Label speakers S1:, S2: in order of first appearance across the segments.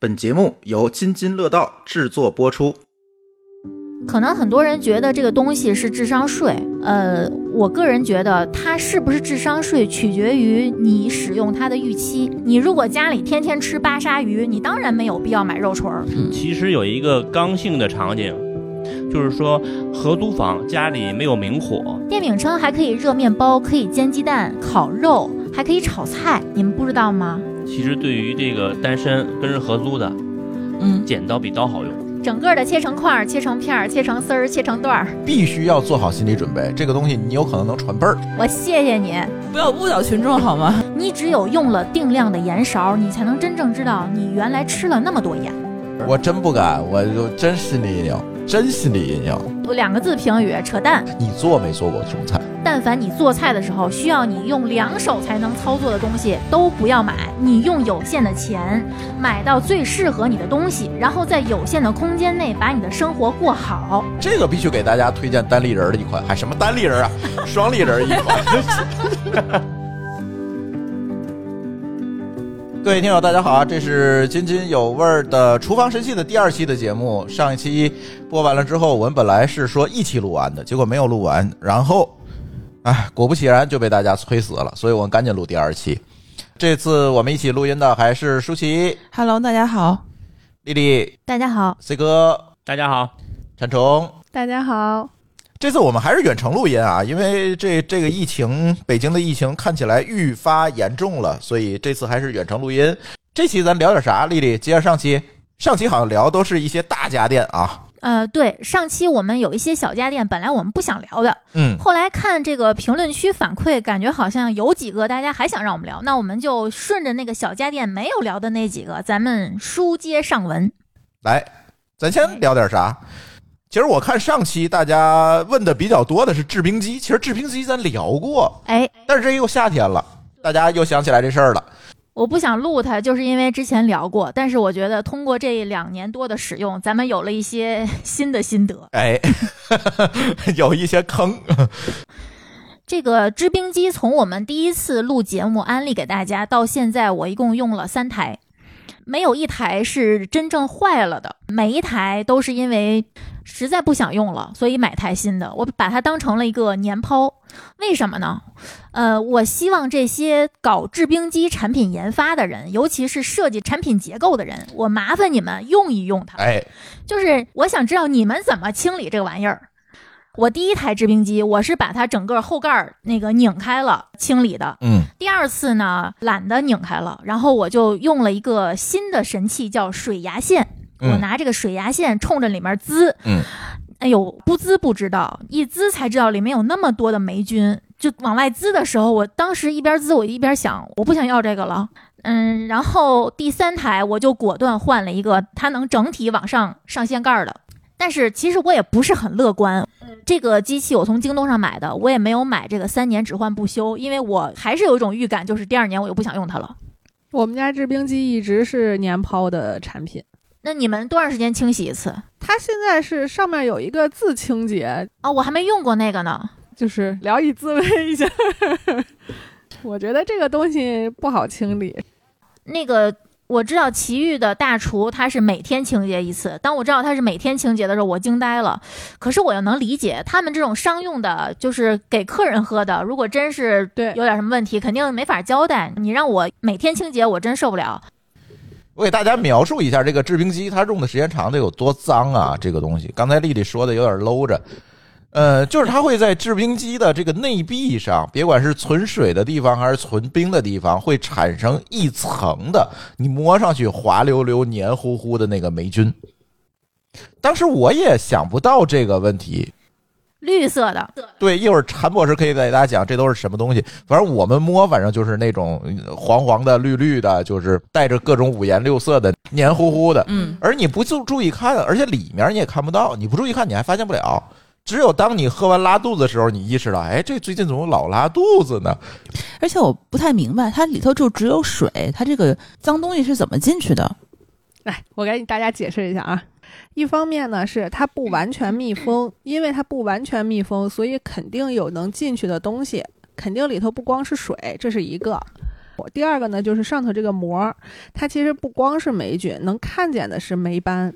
S1: 本节目由津津乐道制作播出。
S2: 可能很多人觉得这个东西是智商税，呃，我个人觉得它是不是智商税取决于你使用它的预期。你如果家里天天吃巴沙鱼，你当然没有必要买肉虫儿。
S3: 其实有一个刚性的场景，就是说合租房家里没有明火，
S2: 电饼铛还可以热面包，可以煎鸡蛋、烤肉，还可以炒菜，你们不知道吗？
S3: 其实对于这个单身跟人合租的，
S4: 嗯，
S3: 剪刀比刀好用。
S2: 整个的切成块儿、切成片儿、切成丝儿、切成段儿。
S5: 必须要做好心理准备，这个东西你有可能能传辈儿。
S2: 我谢谢你，
S4: 不要误导群众好吗？
S2: 你只有用了定量的盐勺，你才能真正知道你原来吃了那么多盐。
S5: 我真不敢，我就真心理阴影，真心理阴影。
S2: 我两个字评语：扯淡。
S5: 你做没做过这种菜？
S2: 但凡你做菜的时候需要你用两手才能操作的东西，都不要买。你用有限的钱买到最适合你的东西，然后在有限的空间内把你的生活过好。
S5: 这个必须给大家推荐单立人儿的一款，还什么单立人儿啊， 双立人儿一款。各位听友，大家好啊！这是津津有味儿的厨房神器的第二期的节目。上一期播完了之后，我们本来是说一期录完的，结果没有录完，然后，哎，果不其然就被大家催死了，所以我们赶紧录第二期。这次我们一起录音的还是舒淇、
S4: Hello，大家好，
S5: 丽丽、
S2: 大家好，
S5: C 哥、
S3: 大家好，
S5: 馋虫。
S6: 大家好，
S5: 这次我们还是远程录音啊，因为这这个疫情，北京的疫情看起来愈发严重了，所以这次还是远程录音。这期咱聊点啥？丽丽，接着上期，上期好像聊都是一些大家电啊，
S2: 呃，对，上期我们有一些小家电，本来我们不想聊的，
S5: 嗯，
S2: 后来看这个评论区反馈，感觉好像有几个大家还想让我们聊，那我们就顺着那个小家电没有聊的那几个，咱们书接上文。
S5: 来，咱先聊点啥？其实我看上期大家问的比较多的是制冰机，其实制冰机咱聊过，
S2: 哎，
S5: 但是这又夏天了，大家又想起来这事儿了。
S2: 我不想录它，就是因为之前聊过，但是我觉得通过这两年多的使用，咱们有了一些新的心得。
S5: 哎， 有一些坑，
S2: 这个制冰机从我们第一次录节目安利给大家到现在，我一共用了三台，没有一台是真正坏了的，每一台都是因为实在不想用了，所以买台新的。我把它当成了一个年抛，为什么呢？呃，我希望这些搞制冰机产品研发的人，尤其是设计产品结构的人，我麻烦你们用一用它。
S5: 哎，
S2: 就是我想知道你们怎么清理这个玩意儿。我第一台制冰机，我是把它整个后盖儿那个拧开了清理的。
S5: 嗯，
S2: 第二次呢，懒得拧开了，然后我就用了一个新的神器，叫水牙线。
S5: 嗯
S2: 我拿这个水牙线冲着里面滋，
S5: 嗯，
S2: 哎呦，不滋不知道，一滋才知道里面有那么多的霉菌。就往外滋的时候，我当时一边滋，我一边想，我不想要这个了。嗯，然后第三台我就果断换了一个它能整体往上上掀盖儿的，但是其实我也不是很乐观。这个机器我从京东上买的，我也没有买这个三年只换不修，因为我还是有一种预感，就是第二年我就不想用它了。
S6: 我们家制冰机一直是年抛的产品，
S2: 那你们多长时间清洗一次
S6: 它现在是上面有一个自清洁，
S2: 啊？我还没用过那个呢。
S6: 就是聊以自慰一下。 我觉得这个东西不好清理，
S2: 那个我知道奇遇的大厨他是每天清洁一次，当我知道他是每天清洁的时候，我惊呆了。可是我又能理解他们这种商用的，就是给客人喝的，如果真是
S6: 对
S2: 有点什么问题，肯定没法交代。你让我每天清洁，我真受不了。
S5: 我给大家描述一下这个制冰机，它用的时间长得有多脏啊！这个东西，刚才丽丽说的有点搂着，呃，就是它会在制冰机的这个内壁上，别管是存水的地方还是存冰的地方，会产生一层的你摸上去滑溜溜、黏糊糊的那个霉菌。当时我也想不到这个问题，
S2: 绿色的，
S5: 对，一会儿陈博士可以给大家讲这都是什么东西。反正我们摸，反正就是那种呃黄黄的、绿绿的，就是带着各种五颜六色的、黏糊糊的。
S4: 嗯，
S5: 而你不注注意看，而且里面你也看不到，你不注意看你还发现不了。只有当你喝完拉肚子的时候，你意识到，哎，这最近怎么老拉肚子呢？
S4: 而且我不太明白，它里头就只有水，它这个脏东西是怎么进去的？
S6: 来，哎我给大家解释一下啊。一方面呢是它不完全密封，因为它不完全密封，所以肯定有能进去的东西，肯定里头不光是水，这是一个。火；第二个呢，就是上头这个膜儿，它其实不光是霉菌，能看见的是霉斑。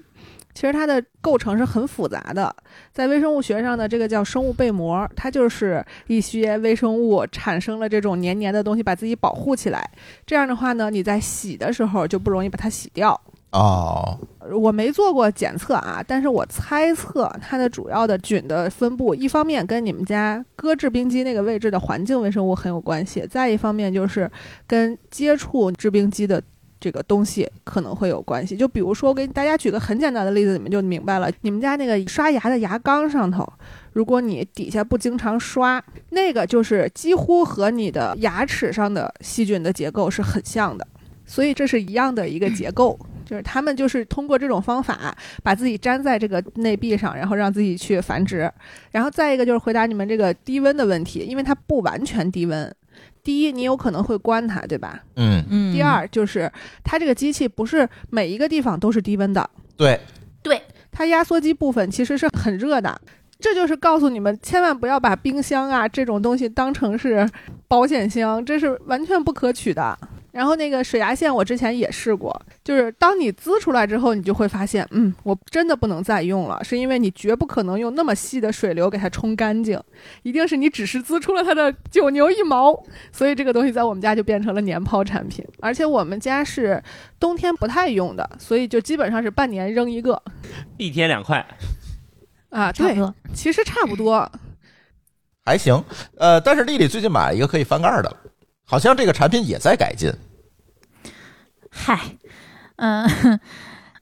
S6: 其实它的构成是很复杂的，在微生物学上呢，这个叫生物被膜，它就是一些微生物产生了这种黏黏的东西，把自己保护起来。这样的话呢，你在洗的时候就不容易把它洗掉。
S5: 哦，
S6: 我没做过检测啊，但是我猜测它的主要的菌的分布，一方面跟你们家搁制冰机那个位置的环境微生物很有关系，再一方面就是跟接触制冰机的。这个东西可能会有关系，就比如说，我给大家举个很简单的例子，你们就明白了。你们家那个刷牙的牙缸上头，如果你底下不经常刷，那个就是几乎和你的牙齿上的细菌的结构是很像的，所以这是一样的一个结构。就是他们就是通过这种方法把自己粘在这个内壁上，然后让自己去繁殖。然后再一个就是回答你们这个低温的问题，因为它不完全低温。第一，你有可能会关它，对吧？
S5: 嗯，
S4: 嗯
S6: 第，二就是它这个机器不是每一个地方都是低温的，
S5: 对，
S2: 对，
S6: 它压缩机部分其实是很热的。这就是告诉你们，千万不要把冰箱啊这种东西当成是保险箱，这是完全不可取的。然后那个水牙线，我之前也试过，就是当你滋出来之后，你就会发现，嗯，我真的不能再用了，是因为你绝不可能用那么细的水流给它冲干净，一定是你只是滋出了它的九牛一毛，所以这个东西在我们家就变成了年抛产品，而且我们家是冬天不太用的，所以就基本上是半年扔一个
S3: 一天两块，
S6: 啊。
S2: 差不
S6: 对，
S2: 多。
S6: 其实差不多，
S5: 还行。呃，但是丽丽最近买了一个可以翻盖的，好像这个产品也在改进。
S2: 嗨，嗯，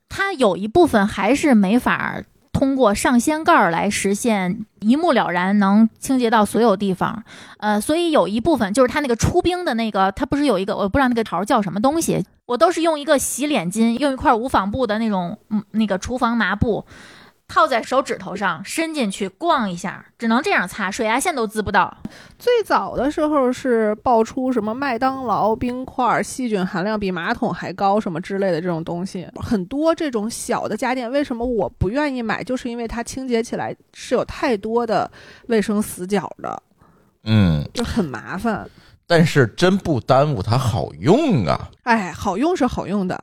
S2: 它有一部分还是没法儿通过上掀盖儿来实现一目了然，能清洁到所有地方。呃，所以有一部分就是它那个出冰的那个，它不是有一个我不知道那个槽儿叫什么东西，我都是用一个洗脸巾，用一块无纺布的那种，嗯，那个厨房麻布。套在手指头上，伸进去逛一下，只能这样擦，水牙线都滋不到。
S6: 最早的时候是爆出什么麦当劳冰块儿细菌含量比马桶还高什么之类的这种东西，很多这种小的家电，为什么我不愿意买？就是因为它清洁起来是有太多的卫生死角的，
S5: 嗯，
S6: 就很麻烦。
S5: 但是真不耽误它好用啊。
S6: 哎，好用是好用的，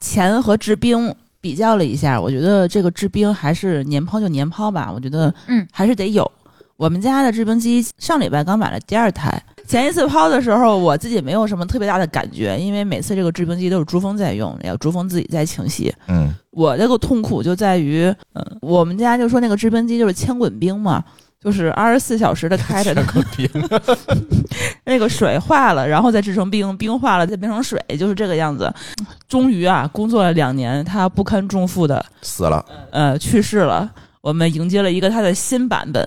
S4: 钱和制冰比较了一下，我觉得这个制冰还是年抛就年抛吧，我觉得
S2: 嗯
S4: 还是得有。我们家的制冰机上礼拜刚买了第二台，前一次抛的时候我自己没有什么特别大的感觉，因为每次这个制冰机都是珠峰在用，也有珠峰自己在清洗。
S5: 嗯，
S4: 我这个痛苦就在于，嗯，我们家就说那个制冰机就是千滚冰嘛，就是二十四小时的开着，那个水化了，然后再制成冰，冰化了再变成水，就是这个样子。终于啊，工作了两年，他不堪重负的
S5: 死了。
S4: 呃去世了。我们迎接了一个他的新版本，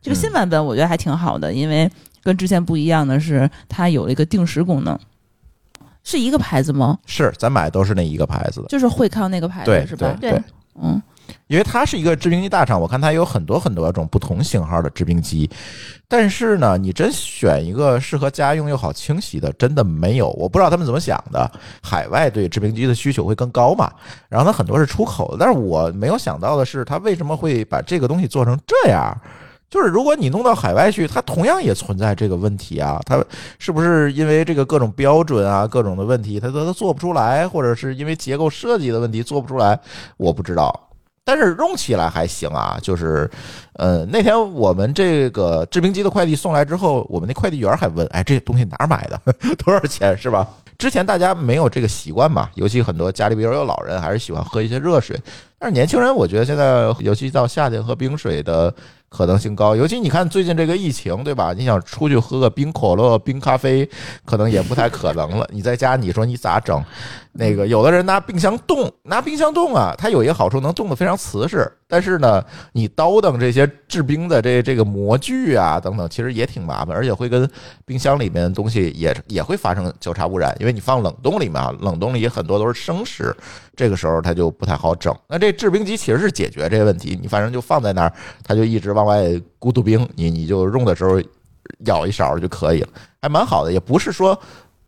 S4: 这个新版本我觉得还挺好的，因为跟之前不一样的是，它有了一个定时功能。是一个牌子吗？
S5: 是，咱买的都是那一个牌子的。
S4: 就是惠康那个牌
S5: 对
S4: 子是吧
S5: 对？
S2: 对
S5: 对，
S4: 嗯，
S5: 因为它是一个制冰机大厂，我看它有很多很多种不同型号的制冰机，但是呢，你真选一个适合家用又好清洗的，真的没有。我不知道他们怎么想的，海外对制冰机的需求会更高嘛，然后它很多是出口的，但是我没有想到的是，它为什么会把这个东西做成这样？就是如果你弄到海外去，它同样也存在这个问题啊。它是不是因为这个各种标准啊、各种的问题，它它它做不出来，或者是因为结构设计的问题做不出来？我不知道。但是用起来还行啊，就是，呃，那天我们这个制冰机的快递送来之后，我们那快递员还问，哎，这东西哪儿买的？ 多少钱是吧？之前大家没有这个习惯嘛，尤其很多家里比如有老人，还是喜欢喝一些热水。但是年轻人，我觉得现在尤其到夏天喝冰水的可能性高，尤其你看最近这个疫情，对吧？你想出去喝个冰可乐、冰咖啡，可能也不太可能了。你在家，你说你咋整？那个有的人拿冰箱冻，拿冰箱冻啊，它有一个好处，能冻得非常瓷实。但是呢，你叨等这些制冰的这这个模具啊等等，其实也挺麻烦，而且会跟冰箱里面的东西也也会发生交叉污染，因为你放冷冻里面啊，冷冻里很多都是生食，这个时候它就不太好整。那这制冰机其实是解决这个问题，你反正就放在那儿，它就一直往外咕嘟冰，你你就用的时候舀一勺就可以了，还蛮好的，也不是说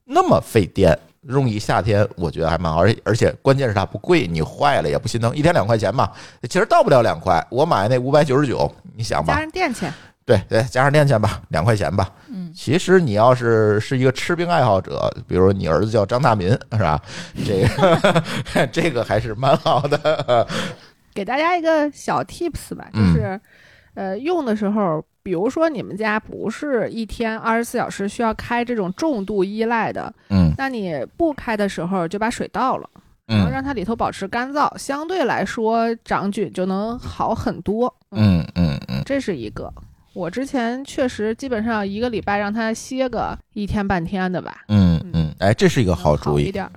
S5: 那么费电。用一夏天，我觉得还蛮好，而且而且关键是它不贵，你坏了也不心疼，一天两块钱嘛，其实到不了两块。我买那五百九十九，你想吧
S6: 加，上电钱，
S5: 对对，加上电钱吧，两块钱吧。
S4: 嗯，
S5: 其实你要是是一个吃冰爱好者，比如你儿子叫张大民，是吧？这个 这个还是蛮好的。
S6: 给大家一个小 tips 吧，就
S5: 嗯
S6: 是，呃，用的时候，比如说你们家不是一天二十四小时需要开这种重度依赖的，
S5: 嗯
S6: 那你不开的时候就把水倒了，然后
S5: 嗯
S6: 让它里头保持干燥，相对来说长菌就能好很多。，
S5: 嗯嗯嗯，
S6: 这是一个。我之前确实基本上一个礼拜让它歇个一天半天的吧，
S5: 嗯嗯，哎，这是一个
S6: 能好
S5: 主
S6: 一
S5: 意。
S6: 点儿。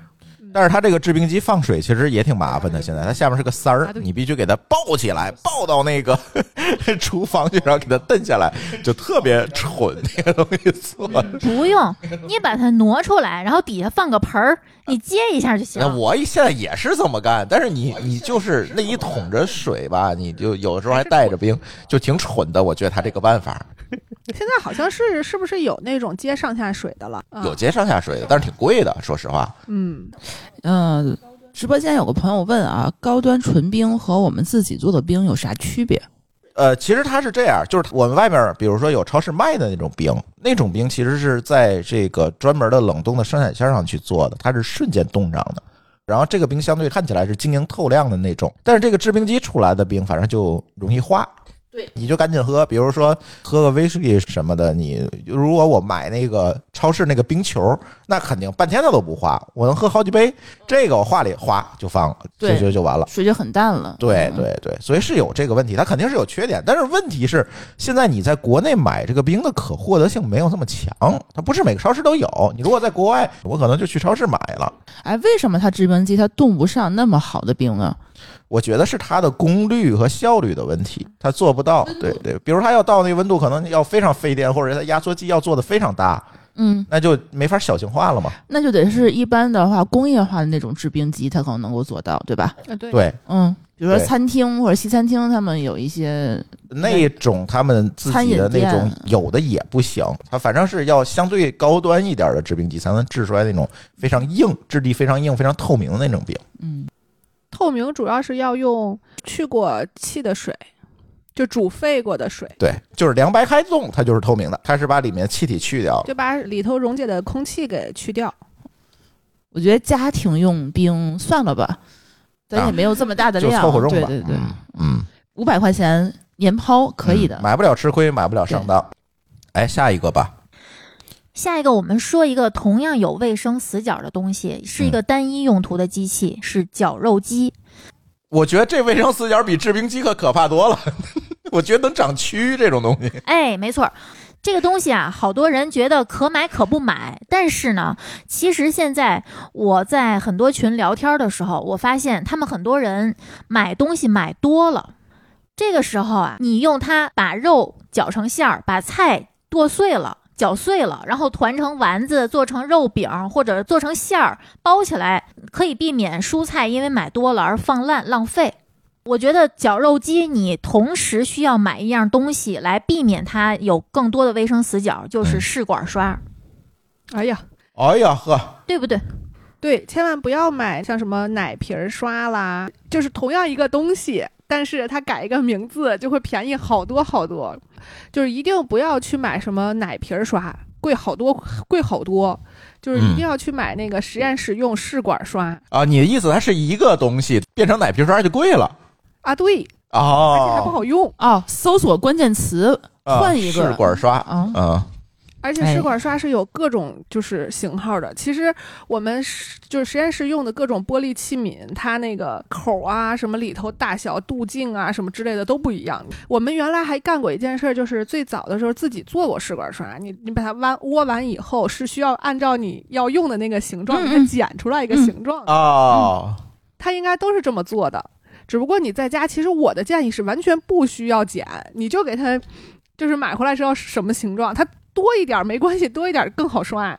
S5: 但是它这个制冰机放水其实也挺麻烦的，现在它下面是个塞儿
S6: 啊，对
S5: 你必须给它抱起来，抱到那个 厨房去，然后给它蹬下来，就特别蠢那个东西做的。
S2: 不用，你把它挪出来，然后底下放个盆儿，你接一下就行
S5: 那。我现在也是这么干，但是你你就是那一桶着水吧，你就有的时候还带着冰，就挺蠢的。我觉得他这个办法
S6: 现在好像是是不是有那种接上下水的了？啊
S5: 有接上下水的，但是挺贵的，说实话。
S6: 嗯，
S4: 嗯，直播间有个朋友问啊，高端纯冰和我们自己做的冰有啥区别？
S5: 呃，其实它是这样，就是我们外面比如说有超市卖的那种冰，那种冰其实是在这个专门的冷冻的生产线上去做的，它是瞬间冻上的。然后这个冰相对看起来是晶莹透亮的那种，但是这个制冰机出来的冰反正就容易化。对，你就赶紧喝，比如说喝个威士忌什么的。你如果我买那个超市那个冰球，那肯定半天它都不化，我能喝好几杯。这个我化里哗就放了，
S4: 对
S5: 这就就完了。
S4: 水就很淡了。
S5: 对
S4: 嗯，
S5: 对对，所以是有这个问题，它肯定是有缺点。但是问题是，现在你在国内买这个冰的可获得性没有这么强，它不是每个超市都有。你如果在国外，我可能就去超市买了。
S4: 哎，为什么它制冰机它冻不上那么好的冰啊呢？
S5: 我觉得是它的功率和效率的问题，它做不到。对对，比如它要到那个温度，可能要非常费电，或者它压缩机要做的非常大，
S4: 嗯，
S5: 那就没法小型化了嘛。
S4: 那就得是一般的话，工业化的那种制冰机，它可能能够做到，对吧？
S6: 啊对，
S5: 对，
S4: 嗯，比如说
S5: 对
S4: 餐厅或者西餐厅，他们有一些
S5: 那种他们自己的那
S4: 餐饮
S5: 种
S4: 店啊
S5: 有的也不行，它反正是要相对高端一点的制冰机才能制出来那种非常硬、质地非常硬、非常透明的那种冰。
S4: 嗯，
S6: 透明主要是要用去过气的水，就煮沸过的水，
S5: 对，就是凉白开冻，它就是透明的，它是把里面气体去掉了。
S6: 就把里头溶解的空气给去掉。
S4: 我觉得家庭用冰算了吧，咱
S5: 啊
S4: 也没有这么大的
S5: 就
S4: 量，
S5: 凑合用吧。
S4: 对对对，
S5: 嗯，嗯，
S4: 五百块钱年抛可以的
S5: 嗯。买不了吃亏，买不了上当。哎，下一个吧。
S2: 下一个，我们说一个同样有卫生死角的东西，是一个单一用途的机器，是绞肉机。
S5: 我觉得这卫生死角比制冰机可可怕多了。 我觉得能长蛆这种东西，
S2: 哎，没错儿，这个东西啊，好多人觉得可买可不买，但是呢，其实现在我在很多群聊天的时候，我发现他们很多人买东西买多了，这个时候啊，你用它把肉绞成馅儿，把菜剁碎了。绞碎了，然后团成丸子，做成肉饼或者做成馅儿，包起来，可以避免蔬菜因为买多了而放烂浪费。我觉得绞肉机，你同时需要买一样东西来避免它有更多的卫生死角，
S5: 嗯
S2: 就是试管刷，
S6: 哎呀，
S5: 哎呀呵，
S2: 对不对？
S6: 对，千万不要买像什么奶瓶儿刷啦，就是同样一个东西，但是它改一个名字就会便宜好多好多。就是一定不要去买什么奶瓶儿刷，贵好多，贵好多。就是一定要去买那个实验室用试管刷
S5: 啊，你的意思它是一个东西，变成奶瓶刷就贵了
S6: 啊，对，而且还不
S5: 哦，
S6: 好用，
S4: 哦，搜索关键词
S5: 啊
S4: 换一个
S5: 试管刷
S4: 啊，
S5: 嗯，
S6: 而且
S4: 哎
S6: 试管刷是有各种就是型号的。其实我们是就是实验室用的各种玻璃器皿，它那个口啊、什么里头大小、度径啊、什么之类的都不一样。我们原来还干过一件事儿，就是最早的时候自己做过试管刷，你你把它弯窝完以后，是需要按照你要用的那个形状
S4: 嗯
S6: 给
S4: 嗯
S6: 它剪出来一个形状的。
S5: 哦，
S6: 它应该都是这么做的，只不过你在家，其实我的建议是完全不需要剪，你就给它，就是买回来之后是什么形状，它多一点儿没关系，多一点儿更好刷。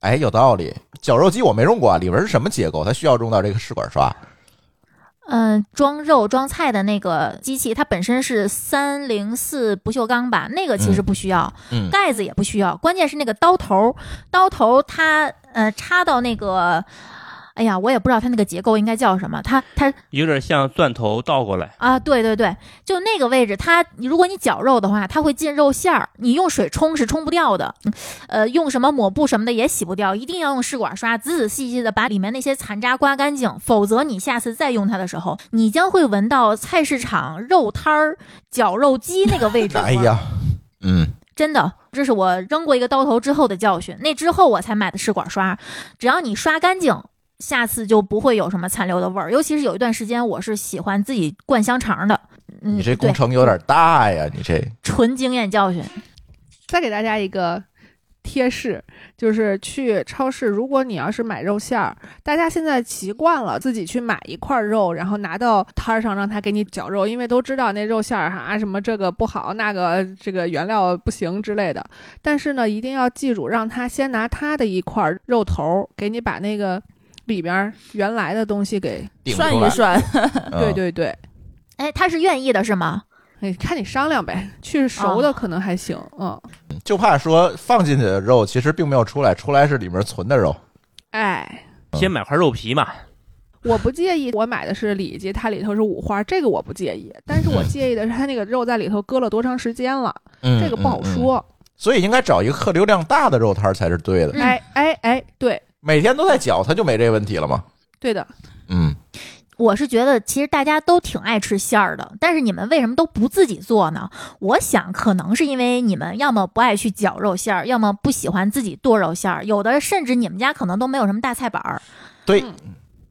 S5: 哎，有道理。绞肉机我没用过啊，里边是什么结构？它需要用到这个试管刷。
S2: 嗯、装肉装菜的那个机器，它本身是三零四不锈钢吧，那个其实不需要，
S5: 嗯
S2: 盖子也不需要，关键是那个刀头儿，刀头儿它呃插到那个哎呀，我也不知道它那个结构应该叫什么，它它
S3: 有点像钻头倒过来，
S2: 啊，对对对，就那个位置，它你如果你绞肉的话，它会进肉馅儿，你用水冲是冲不掉的，嗯呃，用什么抹布什么的也洗不掉，一定要用试管刷，仔仔细细的把里面那些残渣刮干净，否则你下次再用它的时候，你将会闻到菜市场肉摊儿绞肉机那个位置。
S5: 哎，呀，嗯，
S2: 真的，这是我扔过一个刀头之后的教训。那之后我才买的试管刷，只要你刷干净，下次就不会有什么残留的味儿。尤其是有一段时间，我是喜欢自己灌香肠的。嗯，
S5: 你这
S2: 对
S5: 工程有点大呀，你这
S2: 纯经验教训。
S6: 再给大家一个贴士，就是去超市，如果你要是买肉馅儿，大家现在习惯了自己去买一块肉，然后拿到摊儿上让他给你绞肉，因为都知道那肉馅儿哈、啊什么这个不好，那个这个原料不行之类的。但是呢，一定要记住，让他先拿他的一块肉头儿给你把那个里边儿原来的东西给，
S5: 顶
S4: 涮
S5: 出
S4: 一
S5: 来，
S4: 涮，
S6: 对
S5: 嗯，
S6: 对对。
S2: 哎，他是愿意的是吗？
S6: 哎，看你商量呗，去熟的可能还行，嗯，
S5: 就怕说放进去的肉其实并没有出来，出来是里面存的肉，
S6: 哎，
S3: 先买块肉皮嘛，
S6: 我不介意，我买的是里脊，它里头是五花，这个我不介意。但是我介意的是它那个肉在里头搁了多长时间了，
S5: 嗯
S6: 这个不好。
S5: 嗯嗯
S6: 说。
S5: 所以应该找一个客流量大的肉摊儿才是对的。
S2: 嗯
S6: 哎哎哎，对
S5: 每天都在搅，它就没这问题了嘛。
S6: 对的，
S5: 嗯，
S2: 我是觉得其实大家都挺爱吃馅儿的，但是你们为什么都不自己做呢？我想可能是因为你们要么不爱去绞肉馅儿，要么不喜欢自己剁肉馅儿，有的甚至你们家可能都没有什么大菜板儿。
S5: 对
S6: 嗯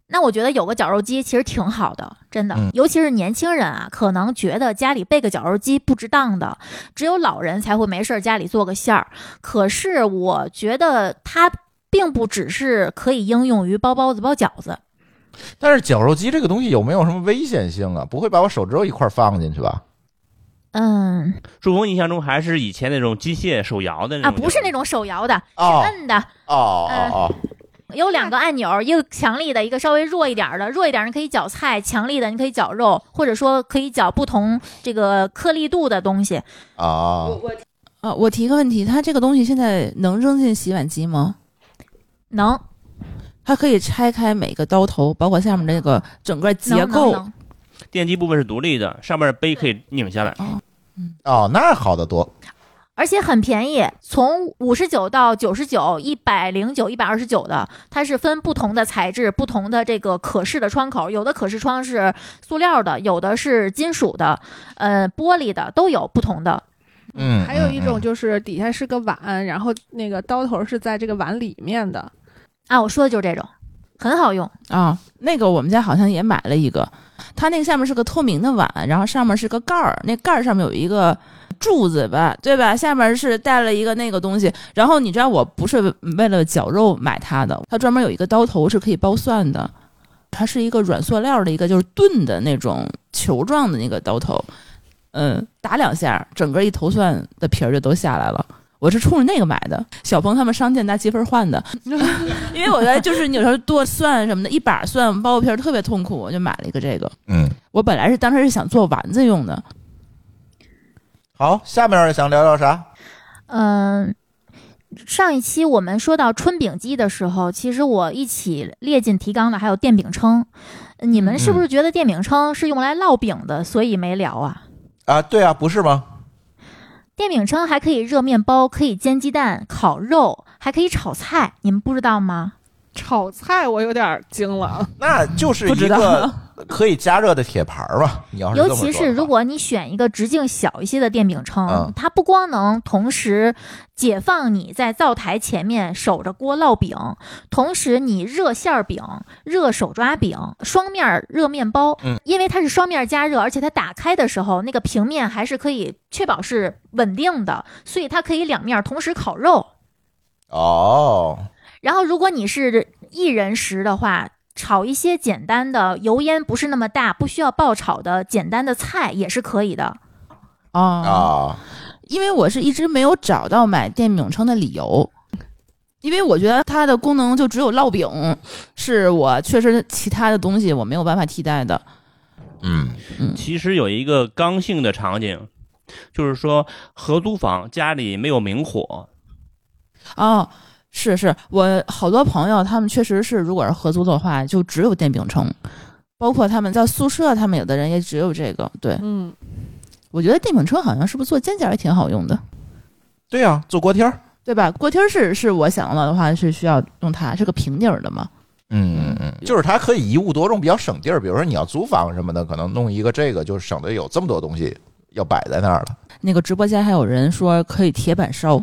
S2: 那我觉得有个绞肉机其实挺好的，真的
S5: 嗯，
S2: 尤其是年轻人啊，可能觉得家里备个绞肉机不值当的，只有老人才会没事儿家里做个馅儿。可是我觉得它并不只是可以应用于包包子、包饺子。
S5: 但是绞肉机这个东西有没有什么危险性啊？不会把我手指头一块儿放进去吧？
S2: 嗯，
S3: 朱峰印象中还是以前那种机械手摇的那
S4: 嗯
S2: 啊，
S3: 种，
S2: 不是那种手摇的，
S5: 哦
S2: 摁的，
S5: 哦哦
S2: 有两个按钮，一个强力的，一个稍微弱一点儿的。弱一点儿你可以搅菜，强力的你可以搅肉，或者说可以搅不同这个颗粒度的东西。
S5: 哦哦，
S6: 呃
S4: 啊，我提个问题，它这个东西现在能扔进洗碗机吗？
S2: 能
S4: 它可以拆开每个刀头，包括下面那个整个结
S2: 能能
S4: 构。
S2: 能，
S3: 电机部分是独立的，上面杯可以拧下
S2: 嗯
S3: 来。
S5: 哦，那好得多。
S2: 而且很便宜，从五十九到九十九、一百零九、一百二十九的，它是分不同的材质、不同的这个可视的窗口，有的可视窗是塑料的，有的是金属的，呃，玻璃的都有不同的。
S5: 嗯，
S6: 还有一种
S5: 嗯
S6: 就是底下是个碗，然后那个刀头是在这个碗里面的。
S2: 啊，我说的就是这种，很好用。
S4: 啊，那个我们家好像也买了一个，它那个下面是个透明的碗，然后上面是个盖儿，那盖儿上面有一个柱子吧，对吧？下面是带了一个那个东西，然后你知道我不是为了绞肉买它的，它专门有一个刀头是可以剥蒜的，它是一个软塑料的一个就是钝的那种球状的那个刀头，嗯，打两下，整个一头蒜的皮儿就都下来了。我是冲着那个买的，小鹏他们商店拿积分换的，因为我觉得就是你有时候剁蒜什么的，一把蒜剥皮儿特别痛苦，我就买了一个这个。
S5: 嗯，
S4: 我本来是当时是想做丸子用的，
S5: 好，下面想聊聊啥？
S2: 嗯，上一期我们说到春饼机的时候，其实我一起列进提纲的还有电饼铛。呃你们是不是觉得电饼铛是用来烙饼的，所以没聊啊？
S5: 啊，对啊，不是吗？
S2: 电饼铛还可以热面包，可以煎鸡蛋、烤肉，还可以炒菜，你们不知道吗？
S6: 炒菜我有点惊 了，
S5: 那就是
S4: 不知
S5: 一
S4: 道
S5: 个 可以加热的铁盘儿嘛。你要是这
S2: 尤
S5: 么说
S2: 其
S5: 的话
S2: 是如果你选一个直径小一些的电饼铛，
S5: 嗯
S2: 它不光能同时解放你在灶台前面守着锅烙饼，同时你热馅儿饼、热手抓饼、双面儿热面包，
S5: 嗯
S2: 因为它是双面加热，而且它打开的时候那个平面还是可以确保是稳定的，所以它可以两面儿同时烤肉。
S5: 哦，
S2: 然后，如果你是一人食的话，炒一些简单的油烟不是那么大、不需要爆炒的简单的菜也是可以的。
S4: 啊、
S5: 啊，
S4: 因为我是一直没有找到买电饼铛的理由，因为我觉得它的功能就只有烙饼，是我确实其他的东西我没有办法替代的。
S5: 嗯，
S3: 其实有一个刚性的场景，就是说合租房家里没有明火，
S4: 哦，是是，我好多朋友他们确实是，如果是合租的话，就只有电饼铛，包括他们在宿舍，他们有的人也只有这个。对
S6: 嗯，
S4: 我觉得电饼铛好像是不是做煎饺也挺好用的，
S5: 对呀、做锅贴儿。
S4: 对吧？锅贴儿是是我想到的话是需要用它，是个平底儿的嘛。
S5: 嗯嗯嗯，就是它可以一物多用，比较省地儿。比如说你要租房什么的，可能弄一个这个，就省得有这么多东西要摆在那儿了
S4: 那个直播间还有人说可以铁板烧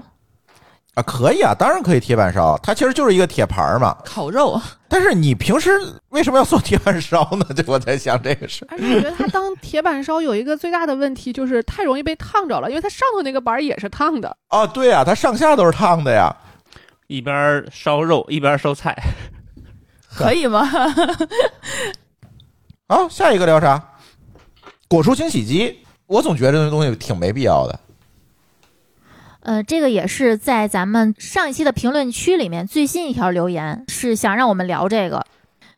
S5: 啊。可以啊，当然可以铁板烧，它其实就是一个铁盘儿嘛。
S4: 烤肉，
S5: 但是你平时为什么要做铁板烧呢？ 这我在想这个事。
S6: 而且我觉得它当铁板烧有一个最大的问题就是太容易被烫着了，因为它上头那个板儿也是烫的。
S5: 哦，对啊，它上下都是烫的呀。
S3: 一边烧肉一边烧菜，
S4: 可以吗？
S5: 啊，下一个聊啥？果蔬清洗机，我总觉得这东西挺没必要的。
S2: 呃，这个也是在咱们上一期的评论区里面最新一条留言，是想让我们聊这个。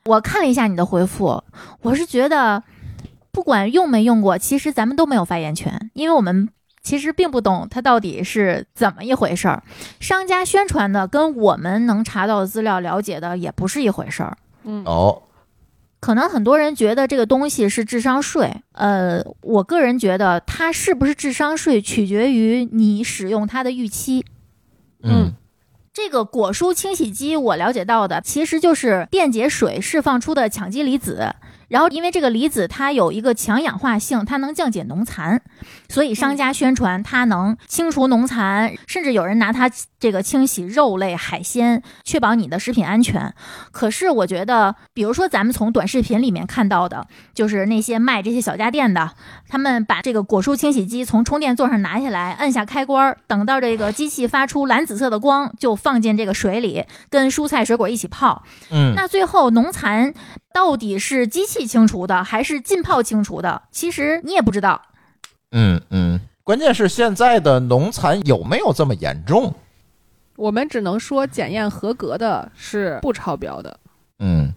S2: 我看了一下你的回复，我是觉得不管用没用过，其实咱们都没有发言权，因为我们其实并不懂它到底是怎么一回事儿。商家宣传的跟我们能查到的资料了解的也不是一回事儿。
S6: 嗯，
S5: 哦，
S2: 可能很多人觉得这个东西是智商税，呃，我个人觉得它是不是智商税取决于你使用它的预期。
S6: 嗯
S2: 这个果蔬清洗机，我了解到的其实就是电解水释放出的羟基离子，然后因为这个离子它有一个强氧化性，它能降解农残，所以商家宣传它能清除农残，甚至有人拿它这个清洗肉类、海鲜，确保你的食品安全。可是我觉得，比如说咱们从短视频里面看到的，就是那些卖这些小家电的，他们把这个果蔬清洗机从充电座上拿下来，按下开关，等到这个机器发出蓝紫色的光，就放进这个水里，跟蔬菜水果一起泡。
S5: 嗯
S2: 那最后农残到底是机器清除的，还是浸泡清除的？其实你也不知道。
S5: 嗯嗯，关键是现在的农残有没有这么严重？
S6: 我们只能说检验合格的是不超标的。
S5: 嗯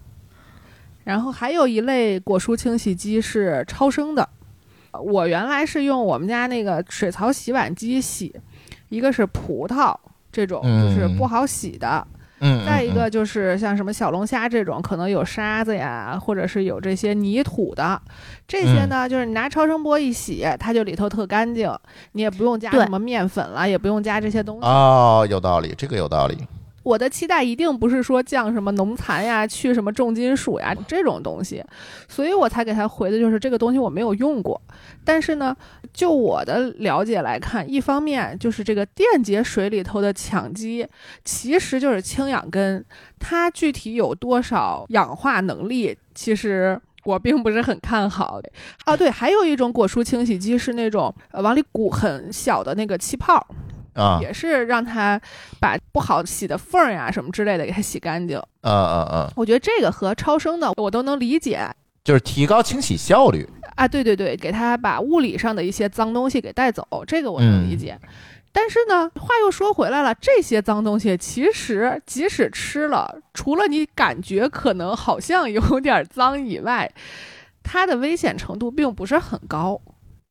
S6: 然后还有一类果蔬清洗机是超声的，我原来是用我们家那个水槽洗碗机洗，一个是葡萄这种
S5: 嗯
S6: 就是不好洗的，
S5: 嗯，
S6: 再一个就是像什么小龙虾这种可能有沙子呀，或者是有这些泥土的，这些
S5: 嗯
S6: 呢就是你拿超声波一洗，它就里头特干净，你也不用加
S2: 对
S6: 什么面粉了，也不用加这些东西。
S5: 哦，有道理，这个有道理。
S6: 我的期待一定不是说降什么农残呀、去什么重金属呀这种东西，所以我才给他回的就是这个东西我没有用过。但是呢，就我的了解来看，一方面就是这个电解水里头的羟基其实就是氢氧根，它具体有多少氧化能力，其实。我并不是很看好啊，对，还有一种果蔬清洗机是那种呃往里鼓很小的那个气泡，
S5: 啊
S6: 也是让它把不好洗的缝儿呀、什么之类的给它洗干净。
S5: 啊啊啊！
S6: 我觉得这个和超声的我都能理解
S5: 就是提高清洗效率。
S6: 啊，对对对，给它把物理上的一些脏东西给带走，这个我能理解。但是呢，话又说回来了，这些脏东西其实即使吃了，除了你感觉可能好像有点脏以外，它的危险程度并不是很高。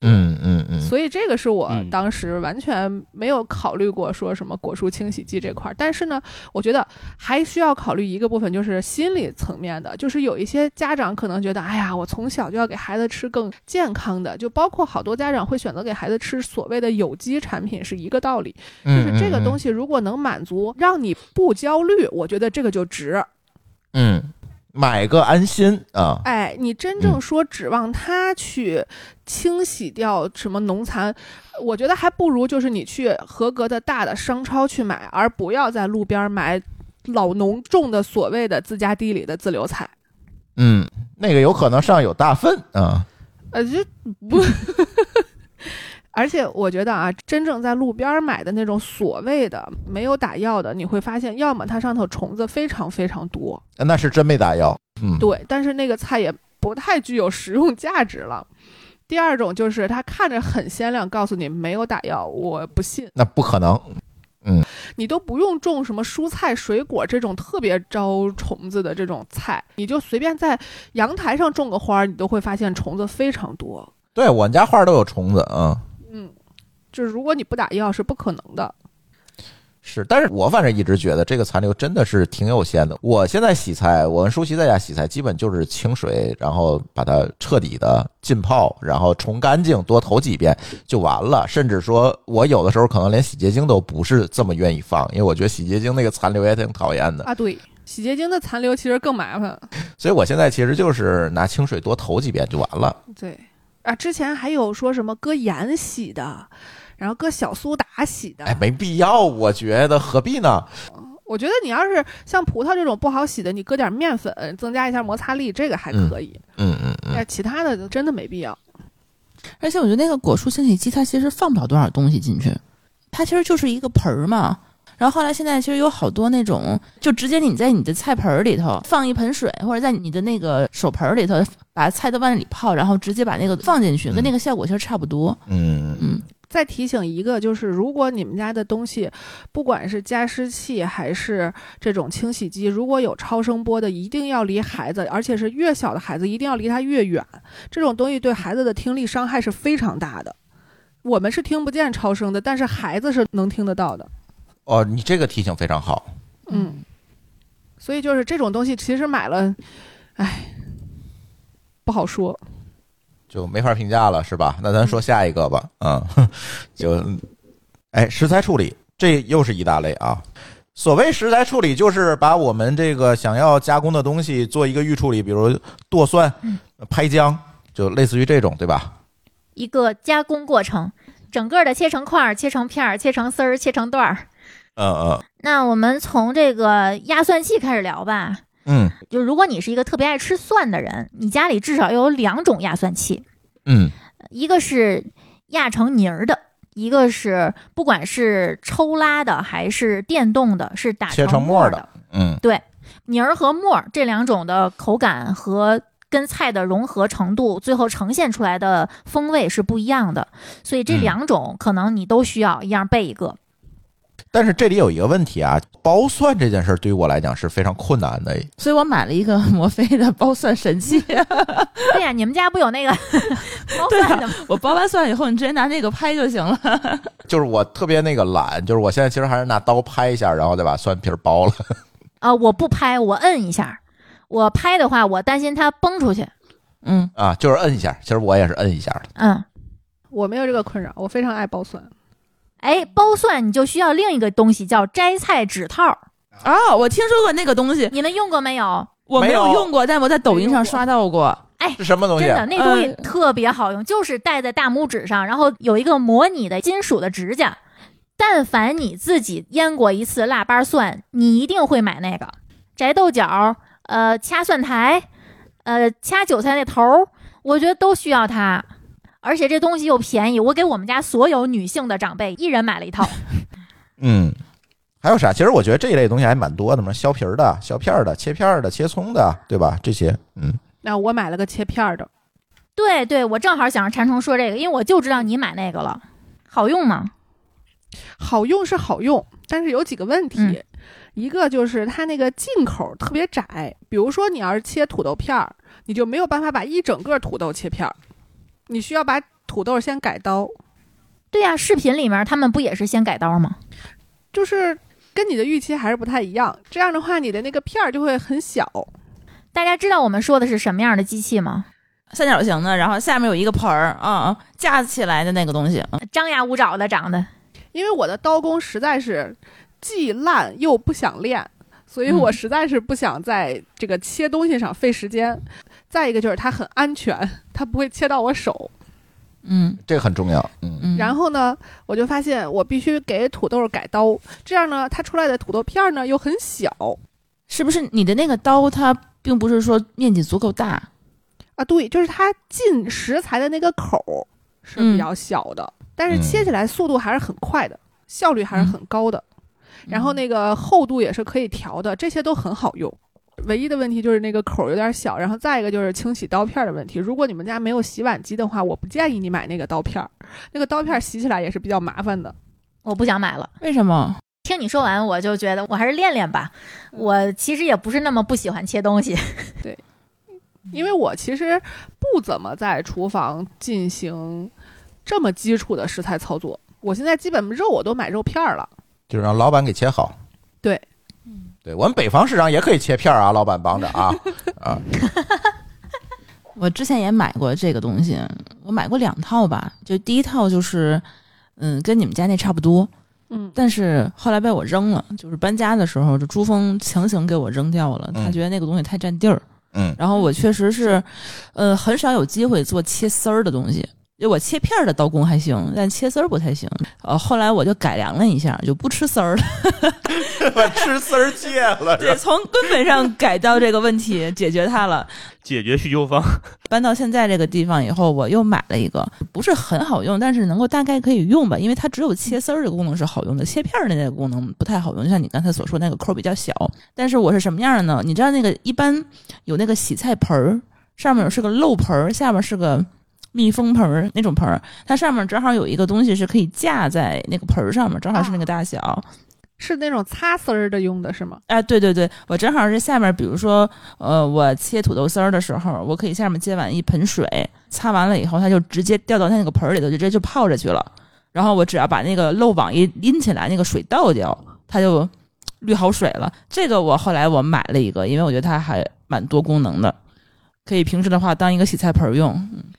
S5: 嗯嗯嗯，
S6: 所以这个是我
S3: 嗯
S6: 当时完全没有考虑过说什么果蔬清洗剂这块儿，但是呢，我觉得还需要考虑一个部分，就是心理层面的，就是有一些家长可能觉得，哎呀，我从小就要给孩子吃更健康的，就包括好多家长会选择给孩子吃所谓的有机产品是一个道理，就是这个东
S5: 西。
S6: 西如果能满足让你不焦虑，我觉得这个就值。
S5: 嗯，买个安心啊。
S6: 哎，你真正说指望它去清洗掉什么农残，我觉得还不如就是你去合格的大的商超去买，而不要在路边买老农种的所谓的自家地里的自留菜。
S5: 嗯，那个有可能上有大粪啊。
S6: 呃，这 不。而且我觉得啊，真正在路边买的那种所谓的没有打药的，你会发现，要么它上头虫子非常非常多，
S5: 那是真没打药。嗯，
S6: 对，但是那个菜也不太具有食用价值了。第二种就是它看着很鲜亮，告诉你没有打药，我不信。
S5: 那不可能。
S6: 你都不用种什么蔬菜、水果这种特别招虫子的这种菜，你就随便在阳台上种个花儿，你都会发现虫子非常多。
S5: 对我们家花都有虫子啊。
S6: 就是如果你不打药是不可能的。
S5: 是，但是我反正一直觉得这个残留真的是挺有限的。我现在洗菜，我们舒淇在家洗菜，基本就是清水，然后把它彻底的浸泡，然后冲干净，多投几遍就完了。甚至说，我有的时候可能连洗洁精都不是这么愿意放，因为我觉得洗洁精那个残留也挺讨厌的。
S6: 啊，对，洗洁精的残留其实更麻烦。
S5: 所以我现在其实就是拿清水多投几遍就完了。
S6: 对啊，之前还有说什么搁盐洗的，然后搁小苏打洗的。
S5: 哎，没必要，我觉得何必呢？
S6: 我觉得你要是像葡萄这种不好洗的，你搁点面粉增加一下摩擦力，这个还可以。
S5: 嗯嗯
S6: 但
S5: 嗯，
S6: 是其他的就真的没必要。
S4: 而且我觉得那个果蔬清洗机它其实放不了多少东西进去，它其实就是一个盆儿嘛。然后后来现在其实有好多那种，就直接你在你的菜盆儿里头放一盆水，或者在你的那个手盆儿里头把菜都往那里泡，然后直接把那个放进去，
S5: 嗯
S4: 跟那个效果其实差不多。
S5: 嗯
S4: 嗯，
S6: 再提醒一个，就是如果你们家的东西，不管是加湿器还是这种清洗机，如果有超声波的，一定要离孩子，而且是越小的孩子，一定要离他越远。这种东西对孩子的听力伤害是非常大的。我们是听不见超声的，但是孩子是能听得到的。
S5: 哦，你这个提醒非常好。
S6: 嗯，所以就是这种东西，其实买了，哎，不好说。
S5: 就没法评价了，是吧？那咱说下一个吧，嗯， 就，哎，食材处理，这又是一大类啊。所谓食材处理，就是把我们这个想要加工的东西做一个预处理，比如剁蒜
S2: 嗯、
S5: 拍姜，就类似于这种，对吧？
S2: 一个加工过程，整个的切成块儿、切成片儿、切成丝儿、切成段儿。
S5: 嗯嗯
S2: 那我们从这个压蒜器开始聊吧。
S5: 嗯
S2: 就如果你是一个特别爱吃蒜的人，你家里至少要有两种压蒜器，
S5: 嗯
S2: 一个是压成泥儿的，一个是不管是抽拉的还是电动的，是打
S5: 切成
S2: 沫
S5: 沫
S2: 儿
S5: 儿的嗯
S2: 泥儿和沫儿这两种的口感和跟菜的融合程度，最后呈现出来的风味是不一样的，所以这
S5: 嗯
S2: 两种可能你都需要一样备一个。
S5: 但是这里有一个问题啊，剥蒜这件事儿对于我来讲是非常困难的。
S4: 所以我买了一个摩飞的剥蒜神器，
S2: 对呀、你们家不有 那个包
S5: 啊
S2: 饭的吗？
S4: 我剥完蒜以后，你直接拿那个拍就行了。
S5: 就是我特别那个懒，就是我现在其实还是拿刀拍一下，然后再把蒜皮儿剥了。
S2: 啊、我不拍，我摁一下。我拍的话，我担心它崩出去。
S4: 嗯，
S5: 啊，就是摁一下，其实我也是摁一下的。
S2: 嗯，
S6: 我没有这个困扰，我非常爱剥蒜。
S2: 哎，剥蒜你就需要另一个东西，叫摘菜指套。
S6: 啊
S4: 哦，我听说过那个东西，
S2: 你们用过没有？
S4: 我没
S5: 没
S4: 有
S5: 有
S4: 用过，但我在抖音上刷到过。
S5: 是什么东西啊
S2: 真？的，那东西
S4: 呃
S2: 特别好用，就是戴在大拇指上，然后有一个模拟的金属的指甲。但凡你自己腌过一次腊八蒜，你一定会买那个摘豆角，呃，掐蒜苔，呃，掐韭菜那头儿，我觉得都需要它。而且这东西又便宜，我给我们家所有女性的长辈一人买了一套。
S5: 嗯，还有啥？其实我觉得这一类东西还蛮多的，什么削皮儿的、削片儿的、切片儿的、切葱的，对吧？这些，嗯，
S6: 那我买了个切片儿的，
S2: 对对，我正好想让馋虫说这个，因为我就知道你买那个了，好用吗？
S6: 好用是好用，但是有几个问题。
S2: 嗯
S6: 一个就是它那个进口特别窄，比如说你要是切土豆片儿，你就没有办法把一整个土豆切片儿，你需要把土豆先改刀，
S2: 对呀、视频里面他们不也是先改刀吗？
S6: 就是跟你的预期还是不太一样。这样的话，你的那个片儿就会很小。
S2: 大家知道我们说的是什么样的机器吗？
S4: 三角形的，然后下面有一个盆儿啊、嗯架起来的那个东西。
S6: 哎
S4: 嗯
S2: 张牙舞爪的长得。
S6: 因为我的刀工实在是既烂又不想练，所以我
S4: 嗯
S6: 实在是不想在这个切东西上费时间。再一个就是它很安全，它不会切到我手。
S4: 嗯
S5: 这个很重要。嗯，
S4: 嗯，
S6: 然后呢，我就发现我必须给土豆改刀，这样呢，它出来的土豆片儿呢又很小
S4: 是不是你的那个刀它并不是说面积足够大？
S6: 啊。对，就是它进食材的那个口儿是比较小的，但是切起来速度还是很快的，效率还是很高的。然后那个厚度也是可以调的，这些都很好用。唯一的问题就是那个口儿有点小，然后再一个就是清洗刀片儿的问题。如果你们家没有洗碗机的话，我不建议你买那个刀片儿，那个刀片儿洗起来也是比较麻烦的。
S2: 我不想买了。
S4: 为什么？
S2: 听你说完，我就觉得我还是练练吧。我其实也不是那么不喜欢切东西。
S6: 因为我其实不怎么在厨房进行这么基础的食材操作，我现在基本肉我都买肉片儿了，
S5: 就是让老板给切好。
S6: 对，
S5: 对我们北方市场也可以切片儿啊，老板帮着啊啊，
S4: 我之前也买过这个东西，我买过两套吧，就第一套就是，嗯，跟你们家那差不多，
S6: 嗯，
S4: 但是后来被我扔了，就是搬家的时候，就珠峰强行给我扔掉了，
S5: 嗯
S4: 他觉得那个东西太占地儿。
S5: 嗯
S4: 然后我确实是，呃，很少有机会做切丝儿的东西。就我切片儿的刀工还行，但切丝儿不太行。呃，后来我就改良了一下，就不吃丝儿了。
S5: 把 吃丝儿戒了
S4: 对，从根本上改掉这个问题，解决它了。
S3: 解决需求方。
S4: 搬到现在这个地方以后，我又买了一个，不是很好用，但是能够大概可以用吧，因为它只有切丝儿这个功能是好用的，切片儿的那个功能不太好用。就像你刚才所说，那个扣儿比较小。但是我是什么样的呢？你知道那个一般有那个洗菜盆儿，上面是个漏盆儿，下面是个密封盆儿那种盆儿，它上面正好有一个东西是可以架在那个盆儿上面，正好是那个大小。
S6: 是那种擦丝儿的用的是吗？
S4: 哎，对对对，我正好是下面，比如说，呃，我切土豆丝儿的时候，我可以下面接满一盆水，擦完了以后，它就直接掉到它那个盆儿里头，就直接就泡着去了。然后我只要把那个漏网一拎起来，那个水倒掉，它就滤好水了。这个我后来我买了一个，因为我觉得它还蛮多功能的，可以平时的话当一个洗菜盆儿用。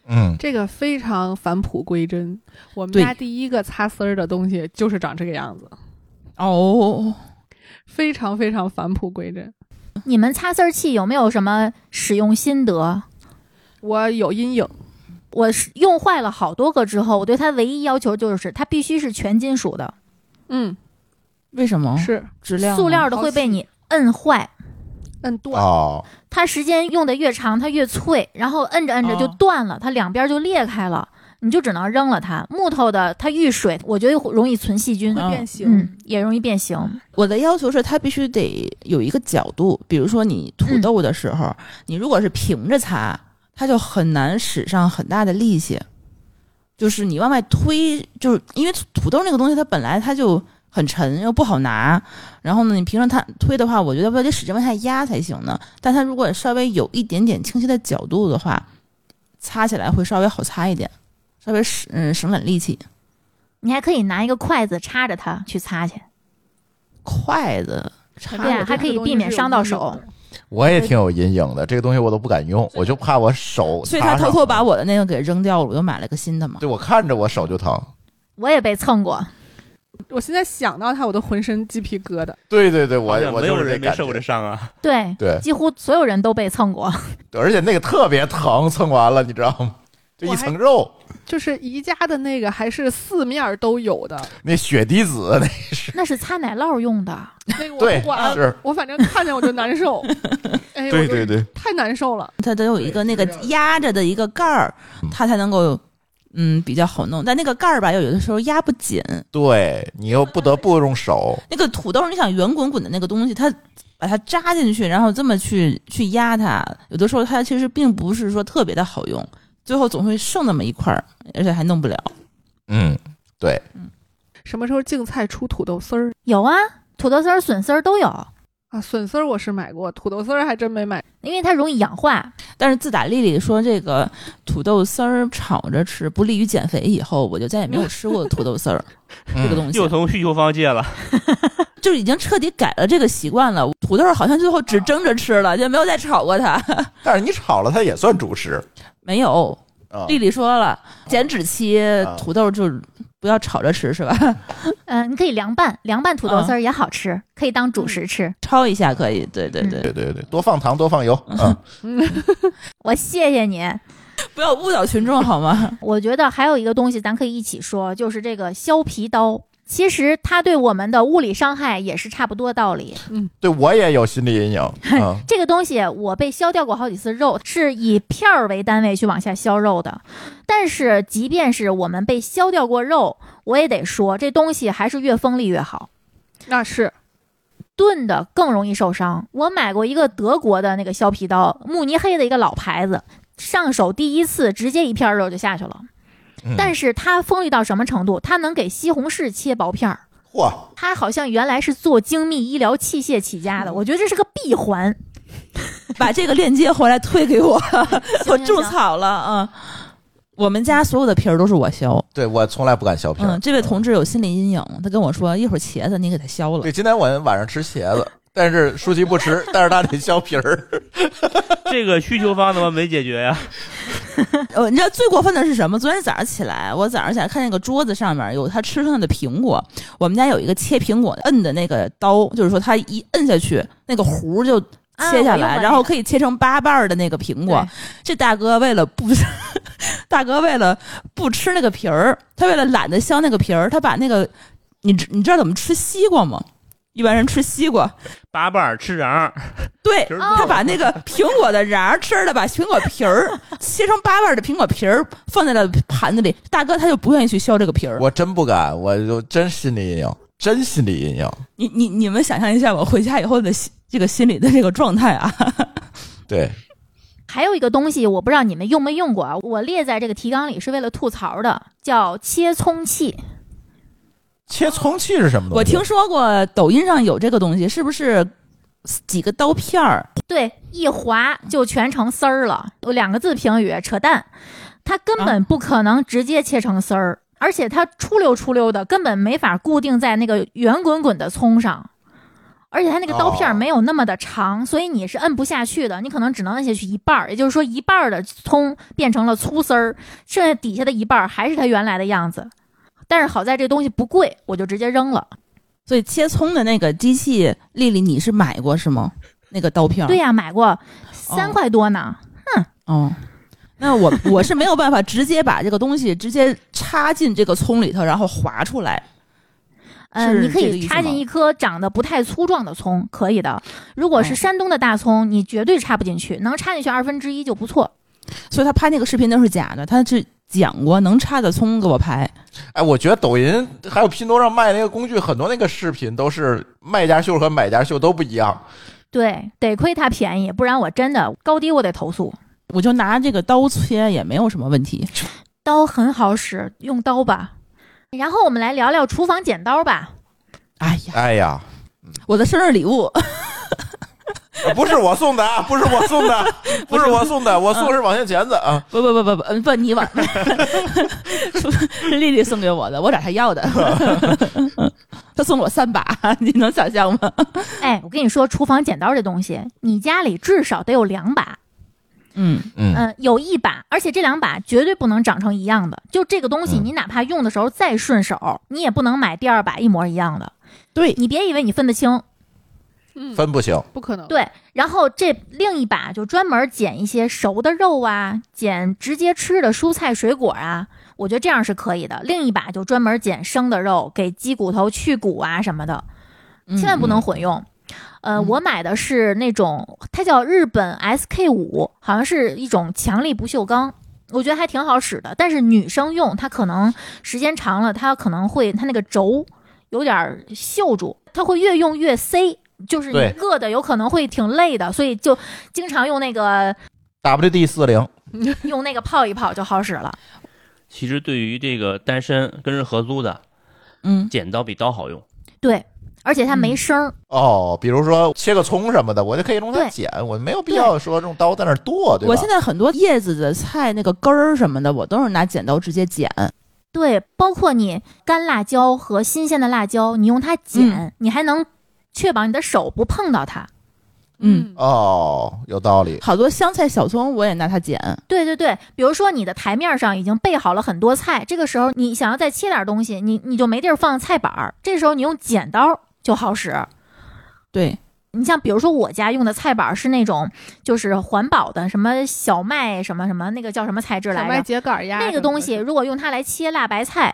S5: 嗯，
S6: 这个非常返璞归真。我们
S4: 对
S6: 家第一个擦丝儿的东西就是长这个样子，
S4: 哦，
S6: 非常非常返璞归真。
S2: 你们擦丝儿器有没有什么使用心得？
S6: 我有阴影，
S2: 我是用坏了好多个之后，我对它唯一要求就是它必须是全金属的，
S6: 嗯，
S4: 为什
S2: 哦
S4: 么？
S6: 是
S4: 质量？啊
S2: 塑料的会被你摁坏。
S6: 摁断，
S5: 哦，
S2: 它时间用的越长，它越脆，然后摁着摁着就
S4: 哦
S2: 断了，它两边就裂开了，你就只能扔了它。木头的它遇水，我觉得容易存细菌，
S4: 嗯
S6: 变形。
S2: 嗯，也容易变形。
S4: 我的要求是，它必须得有一个角度，比如说你土豆的时候，你如果是平着擦，它就很难使上很大的力气。就是你往外推，就是因为土土豆那个东西，它本来它就很沉，又不好拿。然后呢，你平常它推的话，我觉得不得使劲往下压才行呢。但它如果稍微有一点点清晰的角度的话，擦起来会稍微好擦一点，稍微使嗯省点力气。
S2: 你还可以拿一个筷子插着它去擦去，
S4: 筷子插
S2: 对啊
S4: 着
S2: 还可以避免伤到手。
S5: 我也挺有阴影的，这个东西我都不敢用，我就怕我手
S4: 所以他
S5: 擦上
S4: 偷偷把我的那个给扔掉了，我又买了个新的嘛。
S5: 对我看着我手就疼。
S2: 我也被蹭过。
S6: 我现在想到它，我都浑身鸡皮疙瘩。
S5: 对对对，我
S3: 好像
S5: 我
S3: 没
S5: 就
S3: 有
S5: 是
S3: 人
S5: 这
S3: 没
S5: 感
S3: 受过这
S5: 觉。
S3: 伤啊。
S2: 对，
S5: 对，
S2: 几乎所有人都被蹭过。
S5: 而且那个特别疼，蹭完了你知道吗？就一层肉，
S6: 就是宜家的那个还是四面儿都有 的，
S5: 那血滴子那
S2: 那是擦奶酪用的，
S6: 那个我
S5: 对
S6: 不管，
S5: 是，
S6: 我反正看见我就 难受，哎，我就
S5: 对，
S6: 太难受了。
S4: 它得有一个那个压着的一个盖儿
S5: 嗯，
S4: 它才能够嗯比较好弄。但那个盖儿吧，又有的时候压不紧。
S5: 对你又不得不用手，
S4: 那个土豆，你想圆滚滚的那个东西，它把它扎进去，然后这么去去压它，有的时候它其实并不是说特别的好用，最后总会剩那么一块儿，而且还弄不了。
S5: 嗯，对，
S6: 什么时候净菜出土豆丝儿
S2: 有啊，土豆丝儿、笋丝儿都有，
S6: 啊？笋丝儿我是买过，土豆丝儿还真没买。
S2: 因为它容易氧化。
S4: 但是自打丽丽说这个土豆丝儿炒着吃不利于减肥以后，我就再也没有吃过土豆丝儿这
S5: 嗯
S4: 个东西。
S3: 又从需求方借了，
S4: 就是已经彻底改了这个习惯了。土豆好像最后
S5: 啊
S4: 只蒸着吃了，就没有再炒过它。
S5: 但是你炒了它也算主食
S4: 没有，
S5: 啊，
S4: 丽丽说了，减脂期土豆就是不要炒着吃，是吧？
S2: 嗯，你可以凉拌，凉拌土豆丝儿也好吃，可以当主食吃。
S4: 焯一下可以，对对对，
S5: 对对对，多放糖多放油，嗯，
S6: 嗯，
S2: 我谢谢你。
S4: 不要误导群众好吗？
S2: 我觉得还有一个东西咱可以一起说，就是这个削皮刀。其实它对我们的物理伤害也是差不多道理。
S5: 对我也有心理阴影，嗯
S2: 这个东西我被削掉过好几次肉，是以片儿为单位去往下削肉的。但是即便是我们被削掉过肉，我也得说这东西还是越锋利越好。
S6: 那是
S2: 钝的更容易受伤。我买过一个德国的那个削皮刀，慕尼黑的一个老牌子，上手第一次直接一片肉就下去了。
S5: 嗯，
S2: 但是它锋利到什么程度？它能给西红柿切薄片儿。
S5: 嚯，
S2: 它好像原来是做精密医疗器械起家的，我觉得这是个闭环。
S4: 把这个链接回来推给我，我
S2: 行
S4: 种草了啊！我们家所有的皮儿都是我削。
S5: 对我从来不敢削皮儿。
S4: 嗯，这位同志有心理阴影，他跟我说一会儿茄子你给他削了
S5: 对，。今天我晚上吃茄子，但是舒淇不 吃，但是她得削皮儿。
S3: 这个需求方怎么没解决呀？
S4: 呃，你知道最过分的是什么？昨天早上起来，我早上起来看那个桌子上面有他吃剩下的苹果。我们家有一个切苹果摁的那个刀，就是说他一摁下去，那个核就
S2: 啊
S4: 切下
S2: 我用
S4: 来，
S2: 过
S4: 然
S2: 那
S4: 后
S2: 个
S4: 可以切成八瓣儿的那个苹果
S2: 对。
S4: 这大哥为了不， 大哥为了不吃那个皮儿，他为了懒得削那个皮儿，他把那个你知你知道怎么吃西瓜吗？一般人吃西瓜，
S3: 八瓣儿吃瓤儿，
S4: 对
S3: 皮儿
S2: 哦
S4: 他把那个苹果的瓤儿吃了，把苹果 皮儿切成八瓣儿的苹果皮儿放在了盘子里。大哥他就不愿意去削这个皮儿。
S5: 我真不敢，我就真心理阴影，真心理阴影。
S4: 你你你们想象一下，我回家以后的心这个心理的这个状态啊，
S5: 对，
S2: 还有一个东西，我不知道你们用没用过啊，我列在这个提纲里是为了吐槽的，叫切葱器。
S5: 切葱器是什么东西？
S4: 我听说过抖音上有这个东西，是不是几个刀片儿？
S2: 对，一划就全成丝儿了。有两个字评语，扯淡。它根本不可能直接切成丝儿，而且它出溜出溜的，根本没法固定在那个圆滚滚的葱上。而且它那个刀片儿
S5: 哦
S2: 没有那么的长，所以你是摁不下去的，你可能只能摁下去一半儿，也就是说一半儿的葱变成了粗丝儿，剩下底下的一半儿还是它原来的样子。但是好在这东西不贵，我就直接扔了。
S4: 所以切葱的那个机器，丽丽你是买过是吗？那个刀片儿？
S2: 对呀、买过三块多呢。
S4: 哦，那我我是没有办法直接把这个东西直接插进这个葱里头，然后划出来。
S2: 呃，
S4: 是
S2: 你可
S4: 这个意
S2: 以
S4: 思
S2: 插进
S4: 吗
S2: 一颗长得不太粗壮的葱，可以的。如果是
S4: 哦
S2: 山东的大葱，你绝对插不进去，能插进去二分之一就不错。
S4: 所以他拍那个视频都是假的，他是讲过能插的葱给我拍。
S5: 哎，我觉得抖音还有拼多多上卖那个工具，很多那个视频都是卖家秀和买家秀都不一样。
S2: 对，得亏它便宜，不然我真的高低我得投诉。
S4: 我就拿这个刀切也没有什么问题。
S2: 刀很好使，用刀吧。然后我们来聊聊厨房剪刀吧。
S4: 哎呀，
S5: 哎呀，
S4: 我的生日礼物，
S5: 啊 不是我送的啊，不是我送 的，不是我送的，我送是网线钳子啊。
S4: 不不不不不嗯不，你晚，是 丽丽送给我的，我找她要的， 她送了我三把，你能想象吗？
S2: 哎，我跟你说，厨房剪刀这东西，你家里至少得有两把，
S4: 嗯，
S5: 嗯
S2: 嗯、有一把，而且这两把绝对不能长成一样的。就这个东西，
S5: 嗯
S2: 你哪怕用的时候再顺手，你也不能买第二把一模一样的。
S4: 对，
S2: 你别以为你分得清，
S6: 嗯，
S5: 分不清，
S6: 不可能。
S2: 对，然后这另一把就专门捡一些熟的肉啊，捡直接吃的蔬菜水果啊，我觉得这样是可以的。另一把就专门捡生的肉，给鸡骨头去骨啊什么的，千万不能混用。呃，
S4: 嗯
S2: 我买的是那种，它叫日本 SK 五，好像是一种强力不锈钢，我觉得还挺好使的。但是女生用它可能时间长了，它可能会它那个轴有点儿锈住，它会越用越塞，就是你
S5: 对
S2: 硌的有可能会挺累的，所以就经常用那个
S5: WD 四零，
S2: 用那个泡一泡就好使了。
S3: 其实对于这个单身跟人合租的，
S4: 嗯，
S3: 剪刀比刀好用。
S2: 对，而且它没
S4: 嗯
S2: 声儿，
S5: 哦，比如说切个葱什么的，我就可以用它
S2: 对
S5: 剪，我没有必要说用刀在那儿剁，对吧？
S4: 我现在很多叶子的菜那个根儿什么的，我都是拿剪刀直接剪。
S2: 对，包括你干辣椒和新鲜的辣椒，你用它剪，
S4: 嗯
S2: 你还能确保你的手不碰到它。
S4: 嗯
S6: 嗯，
S5: 哦，有道理，
S4: 好多香菜、小葱我也拿它剪，
S2: 对对对，比如说你的台面上已经备好了很多菜，这个时候你想要再切点东西，你你就没地儿放菜板儿，这时候你用剪刀就好使。
S4: 对，
S2: 你像比如说我家用的菜板儿是那种就是环保的，什么小麦什么什么那个叫什么材质
S6: 小
S2: 来
S6: 麦
S2: 着？
S6: 秸秆儿呀，
S2: 那个东西，如果用它来切辣白菜，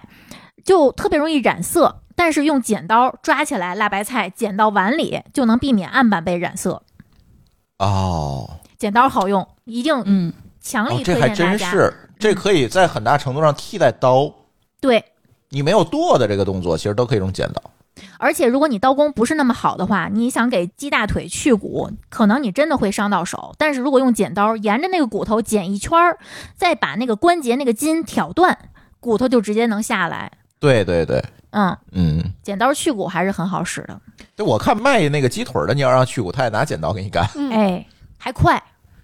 S2: 就特别容易染色。但是用剪刀抓起来辣白菜，剪到碗里就能避免案板被染色。
S5: 哦，
S2: 剪刀好用，一定
S4: 嗯，
S2: 强
S5: 哦
S2: 力，推
S5: 这还
S2: 荐大
S5: 真
S2: 家。嗯
S5: 是，这可以在很大程度上替代刀。
S2: 对，
S5: 你没有剁的这个动作，其实都可以用剪刀。
S2: 而且如果你刀工不是那么好的话，你想给鸡大腿去骨，可能你真的会伤到手。但是如果用剪刀沿着那个骨头剪一圈儿，再把那个关节那个筋挑断，骨头就直接能下来。
S5: 对对对，
S2: 嗯，
S5: 嗯，
S2: 剪刀去骨还是很好使的，
S5: 对，我看卖那个鸡腿儿的，你要让去骨，他也拿剪刀给你干。
S6: 嗯，
S2: 哎哎，还快。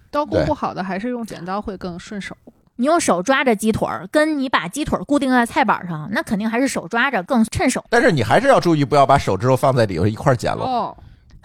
S6: 刀工
S5: 对
S6: 不好的还是用剪刀会更顺手。
S2: 你用手抓着鸡腿儿，跟你把鸡腿儿固定在菜板上，那肯定还是手抓着更趁手。
S5: 但是你还是要注意，不要把手指头放在里头一块儿捡了。
S6: 哦，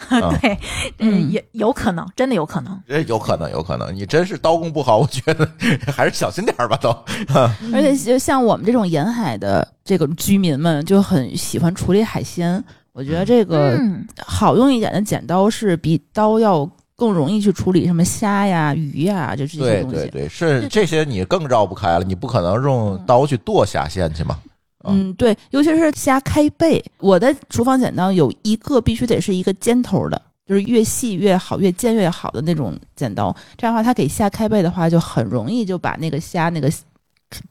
S5: 啊
S2: 对，嗯，
S4: 嗯
S2: 也有可能，真的有可能。
S5: 这有可能，有可能，你真是刀工不好，我觉得 还是小心点儿吧，都。嗯
S4: 而且就像我们这种沿海的这个居民们，就很喜欢处理海鲜。我觉得这个
S2: 嗯，
S4: 好用一点的剪刀是比刀要更容易去处理什么虾呀、鱼呀，就这些
S5: 对
S4: 东西。
S5: 对对，是这些你更绕不开了，你不可能用刀去剁下线去嘛。啊
S4: 嗯，对，尤其是虾开背，我的厨房剪刀有一个必须得是一个尖头的，就是越细越好，越尖越好的那种剪刀。这样的话，它给虾开背的话，就很容易就把那个虾那个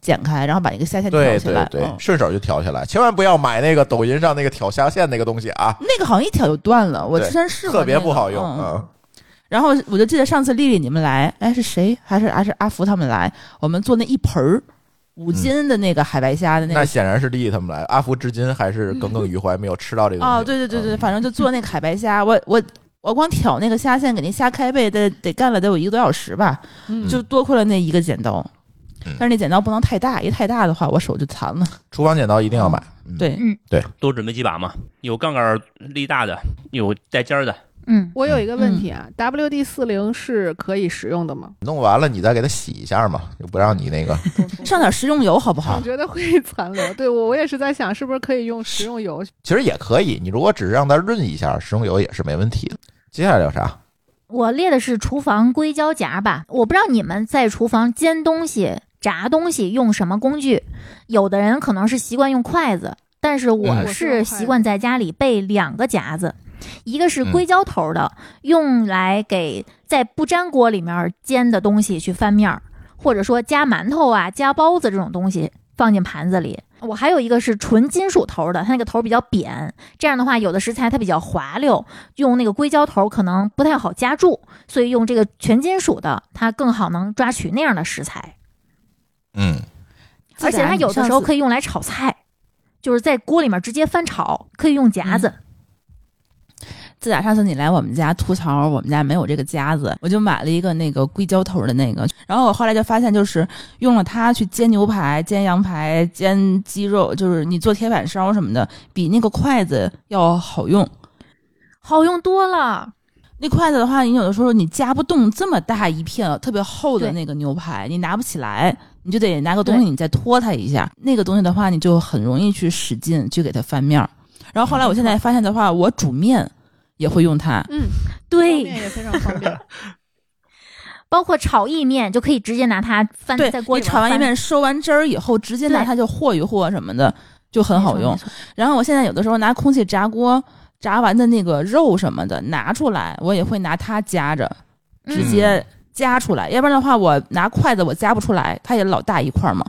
S4: 剪开，然后把那个虾线挑
S5: 对
S4: 起
S5: 对
S4: 来。
S5: 对
S4: 嗯，
S5: 顺手就挑起来，千万不要买那个抖音上那个挑虾线那个东西啊，
S4: 那个好像一挑就断了，我
S5: 对
S4: 之前试过、
S5: 特别不好用。
S4: 嗯
S5: 嗯，
S4: 然后我就记得上次丽丽你们来，哎是谁？还是还是阿福他们来？我们做那一盆儿五斤的那个海白虾的那
S5: 嗯
S4: 个。
S5: 那显然是利益他们来，阿福至今还是耿耿于怀，没有吃到这个东西。
S4: 嗯哦，对对对对，
S5: 嗯，
S4: 反正就做那个海白虾，我我我光挑那个虾线给那虾开背，得得干了得有一个多小时吧，
S6: 嗯
S4: 就多亏了那一个剪刀。
S5: 嗯
S4: 但是那剪刀不能太大，一太大的话我手就残了。
S5: 厨房剪刀一定要买。嗯，
S4: 对，
S3: 多准备几把嘛，有杠杆力大的，有带尖儿的，
S2: 嗯，
S6: 我有一个问题啊，WD 四零是可以使用的吗？
S5: 弄完了你再给它洗一下嘛，就不让你 那个。
S4: 上点食用油好不好
S6: 我？
S5: 嗯
S6: 觉得会 残留。对我，我也是在想，是不是可以用食用油？
S5: 其实也可以，你如果只是让它润一下，食用油也是没问题的。接下来有啥？
S2: 我列的是厨房硅胶夹吧，我不知道你们在厨房煎东西、炸东西用什么工具，有的人可能是习惯用筷子，但是我
S5: 嗯
S2: 是习惯在家里备两个夹子，一个是硅胶头的，用来给在不粘锅里面煎的东西去翻面儿，或者说夹馒头啊、夹包子这种东西放进盘子里。我还有一个是纯金属头的，它那个头比较扁，这样的话有的食材它比较滑溜，用那个硅胶头可能不太好夹住，所以用这个全金属的，它更好能抓取那样的食材。
S5: 嗯，
S2: 而且它有的时候可以用来炒菜，就是在锅里面直接翻炒，可以用
S4: 嗯
S2: 夹子。
S4: 自打上次你来我们家吐槽我们家没有这个夹子，我就买了一个那个硅胶头的那个。然后我后来就发现，就是用了它去煎牛排、煎羊排、煎鸡肉，就是你做铁板烧什么的，比那个筷子要好用。
S2: 好用多了，
S4: 那筷子的话，你有的时候你夹不动这么大一片特别厚的
S2: 对
S4: 那个牛排，你拿不起来，你就得拿个东西
S2: 对
S4: 你再托它一下。那个东西的话，你就很容易去使劲去给它翻面儿。然后后来我现在发现的话，我煮面也会用它。
S6: 嗯，方
S2: 对，
S6: 便也非常方 便。
S2: 包括炒意面就可以直接拿它翻
S4: 对，
S2: 在锅里
S4: 你
S2: 面
S4: 炒完一
S2: 翻
S4: 面收完汁儿以后，直接拿
S2: 对
S4: 它就和一和什么的，就很好用
S2: 没。错。没错
S4: 然后我现在有的时候拿空气炸锅炸完的那个肉什么的拿出来，我也会拿它夹着，直
S2: 嗯
S4: 接夹出来。要不然的话，我拿筷子我夹不出来，它也老大一块儿嘛。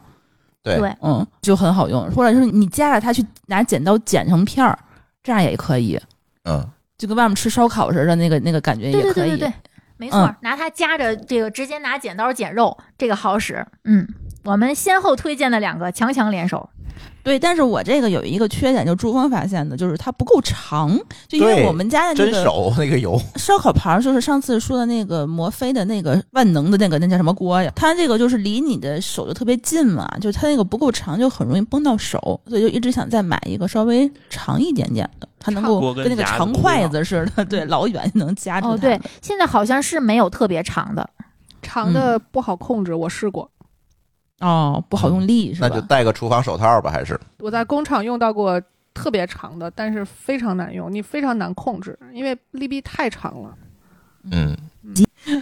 S5: 对
S2: 对
S4: 嗯，就很好用。或者就是你夹着它去拿剪刀剪成片儿，这样也可以，
S5: 嗯，
S4: 就跟外面吃烧烤似的那个那个感觉也
S2: 嗯对
S4: 可
S2: 对
S4: 以。
S2: 对对对，没错，
S4: 嗯
S2: 拿它夹着这个，直接拿剪刀剪肉，这个好使。嗯，我们先后推荐了两个，强强联手。
S4: 对，但是我这个有一个缺点，就是朱峰发现的，就是它不够长，就因为
S5: 对
S4: 我们家的那
S5: 真
S4: 个
S5: 熟那个油，
S4: 烧烤盘儿，就是上次说的那个摩飞的那个万能的那个那叫什么锅呀？它这个就是离你的手就特别近嘛，就它那个不够长，就很容易崩到手，所以就一直想再买一个稍微长一点点的，它能
S3: 长
S4: 够
S3: 锅跟
S4: 跟那个
S3: 夹子
S4: 长
S3: 不一
S4: 筷
S3: 样
S4: 子似的，对，老远能夹住它。
S2: 哦，对，现在好像是没有特别长的，
S6: 长的
S2: 嗯
S6: 不好控制，我试过，
S4: 哦，不好用
S3: 嗯
S4: 力是
S5: 那
S4: 吧？
S5: 就戴个厨房手套吧，还是
S6: 我在工厂用到过特别长的，但是非常难用，你非常难控制，因为利弊太长了。
S5: 嗯，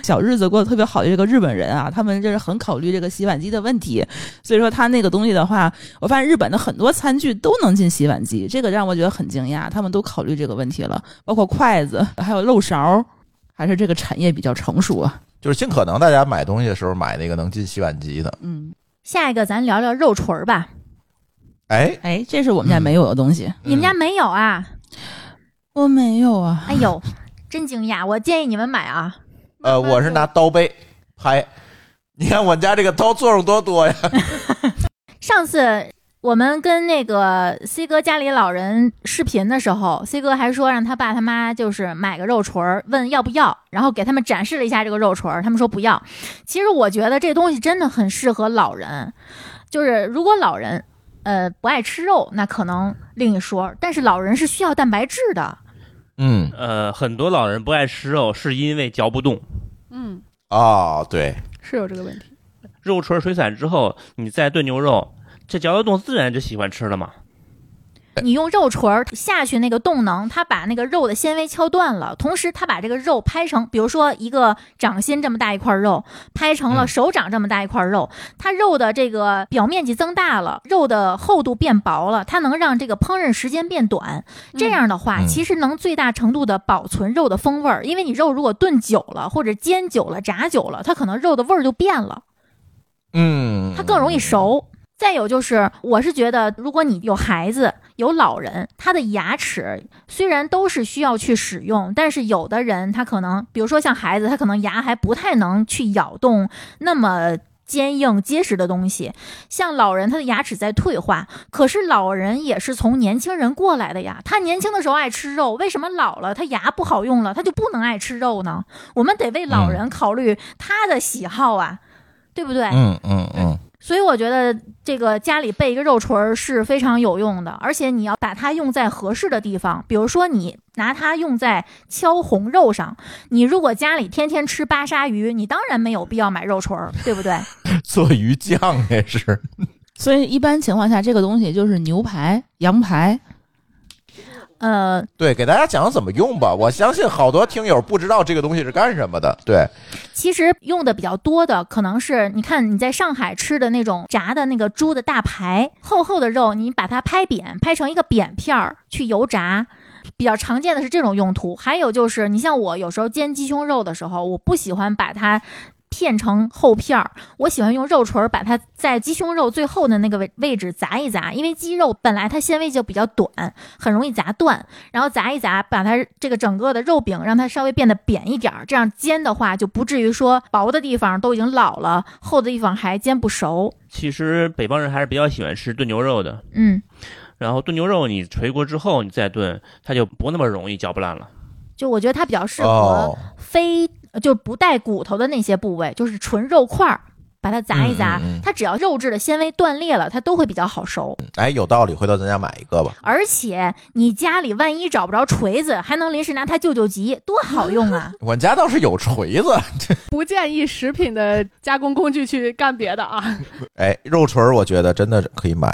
S4: 小日子过得特别好的这个日本人啊，他们这是很考虑这个洗碗机的问题，所以说他那个东西的话，我发现日本的很多餐具都能进洗碗机，这个让我觉得很惊讶，他们都考虑这个问题了，包括筷子，还有漏勺，还是这个产业比较成熟啊。
S5: 就是尽可能大家买东西的时候买那个能进洗碗机的。
S4: 嗯，
S2: 下一个咱聊聊肉锤儿吧。
S5: 哎，
S4: 哎，这是我们家没有的东西，
S5: 嗯
S2: 你们家没有啊？
S4: 我没有啊。
S2: 哎呦，真惊讶！我建议你们买啊。
S5: 呃，我是拿刀背拍。你看我们家这个刀作用多多呀！
S2: 上次我们跟那个 C 哥家里老人视频的时候，C 哥还说让他爸他妈就是买个肉锤儿，问要不要，然后给他们展示了一下这个肉锤儿，他们说不要。其实我觉得这东西真的很适合老人，就是如果老人呃不爱吃肉，那可能另一说，但是老人是需要蛋白质的。
S5: 嗯
S3: 呃，很多老人不爱吃肉，是因为嚼不动。
S6: 嗯，
S5: 啊，对，
S6: 是有这个问题。
S3: 肉锤水散之后，你再炖牛肉，这嚼得动，自然就喜欢吃了嘛。
S5: 哎
S2: 你用肉锤儿下去那个动能，它把那个肉的纤维敲断了，同时它把这个肉拍成，比如说一个掌心这么大一块肉，拍成了
S5: 嗯
S2: 手掌这么大一块肉，它肉的这个表面积增大了，肉的厚度变薄了，它能让这个烹饪时间变短。这样的话，
S5: 嗯
S2: 其实能最大程度的保存肉的风味儿，因为你肉如果炖久了，或者煎久了、炸久了，它可能肉的味儿就变了。
S5: 嗯，
S2: 它更容易熟。再有就是，我是觉得，如果你有孩子、有老人，他的牙齿虽然都是需要去使用，但是有的人他可能，比如说像孩子，他可能牙还不太能去咬动那么坚硬结实的东西。像老人，他的牙齿在退化，可是老人也是从年轻人过来的呀。他年轻的时候爱吃肉，为什么老了他牙不好用了，他就不能爱吃肉呢？我们得为老人考虑他的喜好啊，对不对？
S5: 嗯嗯嗯，
S2: 所以我觉得这个家里备一个肉锤儿是非常有用的，而且你要把它用在合适的地方，比如说你拿它用在敲红肉上。你如果家里天天吃巴沙鱼，你当然没有必要买肉锤儿，对不对？
S5: 做鱼酱也 是，
S4: 所以一般情况下，这个东西就是牛排、羊排，
S2: 呃，
S5: 对，给大家讲讲怎么用吧。我相信好多听友不知道这个东西是干什么的，对，
S2: 其实用的比较多的可能是，你看你在上海吃的那种炸的那个猪的大排，厚厚的肉，你把它拍扁，拍成一个扁片儿去油炸。比较常见的是这种用途，还有就是你像我有时候煎鸡胸肉的时候，我不喜欢把它片成厚片儿，我喜欢用肉锤儿把它在鸡胸肉最后的那个位位置砸一砸，因为鸡肉本来它纤维就比较短，很容易砸断，然后砸一砸，把它这个整个的肉饼让它稍微变得扁一点儿，这样煎的话就不至于说薄的地方都已经老了，厚的地方还煎不熟。
S3: 其实北方人还是比较喜欢吃炖牛肉的。
S2: 嗯，
S3: 然后炖牛肉你捶过之后，你再炖，它就不那么容易嚼不烂了。
S2: 就我觉得它比较适合
S5: 哦，
S2: 非、呃就不带骨头的那些部位，就是纯肉块儿，把它砸一砸，
S5: 嗯嗯嗯
S2: 它只要肉质的纤维断裂了，它都会比较好熟。
S5: 哎，有道理，回头咱家买一个吧。
S2: 而且你家里万一找不着锤子，还能临时拿它救救急，多好用啊！
S5: 我家倒是有锤子，
S6: 嗯不建议食品的加工工具去干别的啊。
S5: 哎，肉锤儿我觉得真的可以买。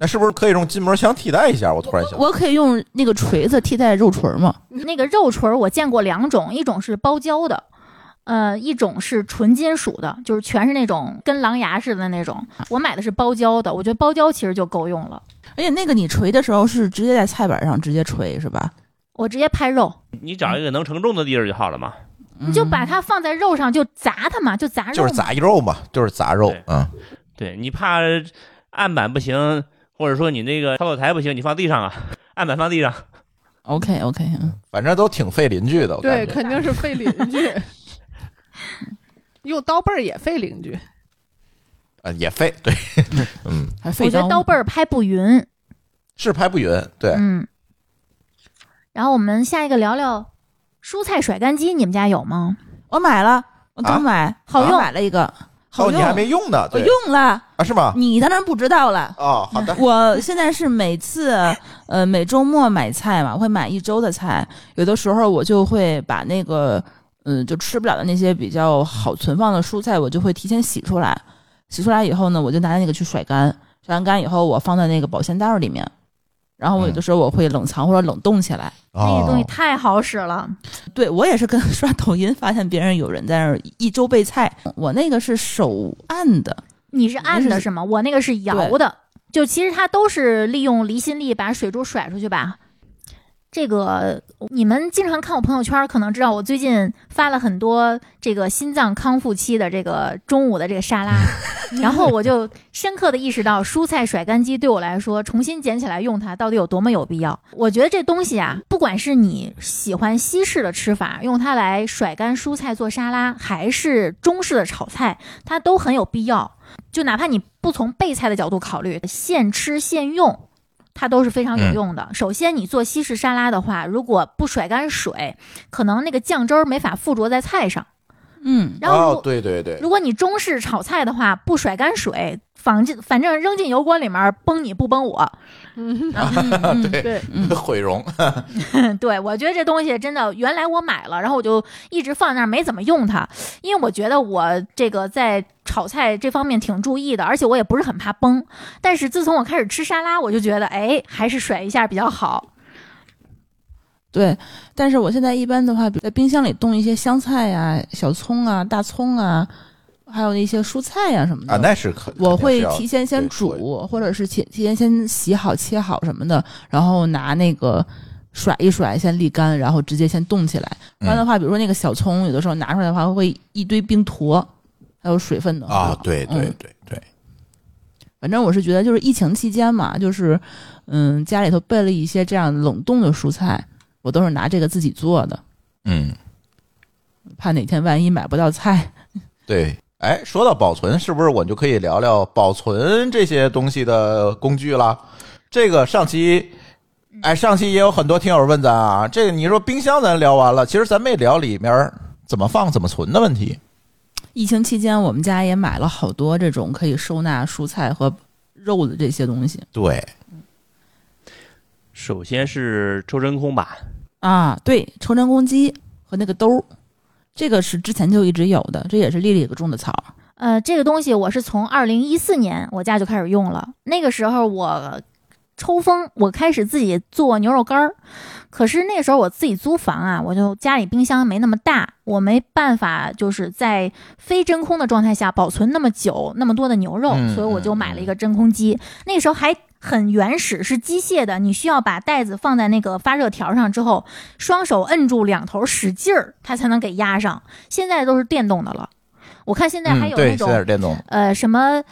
S5: 那是不是可以用筋膜枪替代一下？我突然想，
S4: 我可以用那个锤子替代肉锤吗？
S2: 那个肉锤儿我见过两种，一种是包胶的，呃，一种是纯金属的，就是全是那种跟狼牙似的那种。我买的是包胶的，我觉得包胶其实就够用了。
S4: 而且那个你锤的时候是直接在菜板上直接锤是吧？
S2: 我直接拍肉，
S3: 你找一个能承重的地儿就好了嘛。
S4: 嗯
S2: 你就把它放在肉上就砸它嘛，就砸
S5: 嗯就
S2: 肉
S5: 是
S2: 嘛。
S5: 砸肉嘛，就是砸肉
S3: 对，
S5: 嗯，
S3: 对你怕案板不行，或者说你那个操作台不行，你放地上啊， 案板放地上。
S4: OK OK，嗯，
S5: 反正都挺费邻居的。我
S6: 对，
S5: 感觉
S6: 肯定是费邻居。用刀背儿也费邻居，
S5: 呃也费，对，嗯，
S4: 还费
S2: 我觉得刀背儿拍不匀，
S5: 是拍不匀，对，哦
S2: 嗯。然后我们下一个聊聊蔬菜甩干机，你们家有吗？
S4: 我买了，我刚买，
S2: 好用
S4: 我买了一个，好
S5: 啊哦，你
S4: 用，
S5: 还没用呢，
S4: 我
S5: 对
S4: 用了，
S5: 啊，是吗？
S4: 你当然不知道了。
S5: 哦，好的，
S4: 我现在是每次，呃，每周末买菜嘛，我会买一周的菜。有的时候我就会把那个，嗯，就吃不了的那些比较好存放的蔬菜，我就会提前洗出来。洗出来以后呢，我就拿那个去甩干，甩完干以后，我放在那个保鲜袋儿里面。然后
S5: 嗯
S4: 我有的时候我会冷藏或者冷冻起来。
S2: 那个东西
S5: 哦
S2: 太好使了，
S4: 对我也是跟 刷抖音发现别人有人在那儿一周备菜，我那个是手按的，
S2: 你是按
S4: 那
S2: 的
S4: 是
S2: 是吗？我那个是摇的，就其实它都是利用离心力把水珠甩出去吧。这个你们经常看我朋友圈，可能知道我最近发了很多这个心脏康复期的这个中午的这个 沙拉，然后我就深刻的意识到，蔬菜甩干机对我来说，重新捡起来用它到底有多么有必要。我觉得这东西啊，不管是你喜欢西式的吃法，用它来甩干蔬菜做沙拉，还是中式的炒菜，它都很有必要。就哪怕你不从备菜的角度考虑，现吃现用，它都是非
S5: 嗯
S2: 常有用的。首先，你做西式沙拉的话，如果不甩干水，可能那个酱汁儿没法附着在菜上。
S4: 嗯，
S2: 然后如
S5: 哦，对对对，
S2: 如果你中式炒菜的话，不甩干水，反正反正扔进油锅里面崩你不崩我。
S6: 嗯，
S4: 嗯嗯
S5: 对
S6: 对，
S4: 嗯
S5: 毁容，
S2: 嗯对我觉得这东西真的，原来我买了，然后我就一直放那儿没怎么用它，因为我觉得我这个在炒菜这方面挺注意的，而且我也不是很怕崩。但是自从我开始吃沙拉，我就觉得哎，还是甩一下比较好。
S4: 对。但是我现在一般的话，比在冰箱里冻一些香菜呀、小葱啊、大葱啊，还有一些蔬菜呀、什么的。
S5: 啊，那是可
S4: 嗯我
S5: 肯定
S4: 会
S5: 是要
S4: 提前先
S5: 对
S4: 煮，或者是提提前先洗好、切好什么的，然后拿那个甩一甩，先沥干，然后直接先冻起来。
S5: 嗯
S4: 不然的话，比如说那个小葱，有的时候拿出来的话会一堆冰坨，还有水分的话
S5: 啊，对对
S4: 嗯
S5: 对对，
S4: 反正我是觉得，就是疫情期间嘛，就是嗯，家里头备了一些这样冷冻的蔬菜，我都是拿这个自己做的，
S5: 嗯，
S4: 怕哪天万一买不到菜。
S5: 对。哎，说到保存，是不是我就可以聊聊保存这些东西的工具了？这个上期，哎，上期也有很多听友问咱啊，这个你说冰箱咱聊完了，其实咱没聊里面怎么放、怎么存的问题。
S4: 疫情期间，我们家也买了好多这种可以收纳蔬菜和肉的这些东西
S5: 对，
S3: 首先是抽真空吧，
S4: 啊，对，抽真空机和那个兜儿，这个是之前就一直有的，这也是丽丽给种的草。
S2: 呃，这个东西我是从二零一四年我家就开始用了，那个时候我抽风，我开始自己做牛肉干儿。可是那个时候我自己租房啊，我就家里冰箱没那么大，我没办法就是在非真空的状态下保存那么久那么多的牛肉，
S5: 嗯
S2: 所以我就买了一个真空机。那个时候还很原始，是机械的，你需要把袋子放在那个发热条上之后，双手摁住两头使劲儿，它才能给压上。现在都是电动的了，我看现在还
S5: 嗯，
S2: 有
S5: 对，
S2: 那
S5: 现
S2: 种、
S5: 在是电动的，
S2: 呃，什么，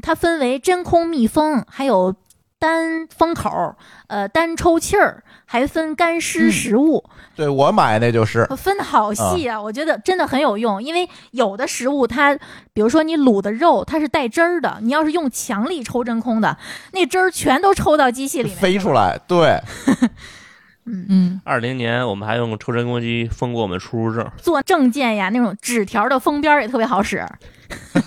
S2: 它分为真空密封，还有单封口，呃，单抽气儿，还分干湿
S4: 嗯
S2: 食物，
S5: 对我买那就是，
S2: 分的好细啊！我觉得真的很有用，因为有的食物它，比如说你卤的肉，它是带汁儿的，你要是用强力抽真空的，那汁儿全都抽到机器里面。
S5: 飞出来， 对，
S4: 嗯，
S3: 二零年我们还用抽真空机封过我们出入证，
S2: 做证件呀，那种纸条的封边儿也特别好使。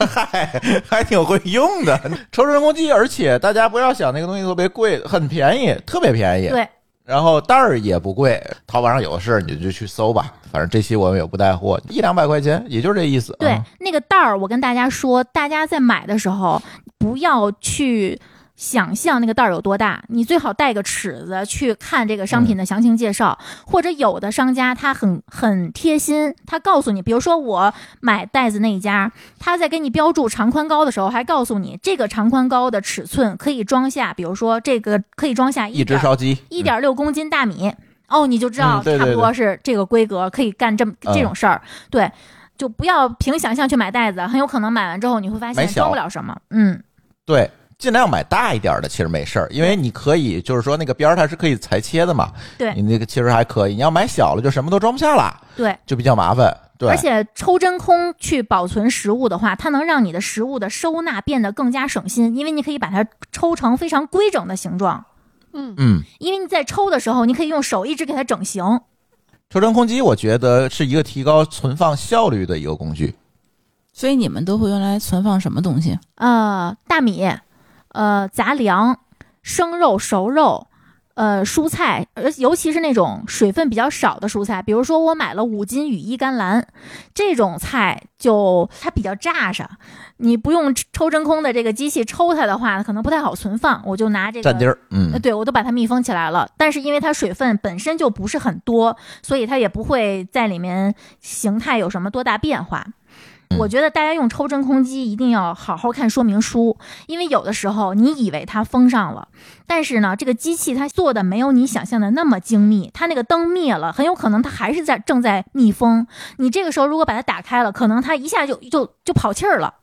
S5: 嗨，还挺会用的， 抽真空机，而且大家不要想那个东西特别贵，很便宜，特别便宜。
S2: 对，
S5: 然后袋儿也不贵，淘宝上有的是，你就去搜吧。反正这期我们也不带货，一两百块钱，也就是这意思。
S2: 对
S5: 嗯，
S2: 那个袋儿，我跟大家说，大家在买的时候不要去想象那个袋儿有多大，你最好带个尺子去看这个商品的详情介绍，
S5: 嗯
S2: 或者有的商家他很很贴心，他告诉你，比如说我买袋子那一家，他在给你标注长宽高的时候，还告诉你这个长宽高的尺寸可以装下，比如说这个可以装下
S5: 一
S2: 一
S5: 只
S2: 点
S5: 烧鸡，
S2: 一点六公斤大米，哦，你就知道
S5: 嗯对
S2: 差不
S5: 对
S2: 多是这个规格，可以干这么
S5: 嗯
S2: 这种事儿。对，就不要凭想象去买袋子，很有可能买完之后你会发
S5: 买
S2: 现
S5: 小
S2: 装不了什么。嗯，
S5: 对，尽量买大一点的，其实没事儿，因为你可以就是说那个边儿它是可以裁切的嘛。
S2: 对
S5: 你那个其实还可以。你要买小了，就什么都装不下了，
S2: 对。
S5: 就比较麻烦。对，
S2: 而且抽真空去保存食物的话，它能让你的食物的收纳变得更加省心，因为你可以把它抽成非常规整的形状。
S6: 嗯，
S5: 嗯，
S2: 因为你在抽的时候，你可以用手一直给它整形。
S5: 抽真空机我觉得是一个提高存放效率的一个工具。
S4: 所以你们都会用来存放什么东西？
S2: 呃，大米，呃，杂粮、生肉、熟肉，呃，蔬菜，呃，尤其是那种水分比较少的蔬菜，比如说我买了五斤羽衣甘蓝，这种菜就它比较扎实，你不用抽真空的这个机器抽它的话，可能不太好存放，我就拿这
S5: 占地
S2: 个。
S5: 儿，嗯
S2: 呃，，对，我都把它密封起来了，但是因为它水分本身就不是很多，所以它也不会在里面形态有什么多大变化。
S5: 嗯
S2: 我觉得大家用抽真空机一定要好好看说明书，因为有的时候你以为它封上了，但是呢，这个机器它做的没有你想象的那么精密，它那个灯灭了，很有可能它还是在正在密封。你这个时候如果把它打开了，可能它一下就就就跑气儿了。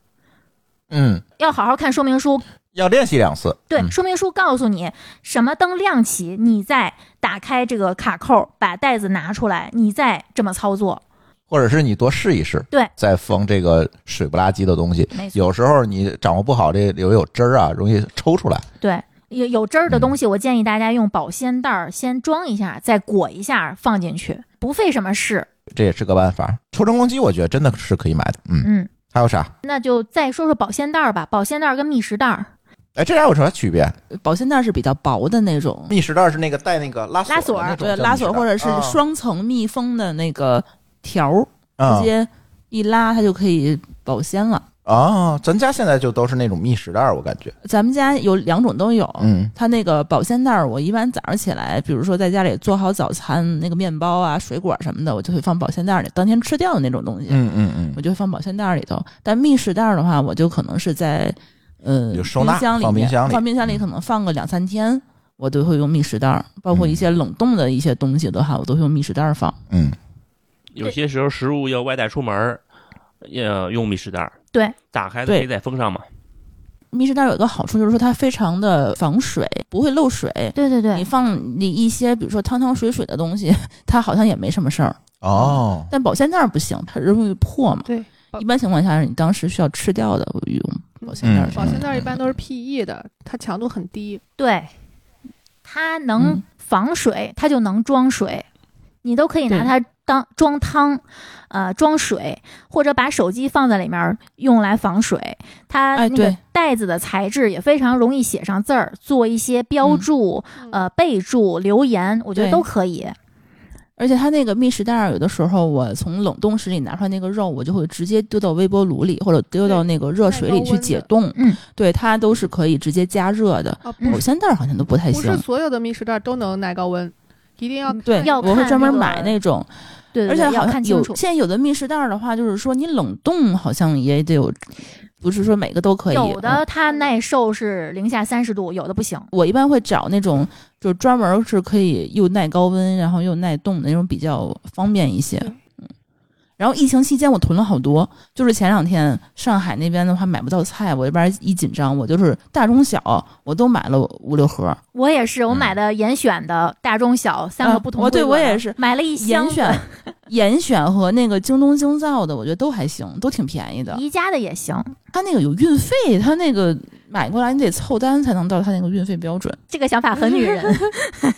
S5: 嗯，
S2: 要好好看说明书，
S5: 要练习两次。
S2: 对，
S5: 嗯
S2: 说明书告诉你什么灯亮起，你再打开这个卡扣，把袋子拿出来，你再这么操作。
S5: 或者是你多试一试，
S2: 对，
S5: 再封这个水不拉几的东西。
S2: 没错，
S5: 有时候你掌握不好这有有汁儿啊，容易抽出来。
S2: 对。有有汁儿的东西，我建议大家用保鲜袋儿先装一下，再裹一下放进去，不费什么事。
S5: 这也是个办法。抽真空机我觉得真的是可以买的，嗯。
S2: 嗯，
S5: 还有啥？
S2: 那就再说说保鲜袋儿吧。保鲜袋儿跟密实袋儿，
S5: 哎，这俩有什么区别？
S4: 保鲜袋是比较薄的那种，
S5: 密实袋是那个带那个拉
S2: 拉锁
S5: 的那种
S4: 对，
S5: 叫
S4: 拉
S5: 密
S4: 锁
S5: 实袋
S4: 或者是
S5: 啊
S4: 双层密封的那个条儿，
S5: 啊
S4: 直接一拉它就可以保鲜了。
S5: 啊，咱家现在就都是那种密实袋儿，我感觉，
S4: 咱们家有两种都有，
S5: 嗯
S4: 它那个保鲜袋儿，我一般早上起来，比如说在家里做好早餐，那个面包啊、水果什么的，我就会放保鲜袋儿里，当天吃掉的那种东西，
S5: 嗯嗯
S4: 我就会放保鲜袋儿里头。但密室袋儿的话，我就可能是在呃
S5: 有收纳
S4: 冰箱里面
S5: 放冰箱里嗯
S4: 放冰箱里可能放个两三天，我都会用密室袋儿。包括一些冷冻的一些东西的话，我都会用密室袋儿放。
S5: 嗯
S3: 有些时候食物要外带出门儿，呃，用密室袋儿。
S2: 对，
S3: 打开的
S4: 对
S3: 可以再封上嘛。
S4: 密室袋儿有一个好处就是说它非常的防水，不会漏水。
S2: 对对
S4: 你
S2: 对，
S4: 放你一些比如说汤汤水水的东西， 它好像也没什么事儿。
S5: 哦，
S4: 但保鲜袋儿不行，它容易破嘛。
S6: 对，保
S4: 一般情况下你当时需要吃掉的，我用保鲜袋儿
S5: 嗯
S4: 什么
S6: 保
S4: 的。
S6: 鲜袋一般都是 PE 的，它强度很低。
S2: 对，它能
S4: 嗯
S2: 防水，它就能装水，你都可以拿
S4: 对
S2: 它当装汤，呃，装水，或者把手机放在里面儿用来防水。它
S4: 哎
S2: 那个
S4: 对
S2: 袋子的材质也非常容易写上字儿，做一些标
S4: 嗯
S2: 注、呃备注、留言，我觉得
S4: 对
S2: 都可以。
S4: 而且它那个密室袋儿，有的时候我从冷冻室里拿出来那个肉，我就会直接丢到微波炉里，或者丢到那个热水里去解冻。
S2: 嗯，
S4: 对，它都是可以直接加热的。
S6: 啊，
S2: 嗯
S6: 不
S4: 保鲜袋儿好像都不太
S6: 不是
S4: 行。
S6: 所有的密室袋都能耐高温，一定要
S4: 对，
S2: 要
S4: 我会
S2: 看
S4: 专门
S2: 那个
S4: 买那种，
S2: 对对
S4: 而
S2: 对
S4: 且
S2: 要
S4: 好
S2: 看
S4: 像
S2: 清
S4: 有
S2: 楚。
S4: 现在有的密室袋儿的话，就是说你冷冻好像也得有，不是说每个都可以。
S2: 有
S4: 嗯
S2: 的它耐受是零下三十度，有的不行。
S4: 我一般会找那种就专门是可以又耐高温，然后又耐冻的那种比较方便一些。嗯，然后疫情期间我囤了好多，就是前两天上海那边的话买不到菜，我这边一紧张，我就是大中小我都买了五六盒，
S2: 我也是，我
S5: 嗯
S2: 买的严选的大、中、小三个
S4: 啊
S2: 不同
S4: 我
S2: 规
S4: 对
S2: 格
S4: 我
S2: 的
S4: 也是
S2: 买了一箱
S4: 严
S2: 子
S4: 选、 严选和那个京东京造的，我觉得都还行，都挺便宜的。
S2: 宜家的也行。
S4: 它那个有运费，它那个买过来你得凑单才能到它那个运费标准。
S2: 这个想法很 女人，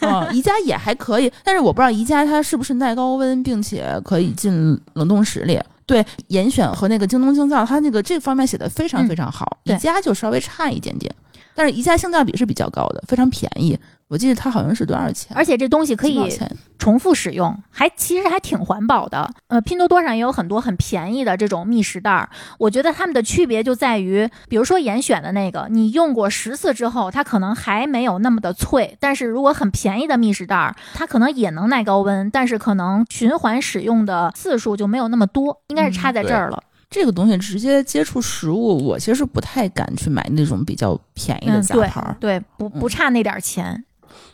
S4: 啊，宜家也还可以，但是我不知道宜家它是不是耐高温，并且可以进冷冻室里。对，严选和那个京东京造，它那个这方面写的非常
S2: 嗯
S4: 非常好，
S2: 对
S4: 宜家就稍微差一点点，但是宜家性价比是比较高的，非常便宜。我记得它好像是多少钱，
S2: 而
S4: 且
S2: 且这东西可以
S4: 钱
S2: 重复使用，还其实还挺环保的。呃，拼多多上也有很多很便宜的这种密食袋儿，我觉得它们的区别就在于，比如说严选的那个，你用过十次之后，它可能还没有那么的脆，但是如果很便宜的密食袋儿，它可能也能耐高温，但是可能循环使用的次数就没有那么多，应该是差在这儿了。
S4: 这个东西直接接触食物，我其实不太敢去买那种比较便宜的
S2: 嗯
S4: 杂牌儿。
S2: 对，不
S4: 嗯
S2: 不差那点儿钱。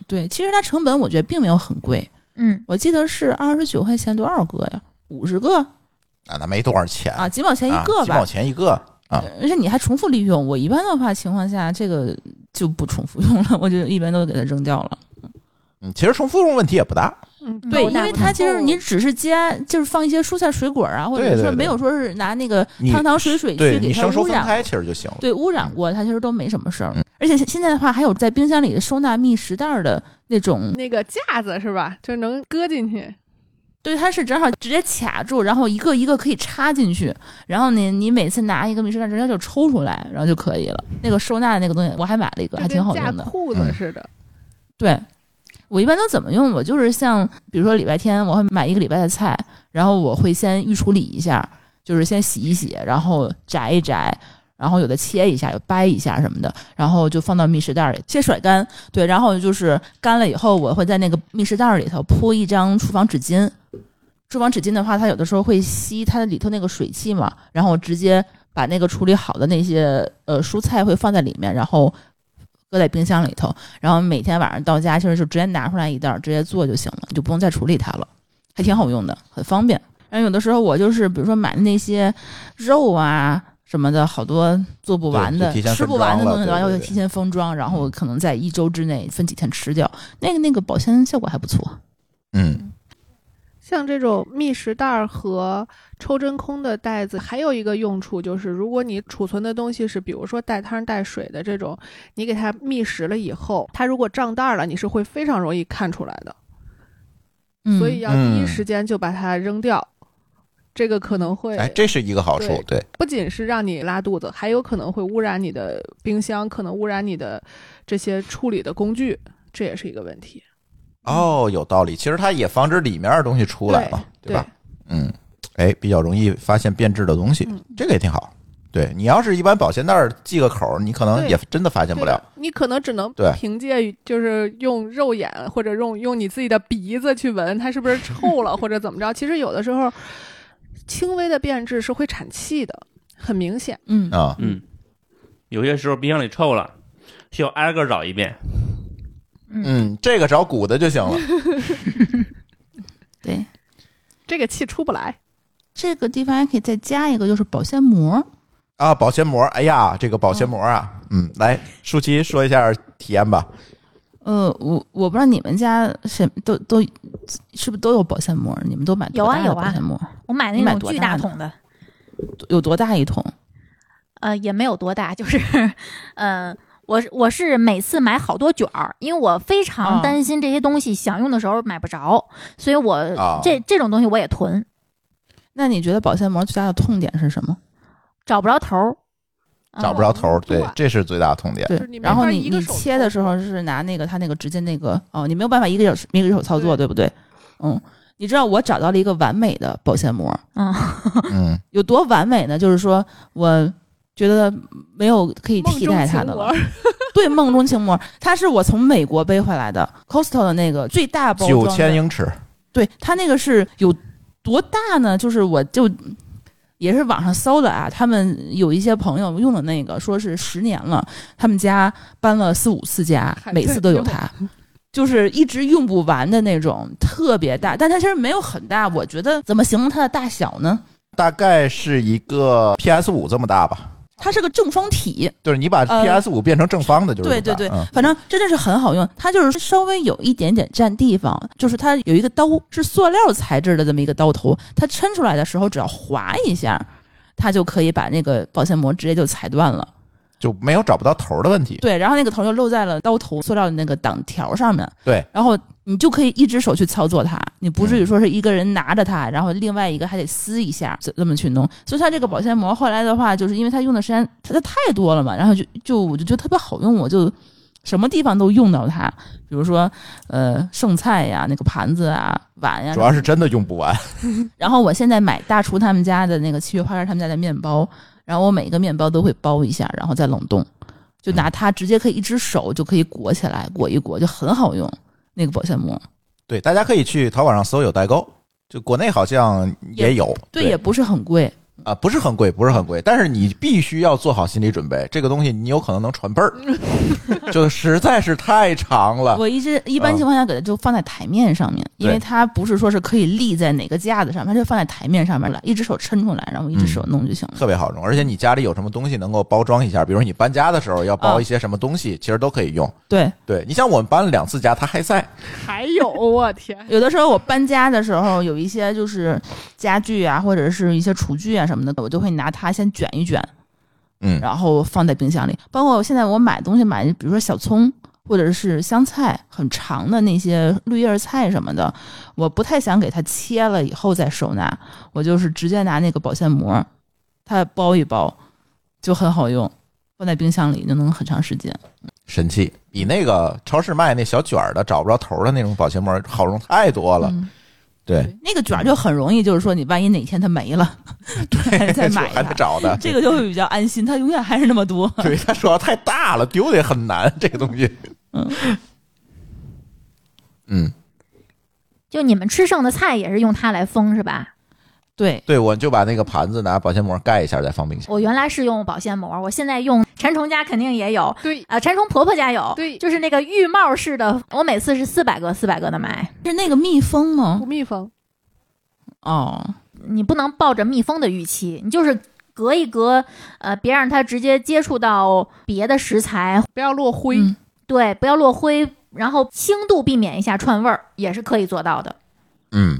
S4: 对，其实它成本我觉得并没有很贵，
S2: 嗯，
S4: 我记得是二十九块钱多少个呀？五十个
S5: 啊，那没多少钱
S4: 啊，几毛钱一
S5: 啊
S4: 个
S5: 几
S4: 吧？
S5: 毛钱一个啊，
S4: 而且你还重复利用。我一般的话情况下，这个就不重复用了，我就一般都给它扔掉了。
S5: 嗯，其实重复用问题也不大，
S6: 嗯，
S2: 嗯
S4: 对，
S2: 够
S4: 因
S2: 大
S4: 为
S2: 不
S4: 它
S2: 大
S4: 其实你只是加，就是放一些蔬菜水果啊，或
S5: 对
S4: 者
S5: 对
S4: 说
S5: 对
S4: 没有说是拿那个
S5: 你
S4: 汤汤水水去
S5: 对
S4: 给
S5: 你
S4: 它
S5: 生熟
S4: 污
S5: 分
S4: 染。
S5: 开其实就行了。
S4: 对，污染过它其实都没什么事儿
S5: 嗯，
S4: 而且现现在的话，还有在冰箱里收纳密食袋儿的那种，
S6: 那个架子是吧？就是能搁进去。
S4: 对，它是正好直接卡住，然后一个一个可以插进去，然后你你每次拿一个密食袋儿，直接就抽出来，然后就可以了。那个收纳的那个东西，我还买了一个，
S6: 就
S4: 还挺
S6: 跟
S4: 好
S6: 架
S4: 用的。嗯
S6: 裤子似的。
S4: 对，我一般都怎么用？我就是像，比如说礼拜天我会买一个礼拜的菜，然后我会先预处理一下，就是先洗一洗，然后摘一摘。然后有的切一下，有掰一下什么的，然后就放到密室袋里，先甩干。对，然后就是干了以后，我会在那个密室袋里头铺一张厨房纸巾。厨房纸巾的话，它有的时候会吸它里头那个水汽嘛，然后直接把那个处理好的那些呃蔬菜会放在里面，然后搁在冰箱里头。然后每天晚上到家，其实就直接拿出来一袋儿，直接做就行了，就不用再处理它了，还挺好用的，很方便。然后有的时候我就是，比如说买的那些肉啊什么的，好多做不完的
S5: 对就提、前
S4: 吃不完的
S5: 分装了
S4: 东西的话，
S5: 对
S4: 要
S5: 对对嗯
S4: 提前封装，然后我可能在一周之内分几天吃掉，那个那个保鲜效果还不错。
S5: 嗯，
S6: 像这种密食袋儿和抽真空的袋子，还有一个用处就是，如果你储存的东西是比如说带汤带水的这种，你给它密实了以后，它如果胀袋儿了，你是会非常容易看出来的，
S4: 嗯
S6: 所以要第一
S5: 嗯
S6: 时间就把它扔掉。这个可能会
S5: 哎，这是一个好处，对，
S6: 不仅是让你拉肚子，还有可能会污染你的冰箱，可能污染你的这些处理的工具，这也是一个问题。
S5: 哦，有道理。其实它也防止里面的东西出来嘛，
S6: 对
S5: 吧？嗯，哎，比较容易发现变质的东西，
S6: 嗯
S5: 这个也挺好。对你要是一般保鲜袋儿系个口儿，你可能
S6: 对
S5: 也真的发现
S6: 对
S5: 不了
S6: 的。，你可能只能
S5: 对
S6: 凭借就是用肉眼或者用用你自己的鼻子去闻它是不是臭了或者怎么着。其实有的时候轻微的变质是会产气的，很明显。
S4: 嗯
S5: 啊、
S3: 嗯，有些时候冰箱里臭了，需要挨个找一遍。
S5: 嗯，这个找鼓的就 行了。
S4: 对，
S6: 这个气出不来，
S4: 这个地方还可以再加一个，就是保鲜膜。
S5: 啊，保鲜膜，哎呀，这个保鲜膜啊，嗯，来，舒淇说一下体验吧。
S4: 呃，我我不知道你们家什都都是不是都有保鲜膜？你们都买多
S2: 有啊
S4: 大的
S2: 有啊
S4: 保鲜膜
S2: 我买
S4: 你
S2: 那
S4: 买
S2: 种
S4: 多
S2: 巨
S4: 大
S2: 大
S4: 的
S2: 桶的，
S4: 有多大一桶？
S2: 呃，也没有多大，就是，嗯、呃，我是我是每次买好多卷儿，因为我非
S5: 哦
S4: 啊
S2: 常担心这些东西想用的时候买不着，所以我、
S4: 嗯
S5: 啊
S2: 这这种东西我也囤，
S4: 那你觉得保鲜膜最大的痛点是什么？
S2: 找不着头儿，嗯
S5: 找不着头儿，对
S6: 对，
S5: 这是最大的 痛点。
S4: 对
S6: 就是你，没
S4: 然后
S6: 法
S4: 你
S6: 一个
S4: 你
S6: 手
S4: 切的
S6: 操
S4: 时候是拿那个它那个直接那个哦，你没有办法一个手一个手操作，对不对？嗯，你知道我找到了一个完美的保鲜膜，
S2: 嗯，
S5: 嗯，
S4: 有多完美呢？就是说我觉得没有可以
S6: 梦
S4: 替代
S6: 中
S4: 它
S6: 情
S4: 的了
S6: 魔。，
S4: 对，梦中情膜，它是我从美国背回来的 Costco 的那个最大包装
S5: 九
S4: 的，
S5: 千英尺，
S4: 对，它那个是有多大呢？就是我就也是网上搜的啊，他们有一些朋友用的那个，说是十年了，他们家搬了四五次家，
S6: 嗨
S4: 每次都有
S6: 对
S4: 它。就是一直用不完的那种，特别大，但它其实没有很大。我觉得怎么形容它的大小呢？
S5: 大概是一个 PS 五这么大吧，
S4: 它是个正方体，
S5: 就是你把
S4: 呃
S5: PS 五变成正方的，就是
S4: 对
S5: 这
S4: 对
S5: 么大
S4: 对，
S5: 嗯
S4: 反正真的是很好用。它就是稍微有一点点占地方，就是它有一个刀是塑料材质的这么一个刀头，它抻出来的时候只要划一下，它就可以把那个保鲜膜直接就裁断了。
S5: 就没有找不到头儿的问题。
S4: 对，然后那个头就露在了刀头塑料的那个挡条上面。
S5: 对，嗯
S4: 然后你就可以一只手去操作它，你不至于说是一个人拿着它，然后另外一个还得撕一下，这这么去弄。所以它这个保鲜膜后来的话，就是因为它用的时间它它太多了嘛，然后就就我就觉得特别好用，我就什么地方都用到它，比如说呃剩菜呀、那个盘子啊、碗呀
S5: 主。要是真的用不完，
S4: 然后我现在买大厨他们家的那个七月花园他们家的面包，然后我每个面包都会包一下，然后再冷冻，就拿它直接可以一只手就可以裹起来，裹一裹就很好用。那个保鲜膜，
S5: 对，大家可以去淘宝上搜有代购，就国内好像也有，
S4: 对，也不是很贵，
S5: 啊，不是很贵，不是很贵，但是你必须要做好心理准备，这个东西你有可能能传辈 儿，就实在是太长了。
S4: 我一直一般情况下给它就放在台面上面，因为
S5: 啊对
S4: 它不是说是可以立在哪个架子上，它就放在台面上面了，一只手抻出来，然后一只手弄就行了。
S5: 特别好用，而且你家里有什么东西能够包装一下，比如你搬家的时候要包
S4: 啊
S5: 一些什么东西，其实都可以用。
S4: 对，
S5: 对你像我们搬了两次家，它还在，
S6: 还有我天，
S4: 有的时候我搬家的时候，有一些就是家具啊，或者是一些厨具啊什么的，我就会拿它先卷一卷，
S5: 嗯，
S4: 然后放在冰箱里。包括现在我买东西买，比如说小葱或者是香菜，很长的那些绿叶菜什么的，我不太想给它切了以后再收纳，我就是直接拿那个保鲜膜，它包一包，就很好用，放在冰箱里就能很长时间。
S5: 神器比那个超市卖那小卷儿的找不着头儿的那种保鲜膜好用太多了。
S4: 嗯
S5: 对，
S4: 那个卷儿就很容易，就是说你万一哪天它 没了，对再买一
S5: 还得
S4: 下。
S5: 找的。
S4: 这个就会比较安心，它永远还是那 么多。
S5: 对，它主要太大了，丢的也很难，这个东西。
S4: 嗯
S5: 嗯，
S2: 就你们吃剩的菜也是用它来封是吧？
S4: 对，
S5: 对，我就把那个盘子拿保鲜膜盖一下，再放冰箱。
S2: 我原来是用保鲜膜，我现在用馋虫家肯定也有，
S6: 对，
S2: 啊，馋虫婆婆家有，
S6: 对
S2: 就是那个浴帽式的，我每次是四百个四百个的买，
S4: 是那个密封吗
S6: 不？密封，
S4: 哦，
S2: 你不能抱着密封的预期，你就是隔一隔，呃，别让它直接接触到呃别的食材，
S6: 不要落灰。
S4: 嗯
S2: 对，不要落灰，然后轻度避免一下串味儿，也是可以做到的。
S5: 嗯，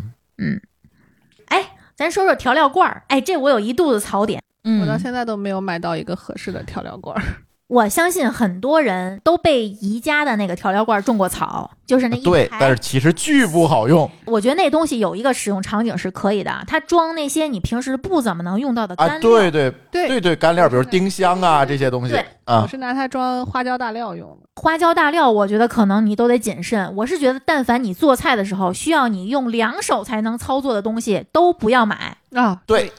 S2: 哎，咱说说调料罐儿，哎，这我有一肚子槽点。
S6: 我到
S4: 嗯，
S6: 现在都没有买到一个合适的调料罐儿。
S2: 我相信很多人都被宜家的那个调料罐儿种过草，就是那一
S5: 对，
S2: 排
S5: 但是其实巨不好用
S2: 我觉得那东西有一个使用场景是可以的，它装那些你平时不怎么能用到的干
S5: 啊！
S2: 料。
S5: 对对
S6: 对
S5: 对对，干料，比如丁香啊这些东西
S2: 对
S6: 我
S5: 啊，
S6: 是拿它装花椒大料用的。
S2: 花椒大料，我觉得可能你都得谨慎。我是觉得，但凡你做菜的时候需要你用两手才能操作的东西，都不要买。
S6: 啊，
S5: 对，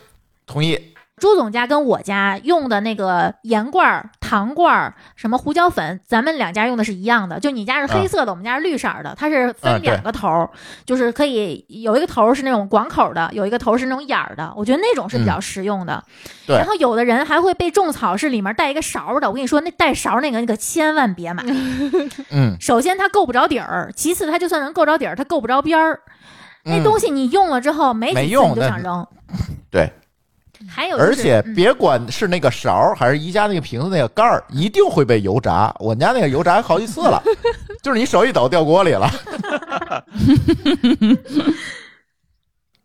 S5: 同意。
S2: 朱总家跟我家用的那个盐罐儿、糖罐儿、什么胡椒粉，咱们两家用的是一样的。就你家是黑色的，我们家是绿色儿的，它是
S5: 啊
S2: 分
S5: 对
S2: 两个头儿，就是可以有一个头儿是那种广口的，有一个头儿是那种眼儿的。我觉得那种是比较实用的。
S5: 嗯对
S2: 然后有的人还会被种草，是里面带一个勺儿的。我跟你说，那带勺儿那个你可千万别买。
S5: 嗯，
S2: 首先它够不着底儿，其次它就算能够着底儿，它够不着边儿。那
S5: 嗯
S2: 东西你用了之后没
S5: 没
S2: 几次
S5: 用
S2: 你就
S5: 那
S2: 想扔。
S5: 对。
S2: 还有、就是，
S5: 而且
S2: 嗯
S5: 别管是那个勺儿还是宜家那个瓶子那个盖儿，一定会被油炸。我家那个油炸好几次了， 就是你手一抖掉锅里了。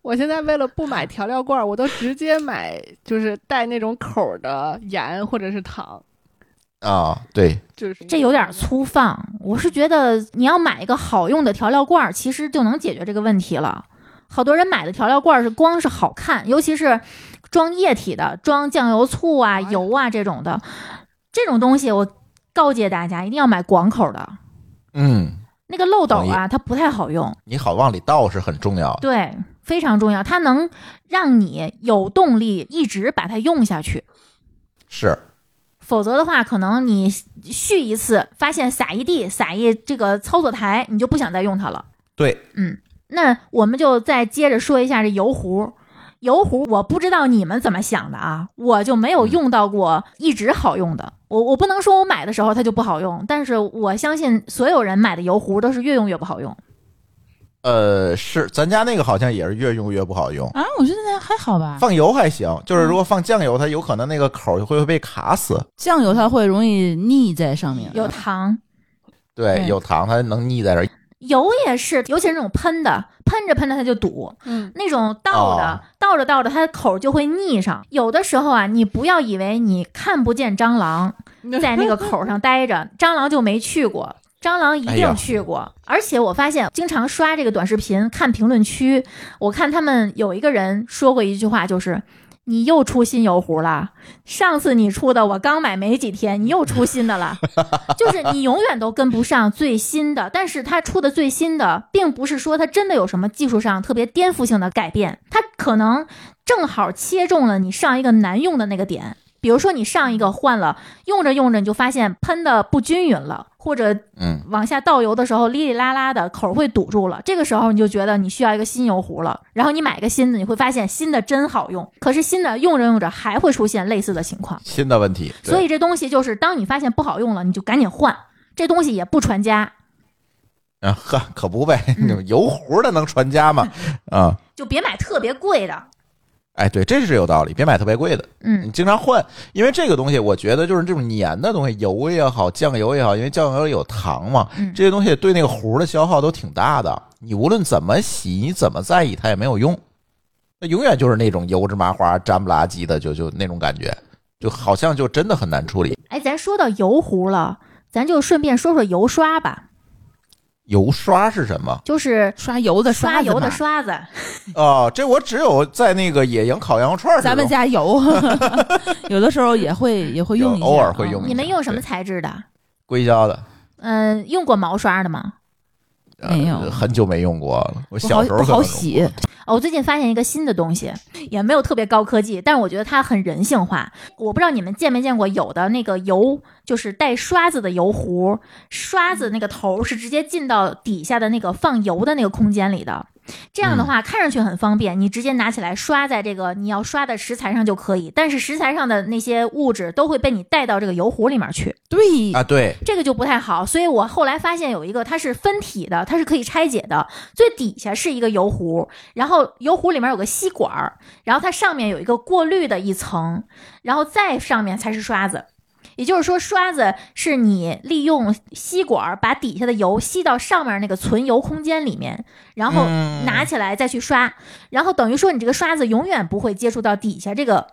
S6: 我现在为了不买调料罐儿，我都直接买就是带那种口儿的盐或者是糖，
S5: 啊，对，
S6: 就是
S2: 这有点粗放。我是觉得你要买一个好用的调料罐儿，其实就能解决这个问题了。好多人买的调料罐儿是光是好看，尤其是装液体的，装酱油、醋啊、
S6: 哎呀
S2: 油啊这种的，这种东西我告诫大家一定要买广口的，
S5: 嗯，
S2: 那个漏斗
S5: 同
S2: 啊它不太好用，
S5: 你好往里倒是很重要的。
S2: 对，非常重要，它能让你有动力一直把它用下去。
S5: 是，
S2: 否则的话，可能你续一次，发现撒一地，撒一这个操作台，你就不想再用它了。
S5: 对，
S2: 嗯，那我们就再接着说一下这油壶。油壶，我不知道你们怎么想的啊，我就没有用到过一直好用的。我我不能说我买的时候它就不好用，但是我相信所有人买的油壶都是越用越不好用。
S5: 呃，是，咱家那个好像也是越用越不好用。
S4: 啊，我觉得那还好吧。
S5: 放油还行，就是
S2: 嗯
S5: 如果放酱油，它有可能那个口儿会被卡死。
S4: 酱油它会容易腻在上面，
S2: 有糖，
S5: 对，
S4: 对
S5: 有糖它能腻在这儿。
S2: 油也是，尤其是那种喷的，喷着喷着它就堵。
S6: 嗯，
S2: 那种倒的，
S5: 哦
S2: 倒着倒着，它的口儿就会腻上。有的时候啊，你不要以为你看不见蟑螂 在那个口儿上待着，蟑螂就没去过。蟑螂一
S5: 哎呀
S2: 定去过，而且我发现经常刷这个短视频，看评论区，我看他们有一个人说过一句话，就是你又出新油壶了，上次你出的我刚买没几天，你又出新的 了，就是你永远都跟不上最新的。但是它出的最新的，并不是说它真的有什么技术上特别颠覆性的改变，它可能正好切中了你上一个难用的那个点。比如说你上一个换了，用着用着你就发现喷的不均匀了，或者
S5: 嗯，
S2: 往下倒油的时候，哩哩啦啦的口儿会堵住了。这个时候你就觉得你需要一个新油壶了，然后你买一个新的，你会发现新的真好用。可是新的用着用着还会出现类似的情况，
S5: 新的问题。对
S2: 所以这东西就是当你发现不好用了，你就赶紧换。这东西也不传家，
S5: 啊， 呵，可不呗，
S2: 嗯
S5: 那种 油壶的能传家 吗？啊，
S2: 就别买特别贵的。
S5: 哎，对，这是有道理，别买特别贵的，你
S2: 嗯，
S5: 经常换，因为这个东西，我觉得就是这种粘的东西，油也好，酱油也好，因为酱油里有糖嘛
S2: 嗯，
S5: 这些东西对那个壶的消耗都挺大的。你无论怎么洗，你怎么在意，它也没有用，那永远就是那种油脂麻花、粘不拉几的，就就那种感觉，就好像就真的很难处理。
S2: 哎，咱说到油壶了，咱就顺便说说油刷吧，
S5: 油刷是什么？
S2: 就是
S4: 刷油的刷
S2: 刷
S4: 子
S2: 油
S4: 嘛
S2: 的刷子。
S5: 哦，这我只有在那个野营烤羊肉串儿时候
S4: 嗯咱们 家油， 有的时候也会也会用一
S5: 有
S4: 下，
S5: 偶尔会用
S4: 啊
S2: 你们用什么
S5: 对
S2: 材质的？
S5: 硅胶的，
S2: 嗯，用过毛刷的吗？
S5: 呃
S4: 没有
S5: 很久没用过了。我
S4: 不
S5: 小
S4: 好
S5: 时候
S4: 不
S5: 可能
S4: 好
S5: 用
S4: 洗，
S2: 哦，我最近发现一个新的东西，也没有特别高科技，但是我觉得它很人性化。我不知道你们见没见过，有的那个油就是带刷子的油壶，刷子那个头是直接进到底下的那个放油的那个空间里的。这样的话，看上去很方便，你直接拿起来刷在这个你要刷的食材上就可以。但是食材上的那些物质都会被你带到这个油壶里面去，
S4: 对，
S5: 啊，对，
S2: 这个就不太好，所以我后来发现有一个它是分体的，它是可以拆解的，最底下是一个油壶，然后油壶里面有个吸管儿，然后它上面有一个过滤的一层，然后再上面才是刷子。也就是说，刷子是你利用吸管把底下的油吸到上面那个存油空间里面，然后
S5: 嗯
S2: 拿起来再去刷，然后等于说你这个刷子永远不会接触到底下这个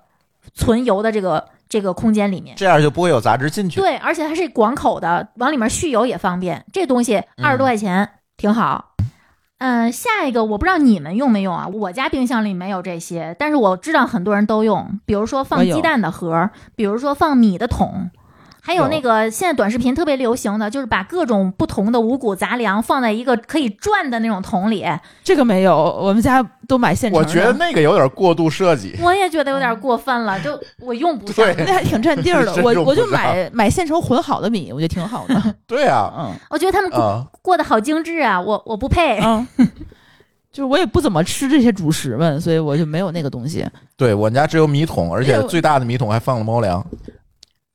S2: 存油的这个这个空间里面。
S5: 这样就不会有杂质进去。
S2: 对，而且它是广口的，往里面蓄油也方便。这东西
S5: 嗯
S2: 二十多块钱、挺好。嗯，下一个我不知道你们用没用啊，我家冰箱里没有这些，但是我知道很多人都用，比如说
S4: 我
S2: 放
S5: 哎
S4: 有
S2: 鸡蛋的盒儿，比如说放米的桶。还有
S5: 有
S2: 那个现在短视频特别流行的，就是把各种不同的五谷杂粮放在一个可以转的那种桶里。
S4: 这个没有，我们家都买现成
S5: 我
S4: 的。
S5: 觉得那个有点过度设计，
S2: 我也觉得有点过分了，就我用不上。
S5: 嗯对
S4: 哎那还挺占地儿的
S5: 真，
S4: 我
S5: 用不
S4: 我就
S5: 上
S4: 买买现成混好的米，我觉得挺好 的。
S5: 对啊，
S4: 嗯
S2: 我觉得他们过
S5: 啊，
S2: 过得好精致啊，我我不
S5: 哎
S2: 配。
S4: 嗯，就是我也不怎么吃这些主食们，所以我就没有那个东西。
S5: 对我们家只有米桶，而且最大的米桶还放了猫粮。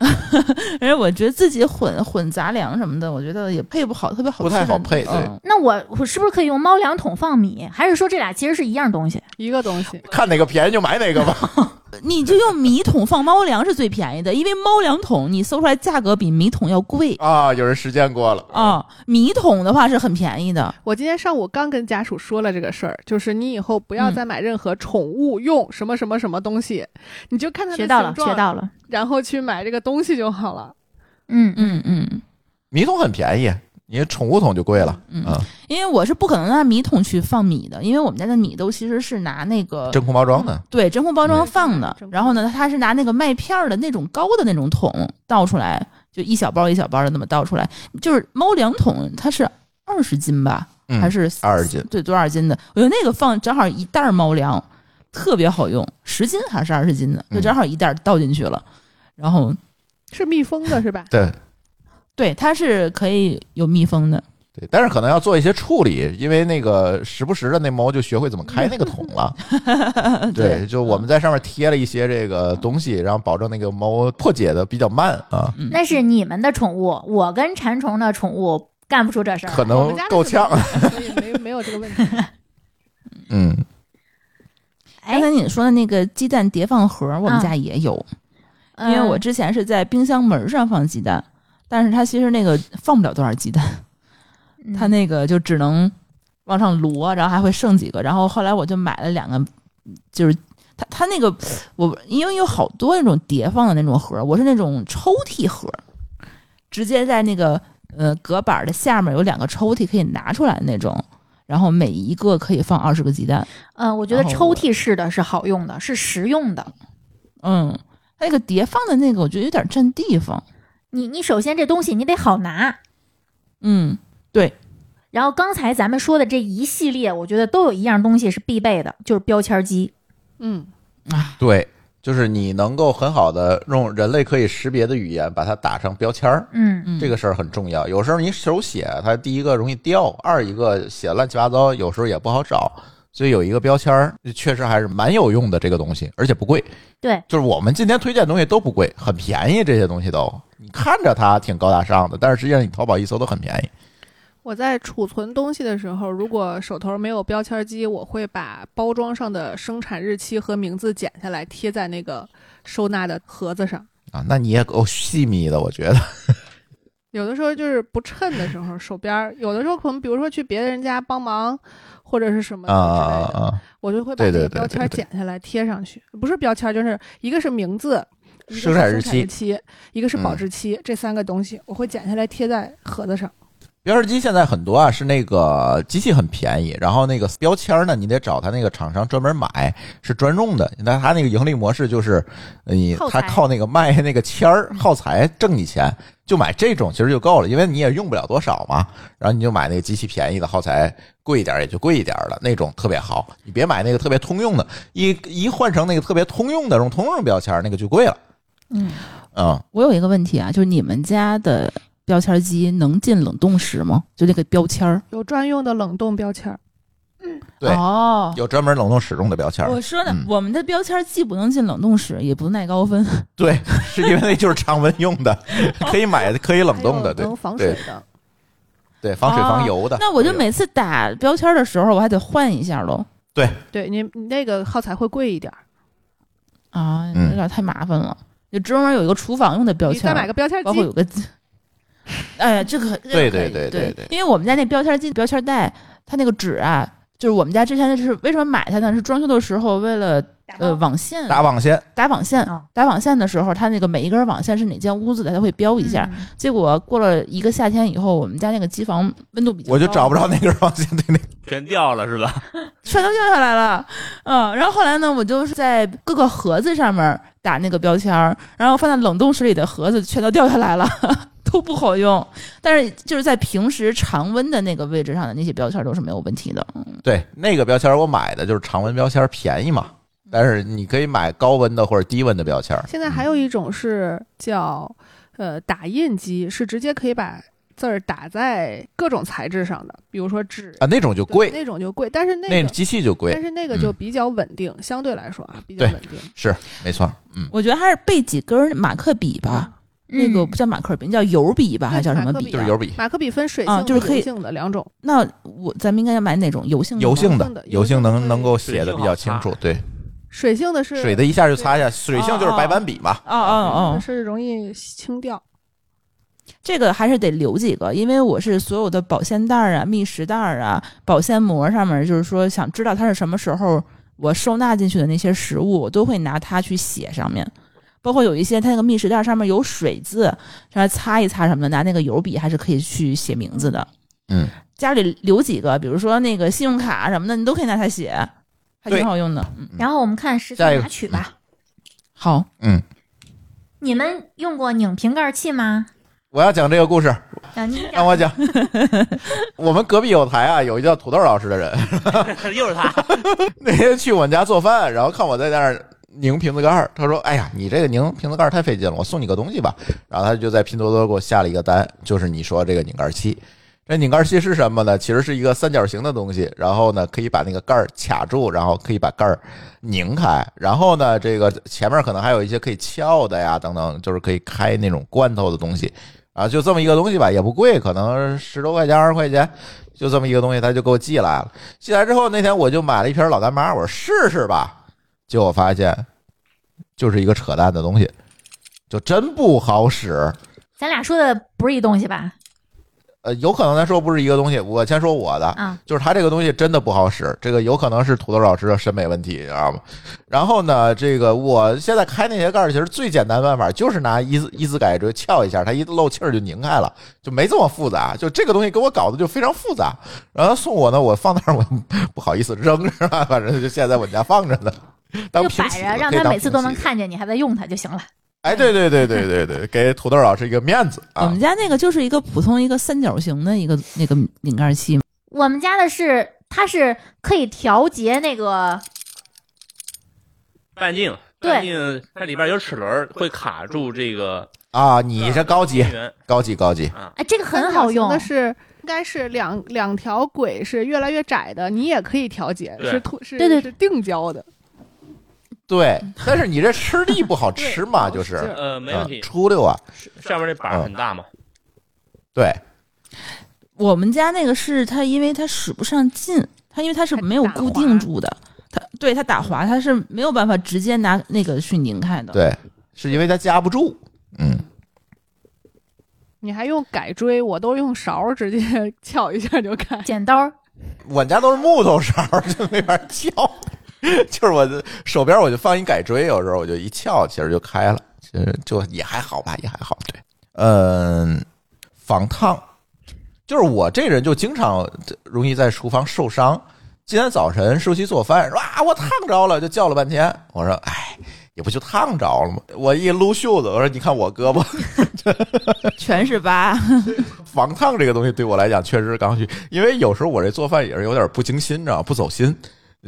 S4: 而且我觉得自己混混杂粮什么的，我觉得也配不好，特别好
S5: 不
S4: 吃的
S5: 太好配对
S4: 嗯
S2: 那我我是不是可以用猫粮桶放米？还是说这俩其实是一样东西？
S6: 一个东西。
S5: 看哪个便宜就买哪个吧。
S4: 你就用米桶放猫粮是最便宜的，因为猫粮桶你搜出来价格比米桶要贵
S5: 啊，有人实践过了
S4: 啊、米桶的话是很便宜的，
S6: 我今天上午刚跟家属说了这个事儿，就是你以后不要
S4: 嗯
S6: 再买任何宠物用什么什么什么东西，你就看它的
S2: 学到了，
S6: 形状
S2: 学到了。
S6: 然后去买这个东西就好了。
S2: 嗯嗯，
S4: 嗯嗯
S5: 米桶很便宜，你宠物桶就贵了，
S4: 嗯
S5: 啊
S4: 因为我是不可能拿米桶去放米的，因为我们家的米都其实是拿那个
S5: 真空包装的。
S4: 对真空
S5: 嗯
S4: 包装放的
S6: 对真，空
S4: 然后呢，它是拿那个麦片儿的那种高的那种桶倒出来，就一小包一小包的那么倒出来，就是猫粮桶它是二十斤吧，
S5: 嗯
S4: 还是
S5: 20斤
S4: 对，多少斤的？我觉得那个放正好一袋儿猫粮，特别好用，十斤还是二十斤的，
S5: 嗯？
S4: 就正好一袋儿倒进去了。然后，
S6: 是密封的，是吧
S5: 对
S4: 对，它是可以有密封的。
S5: 对，但是可能要做一些处理，因为那个时不时的那猫就学会怎么开那个桶了。对，就我们在上面贴了一些这个东西，然后保证那个猫破解的比较慢啊，
S4: 嗯
S2: 那是你们的宠物，我跟馋虫的宠物干不出这事儿
S5: 可
S2: 来。
S6: 我
S5: 能
S6: 们家
S5: 够呛。
S6: 是没有，所以没没有这个问题。
S5: 嗯，
S4: 刚
S2: 哎，
S4: 才你说的那个鸡蛋叠放盒，我们
S2: 嗯
S4: 家也有，因
S2: 嗯
S4: 为我之前是在冰箱门儿上放鸡蛋，但是它其实那个放不了多少鸡蛋，
S2: 嗯
S4: 它那个就只能往上摞，然后还会剩几个。然后后来我就买了两个，就是它它那个我因为有好多那种叠放的那种盒儿，我是那种抽屉盒儿，直接在那个呃隔板儿的下面有两个抽屉可以拿出来的那种，然后每一个可以放二十个鸡蛋。
S2: 嗯，我觉得
S4: 然
S2: 抽
S4: 后
S2: 屉式的是好用的，是实用的。
S4: 嗯，它那个叠放的那个我觉得有点占地方。
S2: 你你首先这东西你得好拿，
S4: 嗯，
S2: 然后刚才咱们说的这一系列，我觉得都有一样东西是必备的，就是标签机。
S6: 嗯，
S5: 对，就是你能够很好的用人类可以识别的语言把它打上标签儿，
S2: 嗯
S4: 嗯
S5: 这个事儿很重要。有时候你手写，它第一个容易掉，二一个写乱七八糟，有时候也不好找。所以有一个标签儿，确实还是蛮有用的这个东西，而且不贵。
S2: 对，
S5: 就是我们今天推荐的东西都不贵，很便宜，这些东西都。你看着它挺高大上的，但是实际上你淘宝一搜都很便宜。
S6: 我在储存东西的时候，如果手头没有标签机，我会把包装上的生产日期和名字剪下来贴在那个收纳的盒子上。
S5: 啊，那你也够细密的，我觉得。
S6: 有的时候就是不趁的时候，手边儿有的时候可能比如说去别人家帮忙或者是什么
S5: 啊
S6: 之类
S5: 啊
S6: 的，
S5: 啊！
S6: 我就会把这
S5: 对对
S6: 个
S5: 对
S6: 标签
S5: 对对
S6: 剪下来贴上去，不是标签，就是一个是名字，一个是
S5: 生产日
S6: 生
S5: 期
S6: 产日期，一个是保
S5: 嗯
S6: 质期，这三个东西我会剪下来贴在盒子上。
S5: 标识机现在很多啊，是那个机器很便宜，然后那个标签儿呢，你得找他那个厂商专门买，是专用的。那他那个盈利模式就是，呃你
S2: 耗
S5: 他
S2: 材
S5: 靠那个卖那个签儿耗材挣你钱，就买这种其实就够了，因为你也用不了多少嘛。然后你就买那个机器便宜的耗材，贵一点儿也就贵一点儿了，那种特别好。你别买那个特别通用的，一一换成那个特别通用的，用通用标签儿那个就贵了。
S2: 嗯，
S5: 嗯，
S4: 我有一个问题啊，就是你们家的标签机能进冷冻室吗？就那个标签儿。
S6: 有专用的冷冻标签儿，
S5: 对
S4: 哦，
S5: 有专门冷冻使用的标签儿，
S4: 我说呢，
S5: 嗯
S4: 我们的标签儿既不能进冷冻室，也不耐高 温。
S5: 对，是因为那就是常温用的，可以买的，可以冷冻的，
S6: 还有
S5: 对
S6: 能防水
S5: 对
S6: 的。
S5: 对，防水防油的。
S4: 哦那我就
S5: 都有
S4: 每次打标签儿的时候，我还得换一下喽。
S6: 对你，你那个耗材会贵一点儿。
S4: 啊，
S5: 嗯
S4: 有点太麻烦了。就专门有一个厨房用的标
S6: 你再
S4: 签
S6: 买
S4: 儿，
S6: 个标签
S4: 包括有
S6: 机，
S4: 个， 哎呀，这个这
S5: 对
S4: 个可
S5: 对
S4: 以
S5: 对对
S4: 对
S5: 对
S4: 因为我们家那标签机、标签袋，它那个纸啊，就是我们家之前是为什么买它呢？是装修的时候为了呃网线
S5: 打网线，
S4: 打网线
S6: 嗯
S2: 啊
S4: 打网线的时候，它那个每一根网线是哪间屋子的，它会标一下。
S2: 嗯
S4: 结果过了一个夏天以后，我们家那个机房温度比较高，
S5: 我就找不着那根网线对那
S3: 全掉了是吧？
S4: 全都掉下来了。嗯，然后后来呢，我就是在各个盒子上面打那个标签儿，然后放在冷冻室里的盒子全都掉下来了， 都不好用。但是就是在平时常温的那个位置上的那些标签儿都是没有问题的。
S5: 对那个标签，我买的就是常温标签，便宜嘛。但是你可以买高温的或者低温的标签，
S6: 现在还有一种是叫呃打印机，是直接可以把字儿打在各种材质上的，比如说纸
S5: 啊，那种就
S6: 对
S5: 贵，
S6: 那种就贵，但是那
S5: 那
S6: 个
S5: 机器就
S6: 但
S5: 贵，
S6: 是那个
S5: 嗯
S6: 就比较稳定，相对来说啊比较
S5: 对
S6: 稳定。
S5: 没错。嗯，
S4: 我觉得还是备几根马克笔吧，
S2: 嗯
S4: 那个不叫马克笔，那叫油笔吧，
S6: 对
S4: 还是叫什么笔、
S6: 马克笔
S4: 啊？
S5: 就是油笔，
S6: 马克笔分水
S4: 啊
S6: 性
S4: 就是
S6: 和
S4: 可以
S6: 油性的两种，
S4: 那我咱们应该要买哪种油性的吗？
S5: 油性
S6: 油性
S5: 的
S6: 的，
S5: 油性能能够写的
S3: 水性
S5: 比较
S3: 好
S5: 清
S3: 擦
S5: 楚，对，
S6: 水性的是
S5: 水的一下就擦下，水性就是
S4: 哦
S5: 白板笔嘛。
S4: 哦哦哦，
S6: 是容易清掉。
S4: 这个还是得留几个，因为我是所有的保鲜袋儿啊、觅食袋儿啊、保鲜膜上面，就是说想知道它是什么时候我收纳进去的那些食物，我都会拿它去写上面。包括有一些它那个觅食袋上面有水渍，让它擦一擦什么的，拿那个油笔还是可以去写名字的。
S5: 嗯，
S4: 家里留几个，比如说那个信用卡什么的，你都可以拿它写，还
S5: 对
S4: 挺好用的。嗯，
S2: 然后我们看食
S5: 下
S2: 材
S5: 一个
S2: 拿取吧。
S4: 好，
S5: 嗯，
S2: 你们用过拧瓶盖器吗？
S5: 我要讲这个故事，
S2: 啊，你
S5: 让我讲。我们隔壁有台啊，有一叫土豆老师的人，
S3: 又是他，
S5: 那天去我们家做饭，然后看我在那儿拧瓶子盖儿，他说：“哎呀，你这个拧瓶子盖儿太费劲了，我送你个东西吧。”然后他就在拼多多给我下了一个单，就是你说这个拧盖器。这拧盖器是什么呢？其实是一个三角形的东西，然后呢可以把那个盖儿卡住，然后可以把盖儿拧开，然后呢这个前面可能还有一些可以撬的呀等等，就是可以开那种罐头的东西。啊，就这么一个东西吧，也不贵，可能十多块钱、二十块钱，就这么一个东西，他就给我寄来了。寄来之后，那天我就买了一瓶老干妈，我说试试吧。结果发现，就是一个扯淡的东西，就真不好使。
S2: 咱俩说的不是一东西吧？
S5: 呃，有可能咱说不是一个东西。我先说我的，
S2: 啊，
S5: 就是它这个东西真的不好使，这个有可能是土豆老师的审美问题，你知道吗？然后呢，这个我现在开那些盖儿，其实最简单的办法就是拿一字一字改锥撬一下，它一漏气儿就拧开了，就没这么复杂。就这个东西给我搞的就非常复杂。然后送我呢，我放那儿我 不好意思扔是吧？反正就现在我们家放着呢，当
S2: 就
S5: 平
S2: 摆
S5: 起
S2: 着
S5: 子，可以
S2: 让他
S5: 当
S2: 每次
S5: 平
S2: 都
S5: 起
S2: 能
S5: 子。
S2: 看见你还在用它就行了。
S5: 哎，对对对对对对，给土豆老师一个面子
S4: 我
S5: 啊
S4: 们！
S2: 嗯
S4: 家那个就是一个普通一个三角形的一个那个拧盖器嘛，
S2: 我们家的是，它是可以调节那个，
S3: 半径，
S2: 对
S3: 半径它里边有齿轮儿，会卡住这个
S5: 啊，你这高级
S3: 边缘
S5: 高级高级，
S3: 啊。
S2: 哎，这个很好用
S6: 的。是应该是两两条轨是越来越窄的，你也可以调节，
S3: 对
S6: 是凸是
S2: 对对
S6: 是定焦的，
S5: 对，
S2: 嗯
S5: 但是你这吃力不好吃嘛，
S6: 对
S5: 就是
S6: 好使劲儿
S3: 呃，没
S5: 啊
S3: 问题，
S5: 出溜啊，
S3: 上面这板儿很大嘛，
S5: 对，
S4: 我们家那个是它，因为它使不上劲，它因为它是没有固定住的，它对它打滑，它是没有办法直接拿那个去拧开的。，
S5: 对，是因为它夹不住。嗯，
S6: 你还用改锥，我都用勺儿直接 撬一下就开。
S2: 剪刀儿，
S5: 我家都是木头勺儿， 就没法撬。就是我的手边我就放一改锥，有时候我就一撬，其实就开了，其实就也还好吧，也还好。对，嗯，防烫，就是我这人就经常容易在厨房受伤。今天早晨舒淇做饭，说啊我烫着了，就叫了半天。我说哎，也不就烫着了吗？我一撸袖子，我说你看我胳膊，
S4: 全是 疤。
S5: 防烫这个东西对我来讲确实是刚需，因为有时候我这做饭也是有点不精心，你知道吗不走心，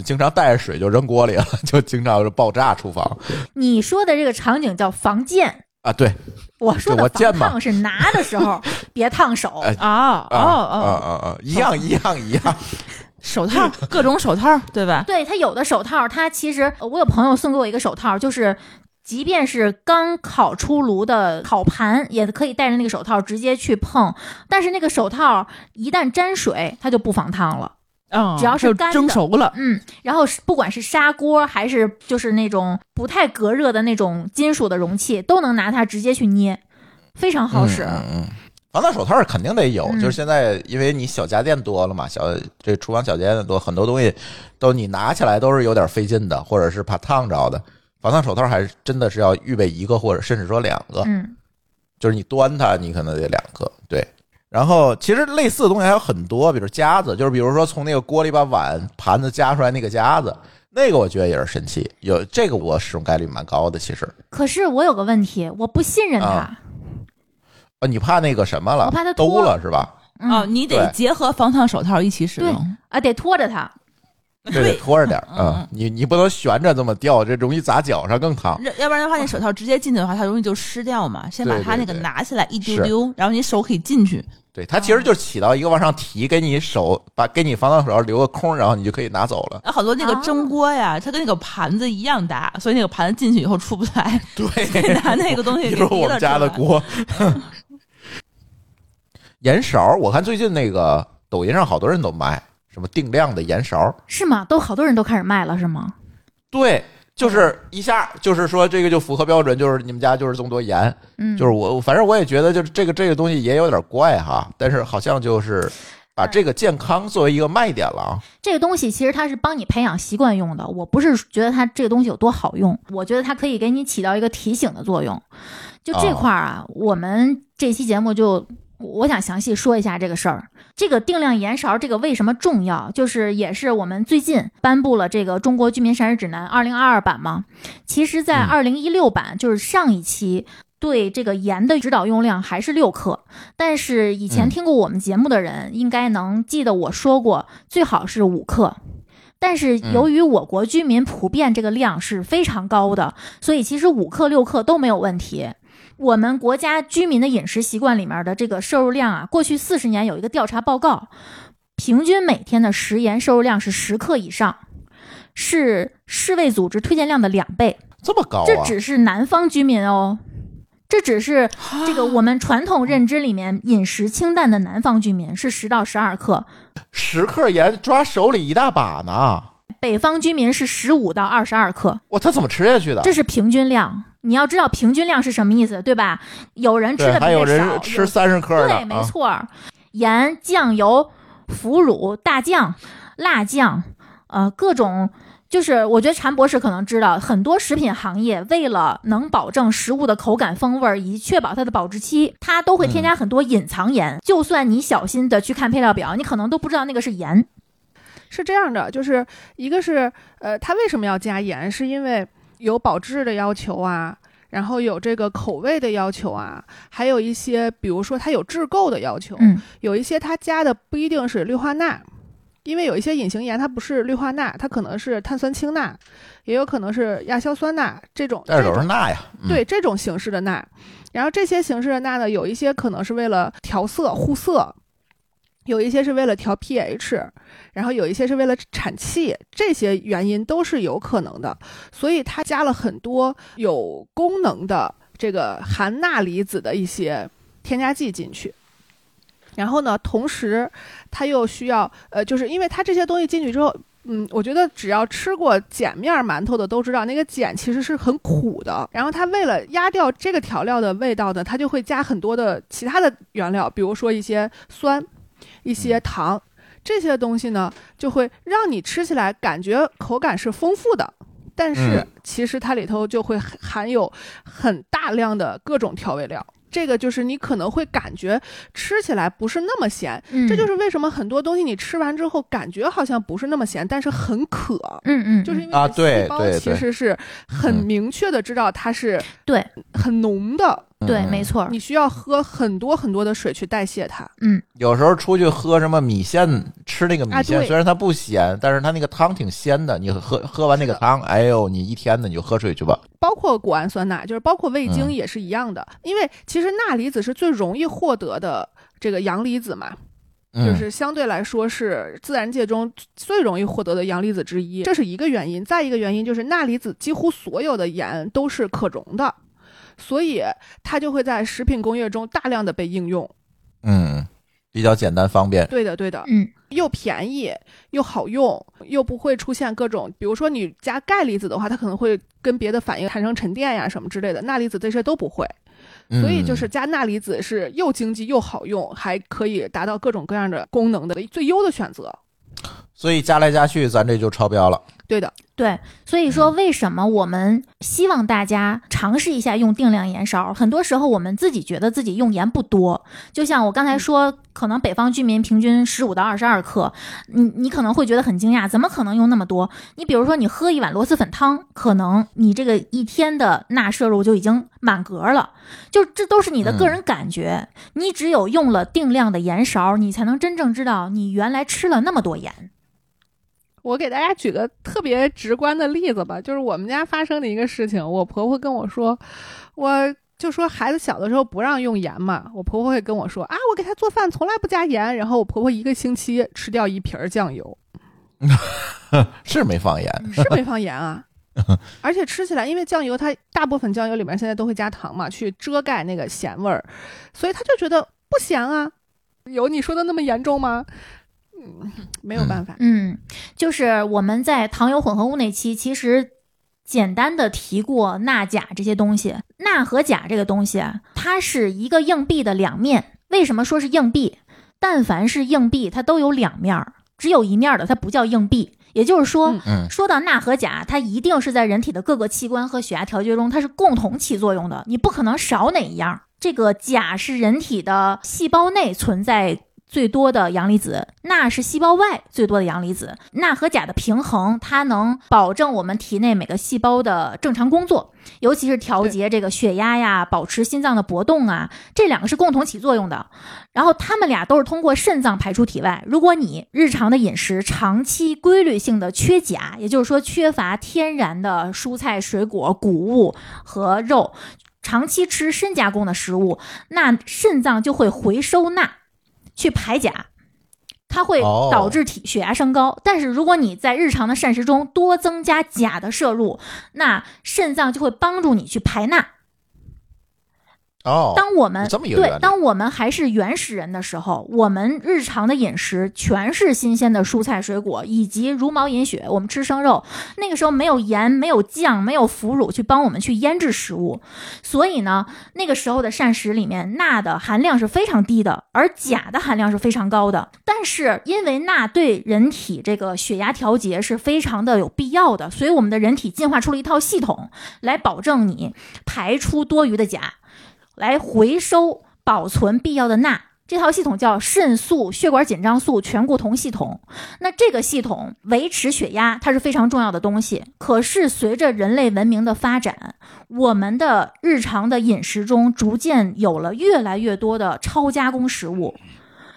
S5: 经常带着水就扔锅里了， 就经常就爆炸厨房
S2: 你说的这个场景叫防溅，
S5: 啊。对，
S2: 我说
S5: 我
S2: 的
S5: 溅
S2: 防
S5: 吧
S2: 烫是拿的时候别烫手。
S5: 哎
S4: 啊哦
S5: 啊啊
S4: 哦，
S5: 啊啊，一样一样一样，
S4: 手套各种手套，对吧？
S2: 对，它有的手套，它其实呃我有朋友送给我一个手套，就是即便是刚烤出炉的烤盘，也可以戴着那个手套直接去碰，但是那个手套一旦沾水，它就不防烫了。
S4: 嗯，
S2: 只要是
S4: 就
S2: 干的
S4: 蒸熟了，
S2: 嗯，然后是不管是砂锅还是就是那种不太隔热的那种金属的容器，都能拿它直接去捏，非常好使。
S5: 嗯嗯，嗯防弹手套肯定得有，
S2: 嗯
S5: 就是现在因为你小家电多了嘛，小这厨房小家电多，很多东西都你拿起来都是有点费劲的，或者是怕烫着的。防弹手套还真的是要预备一个，或者甚至说两个，
S2: 嗯
S5: 就是你端它，你可能得两个。对，然后其实类似的东西还有很多，比如夹子，就是比如说从那个锅里把碗盘子夹出来那个夹子，那个我觉得也是神器，有这个我使用概率蛮高的。其实
S2: 可是我有个问题，我不信任它。
S5: 啊啊，你怕那个什么了，
S2: 我怕它
S5: 兜
S2: 脱
S5: 了是吧？
S2: 嗯、
S4: 哦，你得
S5: 对
S4: 结合防烫手套一起使
S2: 对
S4: 用。
S2: 啊，得拖着它。
S5: 对，得拖着点儿
S4: 嗯
S5: 啊、你你不能悬着这么掉，这容易砸脚上更烫。
S4: 要不然的话，你手套直接进去的话，它容易就湿掉嘛。先把
S5: 对对
S4: 它那个
S5: 对
S4: 拿起来一丢丢，然后你手可以进去。
S5: 对，它其实就起到一个往上提，给你手把给你防盗手套留个空，然后你就可以拿走了。
S4: 然后好多那个蒸锅呀，它跟那个盘子一样大，所以那个盘子进去以后出不来，
S5: 对，
S4: 拿 那个东西
S5: 比
S4: 给
S5: 如
S4: 提
S5: 我
S4: 了
S5: 们
S4: 出
S5: 家的
S4: 来。
S5: 锅，盐勺，我看最近那个抖音上好多人都卖什么定量的盐勺，
S2: 是吗？都好多人都开始卖了，是吗？
S5: 对，就是一下就是说这个就符合标准，就是你们家就是这么多盐，
S2: 嗯，
S5: 就是我，反正我也觉得，就是这个这个东西也有点怪哈，但是好像就是把这个健康作为一个卖点了啊。
S2: 这个东西其实它是帮你培养习惯用的。我不是觉得它这个东西有多好用，我觉得它可以给你起到一个提醒的作用。就
S5: 哦
S2: 这块儿啊，我们这期节目就我想详细说一下这个事儿。这个定量盐勺这个为什么重要？就是也是我们最近颁布了这个《中国居民膳食指南》二零二二版嘛。其实，在
S5: 嗯
S2: 二零一六版，就是上一期。对这个盐的指导用量还是六克，但是以前
S5: 嗯
S2: 听过我们节目的人应该能记得我说过，最好是五克。但是由于我国居民普遍这个量是非常高的，所以其实五克六克都没有问题。我们国家居民的饮食习惯里面的这个摄入量啊，过去四十年有一个调查报告，平均每天的食盐摄入量是十克以上，是世卫组织推荐量的两倍。
S5: 这么高啊？
S2: 这只是南方居民哦，这只是这个我们传统认知里面饮食清淡的南方居民是十到十二克，
S5: 十克盐抓手里一大把呢，
S2: 北方居民是十五到二十二克，
S5: 哇，他怎么吃下去的
S2: 这？是平均量。你要知道平均量是什么意思，对吧？有人吃
S5: 对，
S2: 的比
S5: 还有
S2: 人
S5: 人
S2: 少，
S5: 吃三十克的
S2: 对，没
S5: 啊，
S2: 错儿，盐、酱油、腐乳、大酱、辣酱，呃，各种。就是我觉得禅博士可能知道，很多食品行业为了能保证食物的口感、风味儿，以及确保它的保质期，它都会
S5: 嗯
S2: 添加很多隐藏盐。就算你小心的去看配料表，你可能都不知道那个是盐。
S6: 是这样的，就是一个是呃，它为什么要加盐？是因为有保质的要求啊，然后有这个口味的要求啊，还有一些比如说它有制购的要求，
S2: 嗯
S6: 有一些它加的不一定是氯化钠。因为有一些隐形盐，它不是氯化钠，它可能是碳酸氢钠，也有可能是亚硝酸钠这种。
S5: 但是
S6: 这
S5: 都
S6: 种
S5: 是钠呀。嗯，
S6: 对这种形式的钠。然后这些形式的钠呢，有一些可能是为了调色护色，有一些是为了调 pH，然后有一些是为了产气，这些原因都是有可能的。所以它加了很多有功能的这个含钠离子的一些添加剂进去。然后呢，同时它又需要，呃，就是因为它这些东西进去之后，嗯，我觉得只要吃过碱面馒头的都知道，那个碱其实是很苦的。然后它为了压掉这个调料的味道呢，它就会加很多的其他的原料，比如说一些酸、一些糖这些东西呢，就会让你吃起来感觉口感是丰富的。但是
S5: 嗯
S6: 其实它里头就会含含有很大量的各种调味料，这个就是你可能会感觉吃起来不是那么咸，
S2: 嗯，
S6: 这就是为什么很多东西你吃完之后感觉好像不是那么咸，但是很渴，
S2: 嗯嗯，
S6: 就是因为
S5: 啊
S6: 你的
S5: 对
S6: 细胞
S5: 对对嗯
S6: 其实是很明确的知道它是
S2: 对
S6: 很浓的，
S2: 对，
S5: 嗯
S2: 没错儿。
S6: 你需要喝很多很多的水去代谢它。
S5: 有时候出去喝什么米线，吃那个米
S6: 啊
S5: 线，
S6: 对
S5: 虽然它不咸，但是它那个汤挺鲜的。你喝喝完那个
S6: 是的
S5: 汤，哎呦，你一天呢你就喝水去吧。
S6: 包括谷氨酸钠，就是包括味精
S5: 嗯
S6: 也是一样的，因为其实钠离子是最容易获得的这个阳离子嘛，就
S5: 嗯，
S6: 是相对来说是自然界中最容易获得的阳离子之一，这是一个原因。再一个原因就是钠离子几乎所有的盐都是可溶的，所以它就会在食品工业中大量的被应用。
S5: 嗯，比较简单方便。
S6: 对的，对的，
S2: 嗯，
S6: 又便宜又好用，又不会出现各种，比如说你加钙离子的话，它可能会跟别的反应产生沉淀呀什么之类的，钠离子这些都不会。
S5: 嗯
S6: 所以就是加钠离子是又经济又好用，还可以达到各种各样的功能的最优的选择。
S5: 嗯，所以加来加去，咱这就超标了。
S6: 对的，
S2: 对，所以说为什么我们希望大家尝试一下用定量盐勺？很多时候我们自己觉得自己用盐不多，就像我刚才说，可能北方居民平均十五到二十二克，你你可能会觉得很惊讶，怎么可能用那么多？你比如说你喝一碗螺蛳粉汤，可能你这个一天的钠摄入就已经满格了，就这都是你的个人感觉，你只有用了定量的盐勺，你才能真正知道你原来吃了那么多盐。
S6: 我给大家举个特别直观的例子吧，就是我们家发生的一个事情。我婆婆跟我说，我就说孩子小的时候不让用盐嘛，我婆婆会跟我说啊，我给他做饭从来不加盐，然后我婆婆一个星期吃掉一瓶儿酱油，
S5: 是没放盐，
S6: 是没放盐啊。而且吃起来，因为酱油它大部分酱油里面现在都会加糖嘛，去遮盖那个咸味儿，所以她就觉得不咸啊，有你说的那么严重吗？嗯，没有 办法，
S2: 嗯，就是我们在糖油混合物那期，其实简单的提过钠钾这些东西。钠和钾这个东西啊，它是一个硬币的两面。为什么说是硬币？但凡是硬币，它都有两面儿，只有一面儿的它不叫硬币。也就是说，
S6: 嗯
S5: 嗯
S2: 说到钠和钾，它一定是在人体的各个器官和血压调节中，它是共同起作用的，你不可能少哪一样。这个钾是人体的细胞内存在最多的阳离子，钠是细胞外最多的阳离子。钠和钾的平衡，它能保证我们体内每个细胞的正常工作，尤其是调节这个血压呀，保持心脏的搏动啊，这两个是共同起作用的。然后它们俩都是通过肾脏排出体外。如果你日常的饮食长期规律性的缺钾，也就是说缺乏天然的蔬菜、水果、谷物和肉，长期吃深加工的食物，那肾脏就会回收钠去排钾。它会
S5: 哦
S2: 导致体血压升高但是如果你在日常的膳食中多增加钾的摄入，那肾脏就会帮助你去排钠，
S5: 哦，
S2: 当我们
S5: 有这么一个原
S2: 对
S5: 理
S2: 当我们还是原始人的时候，我们日常的饮食全是新鲜的蔬菜水果以及茹毛饮血，我们吃生肉。那个时候没有盐、没有酱、没有腐乳去帮我们去腌制食物，所以呢，那个时候的膳食里面钠的含量是非常低的，而钾的含量是非常高的。但是因为钠对人体这个血压调节是非常的有必要的，所以我们的人体进化出了一套系统来保证你排出多余的钾。来回收保存必要的钠。这套系统叫肾素血管紧张素醛固酮系统。那这个系统维持血压，它是非常重要的东西。可是随着人类文明的发展，我们的日常的饮食中逐渐有了越来越多的超加工食物，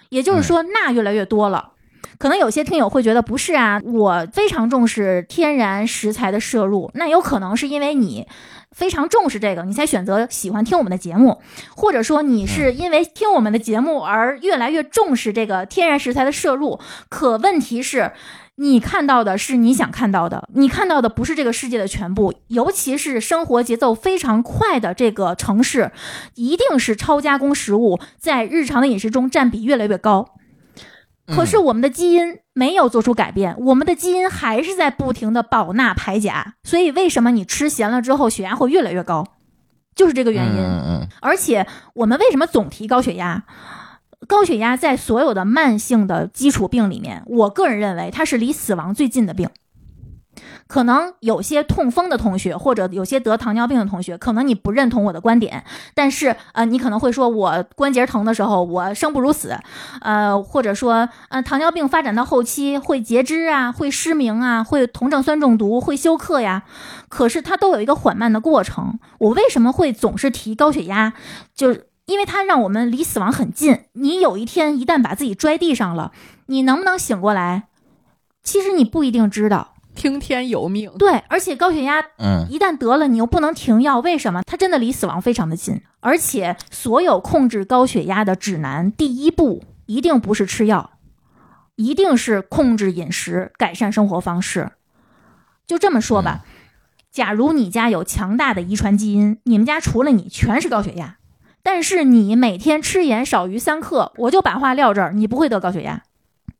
S2: 也就是说钠越来越多了。可能有些听友会觉得不是啊，我非常重视天然食材的摄入，那有可能是因为你非常重视这个，你才选择喜欢听我们的节目，或者说你是因为听我们的节目而越来越重视这个天然食材的摄入。可问题是，你看到的是你想看到的，你看到的不是这个世界的全部，尤其是生活节奏非常快的这个城市，一定是超加工食物在日常的饮食中占比越来越高。可是我们的基因没有做出改变，我们的基因还是在不停的保钠排钾，所以为什么你吃咸了之后血压会越来越高，就是这个原因。
S5: 嗯嗯
S2: 而且我们为什么总提高血压？高血压在所有的慢性的基础病里面，我个人认为它是离死亡最近的病。可能有些痛风的同学，或者有些得糖尿病的同学，可能你不认同我的观点，但是呃，你可能会说我关节疼的时候我生不如死，呃，或者说呃，糖尿病发展到后期会截肢啊，会失明啊，会酮症酸中毒，会休克呀。可是它都有一个缓慢的过程。我为什么会总是提高血压？就是因为它让我们离死亡很近。你有一天一旦把自己摔地上了，你能不能醒过来？其实你不一定知道。
S6: 听天由命。
S2: 对，而且高血压
S5: 嗯
S2: 一旦得了，你又不能停药，为什么？它真的离死亡非常的近，而且所有控制高血压的指南，第一步一定不是吃药，一定是控制饮食，改善生活方式。嗯就这么说吧，假如你家有强大的遗传基因，你们家除了你全是高血压，但是你每天吃盐少于三克，我就把话撂这儿，你不会得高血压。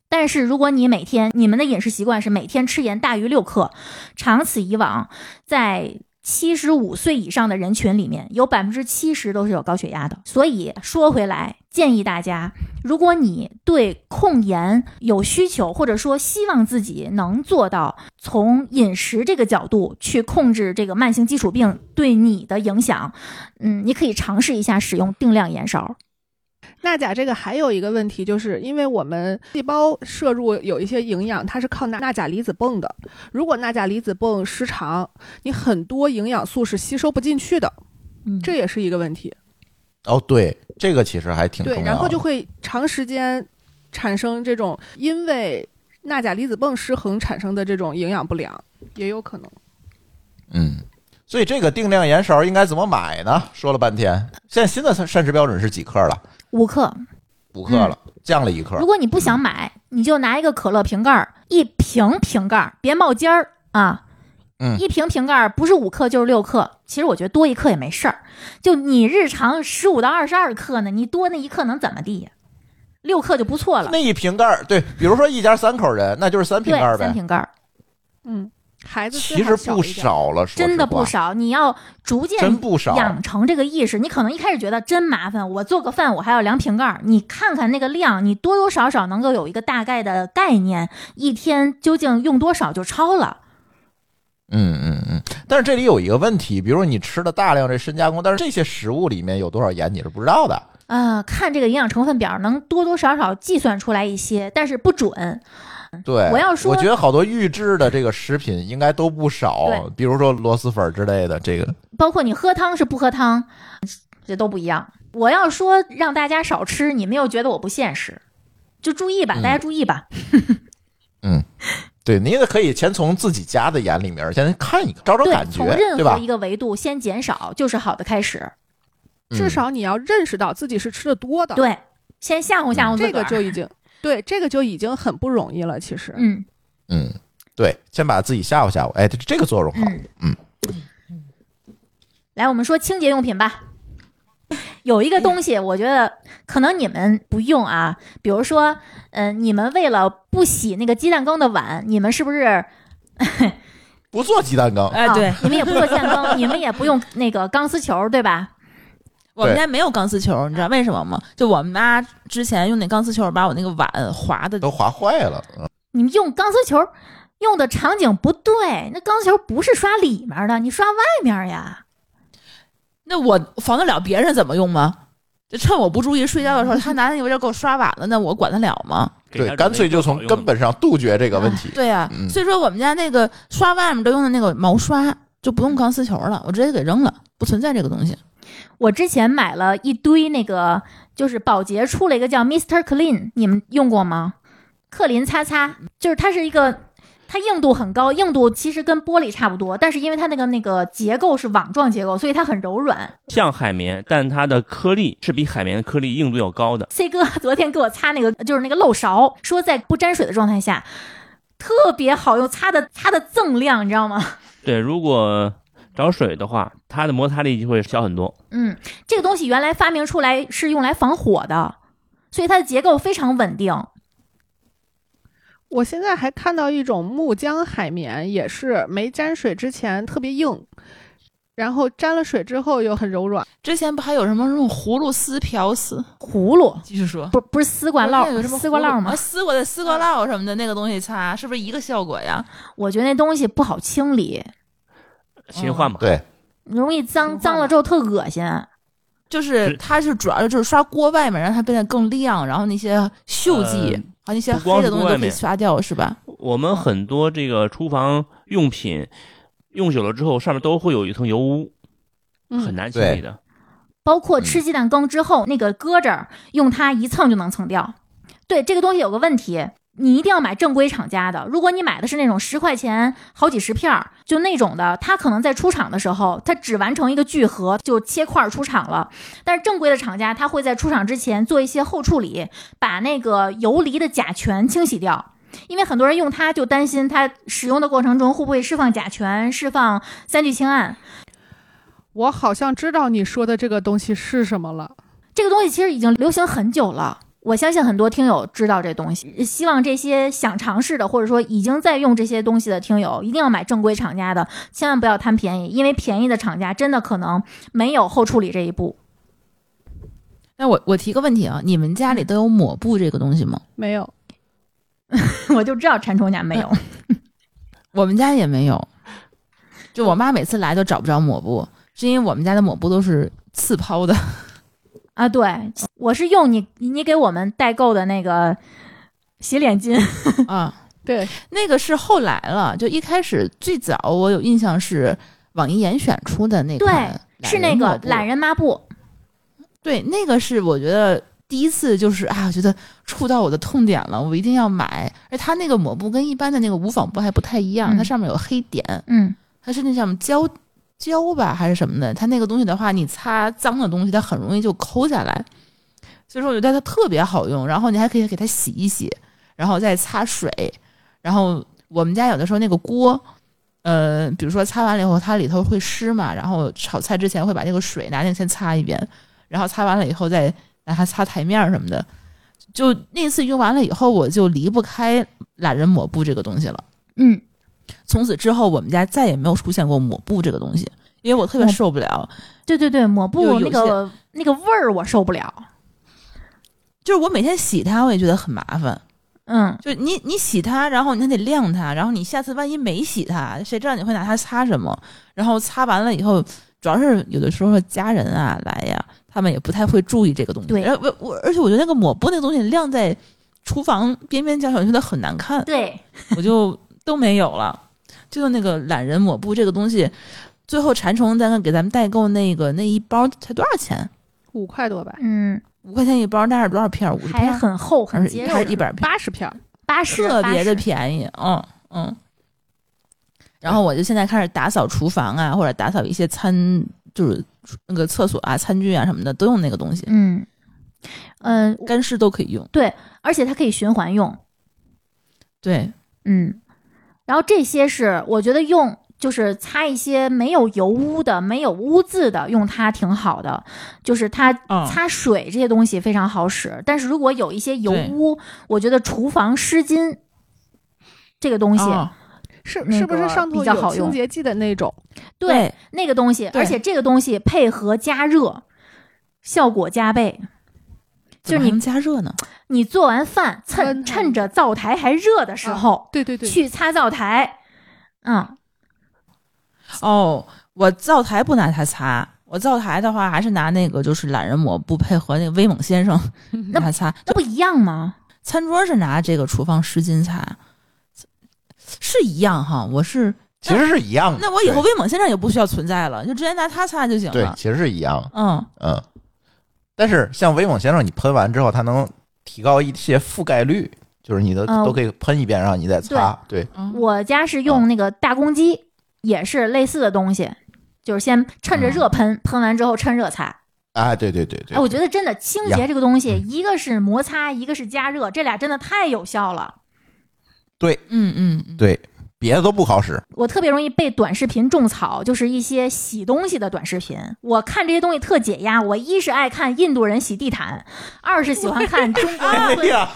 S2: 但是如果你每天你们的饮食习惯是每天吃盐大于六克，长此以往，在七十五岁以上的人群里面，有百分之七十都是有高血压的。所以说回来，建议大家，如果你对控盐有需求，或者说希望自己能做到从饮食这个角度去控制这个慢性基础病对你的影响，嗯，你可以尝试一下使用定量盐勺。
S6: 钠钾这个还有一个问题，就是因为我们细胞摄入有一些营养，它是靠钠钠钾离子泵的。如果钠钾离子泵失常，你很多营养素是吸收不进去的，
S2: 嗯
S6: 这也是一个问题。
S5: 哦，对，这个其实还挺重要
S6: 对，
S5: 的。
S6: 然后就会长时间产生这种因为钠钾离子泵失衡产生的这种营养不良，也有可能。
S5: 嗯，所以这个定量盐勺应该怎么买呢？说了半天，现在新的膳食标准是几克了？
S2: 五克，
S5: 五克了，
S6: 嗯
S5: 降了一克
S2: 如。果你不想买，你就拿一个可乐瓶盖儿，一瓶瓶盖儿，别冒尖儿啊。
S5: 嗯
S2: 一瓶瓶盖儿不是五克就是六克，其实我觉得多一克也没事儿。就你日常十五到二十二克呢，你多那一克能怎么地呀？六克就不错了
S5: 那，一瓶盖儿，对，比如说一家三口人，那就是三瓶
S2: 对
S5: 盖儿，
S2: 三
S5: 呗。
S2: 瓶盖儿
S6: 嗯，孩子
S5: 其
S6: 最
S5: 实
S6: 好小
S5: 不
S6: 一点，
S5: 少了，说实话
S2: 真的不，少。你要逐
S5: 真
S2: 渐
S5: 不少。
S2: 养成这个意识。你可能一开始觉得真麻烦，我做个饭我还要量瓶盖儿，你看看那个量，你多多少少能够有一个大概的概念，一天究竟用多少就超了。
S5: 嗯嗯嗯。但是这里有一个问题，比如说你吃了大量这深加工，但是这些食物里面有多少盐你是不知道的。
S2: 呃，看这个营养成分表，能多多少少计算出来一些，但是不准。
S5: 对，
S2: 嗯我要说
S5: 我觉得好多预制的这个食品应该都不少
S2: 对，
S5: 比如说螺蛳粉之类的，这个
S2: 包括你喝汤是不喝汤，这都不一样。我要说让大家少吃，你们又觉得我不现实，就注意吧，
S5: 嗯
S2: 大家注意吧。
S5: 对，你也可以先从自己家的盐里面先看一看，找找
S2: 对，
S5: 感觉
S2: 从，任
S5: 对
S2: 何
S5: 吧
S2: 一？个维度先减少就是好的开始。
S5: 嗯
S6: 至少你要认识到自己是吃的多的，
S2: 对，先吓唬
S5: 嗯
S2: 吓唬自
S6: 这
S2: 个
S6: 个
S2: 儿。
S6: 就已经对这个就已经很不容易了。其实，
S2: 嗯
S5: 嗯，嗯对，先把自己吓唬吓唬，哎，这这个 作用好。
S2: 嗯来，我们说清洁用品吧。有一个东西，我觉得可能你们不用啊，比如说，嗯、你们为了不洗那个鸡蛋羹的碗，你们是不是
S5: 不做鸡蛋羹，
S4: 哎，
S2: 啊
S4: 对，
S2: 你们也不做线羹，你们也不用那个钢丝球，对吧？
S4: 我们家没有钢丝球，你知道为什么吗？就我们妈之前用那钢丝球把我那个碗划的，
S5: 都划坏了。嗯
S2: 你们用钢丝球用的场景不对，那钢丝球不是刷里面的，你刷外面呀。
S4: 那我防得了别人怎么用吗？就趁我不注意睡觉的时候，他拿那个劲儿给我刷碗了，那我管得了吗？
S3: 给他
S5: 对，干脆就从根本上杜绝这个问题。
S4: 对呀、
S5: 嗯
S4: 所以说我们家那个刷外面都用的那个毛刷，就不用钢丝球了，我直接给扔了，不存在这个东西。
S2: 我之前买了一堆那个，就是宝洁出了一个叫 Mr. Clean，你们用过吗？克林擦擦，就是它是一个，它硬度很高，硬度其实跟玻璃差不多，但是因为它那个那个结构是网状结构，所以它很柔软。
S3: 像海绵，但它的颗粒是比海绵的颗粒硬度要高的。
S2: C 哥昨天给我擦那个，就是那个漏勺，说在不沾水的状态下，特别好用，擦的擦的锃亮，你知道吗？
S3: 对，如果找水的话，它的摩擦力就会小很多。
S2: 嗯，这个东西原来发明出来是用来防火的，所以它的结构非常稳定。
S6: 我现在还看到一种木浆海绵，也是没沾水之前特别硬，然后沾了水之后又很柔软。
S4: 之前不还有什么用葫芦丝、瓢丝？
S2: 葫芦
S4: 继续说，
S2: 不不是丝瓜
S4: 不是那
S2: 烙
S4: 有什么
S2: 丝瓜
S4: 葫芦
S2: 烙吗
S4: 啊？丝瓜的丝瓜烙什么的那个东西擦，是不是一个效果呀？
S2: 我觉得那东西不好清理，
S3: 新换嘛，
S5: 对，
S2: 容易脏，
S4: 听话
S2: 脏了之后特恶心。
S4: 就是
S3: 是
S4: 它是主要就是刷锅外面，让它变得更亮，然后那些锈迹
S3: 呃
S4: 还有那些
S3: 不光
S4: 黑的
S3: 是锅
S4: 东西都
S3: 外
S4: 可以
S3: 面
S4: 刷掉，是吧？
S3: 我们很多这个厨房用品用久了之后，上面都会有一层油污，很
S6: 嗯，
S3: 难清理的。
S2: 包括吃鸡蛋羹之后、那个搁着儿，用它一蹭就能蹭掉。对这个东西有个问题，你一定要买正规厂家的。如果你买的是那种十块钱好几十片儿，就那种的，它可能在出厂的时候，它只完成一个聚合，就切块儿出厂了。但是正规的厂家，它会在出厂之前做一些后处理，把那个游离的甲醛清洗掉。因为很多人用它就担心它使用的过程中会不会释放甲醛、释放三聚氰胺，
S6: 我好像知道你说的这个东西是什么了。
S2: 这个东西其实已经流行很久了，我相信很多听友知道这东西。希望这些想尝试的，或者说已经在用这些东西的听友，一定要买正规厂家的，千万不要贪便宜，因为便宜的厂家真的可能没有后处理这一步。
S4: 那我我提个问题啊，你们家里都有抹布这个东西吗？
S6: 没有，
S2: 我就知道馋虫家没
S4: 嗯
S2: 有，
S4: 我们家也没有。就我妈每次来都找不着抹布，是因为我们家的抹布都是次抛 的。
S2: 啊，对，我是用你你给我们代购的那个洗脸巾，
S4: 啊，
S6: 对，
S4: 那个是后来了，就一开始最早我有印象是网易严选出的那
S2: 对
S4: 款懒
S2: 是那
S4: 人
S2: 个
S4: 抹布
S2: 懒人抹布，
S4: 对，那个是我觉得第一次就是啊，我觉得触到我的痛点了，我一定要买。而它那个抹布跟一般的那个无纺布还不太一样，
S2: 嗯
S4: 它上面有黑点，
S2: 嗯，
S4: 它是那什么胶胶吧还是什么的，它那个东西的话，你擦脏的东西它很容易就抠下来，所以说我觉得它特别好用，然后你还可以给它洗一洗，然后再擦水，然后我们家有的时候那个锅。呃，比如说擦完了以后，它里头会湿嘛，然后炒菜之前会把那个水拿那个先擦一遍，然后擦完了以后再拿它擦台面儿什么的。就那次用完了以后，我就离不开懒人抹布这个东西了。
S2: 嗯，
S4: 从此之后，我们家再也没有出现过抹布这个东西，因为我特别
S2: 抹
S4: 受不了。
S2: 对对对，抹布
S4: 有
S2: 那
S4: 有
S2: 个那个味儿我受不了。
S4: 就是我每天洗它，我也觉得很麻烦。
S2: 嗯，
S4: 就你你洗它，然后你还得晾它，然后你下次万一没洗它，谁知道你会拿它擦什么？然后擦完了以后，主要是有的时候家人啊来呀，他们也不太会注意这个东西。
S2: 对
S4: 而我我而且我觉得那个抹布那个东西晾在厨房边边角角，觉得很难看。
S2: 对，
S4: 我就都没有了。就是那个懒人抹布这个东西，最后馋虫在那给咱们代购那个那一包才多少钱？
S6: 五块多吧，
S2: 嗯，
S4: 五块钱一包，那是多少片儿？五十片
S2: 还
S4: 儿，
S2: 很厚，很
S4: 还
S2: 结
S4: 是
S2: 实，
S4: 还是一百片儿，
S6: 八十片儿。
S2: 八十，
S4: 特别的
S2: 80
S4: 便宜。嗯嗯。然后我就现在开始打扫厨房啊，或者打扫一些餐，就是那个厕所啊、餐具啊什么的，都用那个东西，
S2: 嗯嗯，呃
S4: 干湿都可以用。
S2: 而且它可以循环用，
S4: 对，
S2: 嗯。然后这些是我觉得用就是擦一些没有油污的、没有污渍的，用它挺好的，就是它
S4: 嗯
S2: 擦水这些东西非常好使。但是如果有一些油
S4: 对
S2: 污，我觉得厨房湿巾这个东西，
S4: 哦
S6: 是
S2: 那
S6: 是不
S2: 个
S6: 是上
S2: 比
S6: 头
S2: 较好
S6: 有清
S2: 用
S6: 洁剂的那种？
S2: 对那个东西，
S4: 对
S2: 而且这个东西配合加热，效果加倍。就是你
S4: 怎么还能加热呢？
S2: 你做完饭，趁
S6: 温它
S2: 趁着灶台还热的时候、
S6: 对对对，
S2: 去擦灶台，嗯，
S4: 哦，我灶台不拿它擦，我灶台的话还是拿那个就是懒人抹布配合那个威猛 先生拿它擦。
S2: 那不一样吗？
S4: 餐桌是拿这个厨房湿巾擦，是一样哈。我是
S5: 其实是一样的。
S4: 那我以后
S5: 对
S4: 威猛先生也不需要存在了，就直接拿它擦就行
S5: 对，
S4: 了。
S5: 其实是一样的。
S4: 嗯，
S5: 嗯，但是像威猛先生，你喷完之后，它能提高一些覆盖率，就是你的
S2: 嗯
S5: 都可以喷一遍，然后你再擦。对，
S2: 我家是
S5: 哦
S2: 用那个大公鸡，也是类似的东西，就是先趁着热喷，喷完之后趁热擦。
S5: 啊，对对嗯对对。
S2: 哎，我觉得真的清洁
S5: 呀嗯
S2: 这个东西，一个是摩擦，一个是加热，这俩真的太有效了。
S4: 嗯嗯嗯，
S5: 对，别的都不好使。
S2: 我特别容易被短视频种草，就是一些洗东西的短视频。我看这些东西特解压，我一是爱看印度人洗地毯，二是喜欢看中国
S5: 哎
S2: 人
S5: 呀，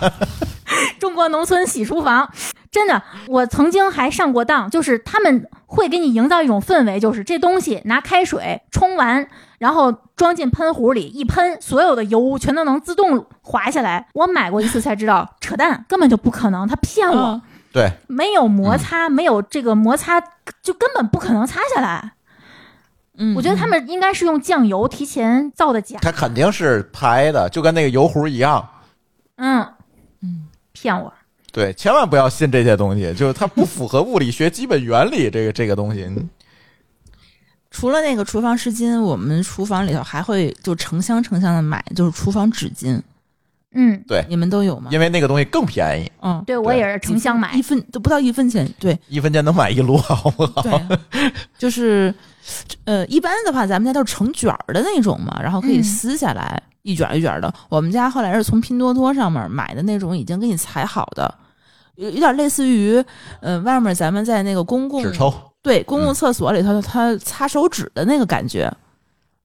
S2: 中国农村洗厨房，真的，我曾经还上过当，就是他们会给你营造一种氛围，就是这东西拿开水冲完，然后装进喷壶里一喷，所有的油污全都能自动滑下来。我买过一次才知道，扯淡，根本就不可能，他骗我，
S4: 嗯
S5: 对，
S2: 没有摩擦，没有这个摩擦，就根本不可能擦下来。
S4: 嗯，
S2: 我觉得他们应该是用酱油提前造的假，
S5: 它肯定是拍的，就跟那个油壶一样。
S2: 嗯
S4: 嗯，
S2: 骗我。
S5: 对，千万不要信这些东西，就是它不符合物理学基本原理。这个这个东西，
S4: 除了那个厨房湿巾，我们厨房里头还会就成箱成箱的买，就是厨房纸巾，
S2: 嗯，
S4: 你们都有吗？
S5: 因为那个东西更便宜，
S4: 嗯，
S2: 对我
S5: 对
S2: 也是成箱买
S4: 一，分都不到一分钱，对。
S5: 一分钱能买一摞，好不好？
S4: 对啊，就是呃，一般的话，咱们家都是成卷儿的那种嘛，然后可以
S2: 嗯
S4: 撕下来、一卷儿一卷儿的。我们家后来是从拼多多上面买的那种已经给你裁好的，有有点类似于呃，外面咱们在那个公共
S5: 纸抽，
S4: 对公共
S5: 嗯
S4: 厕所里头它擦手纸的那个感觉。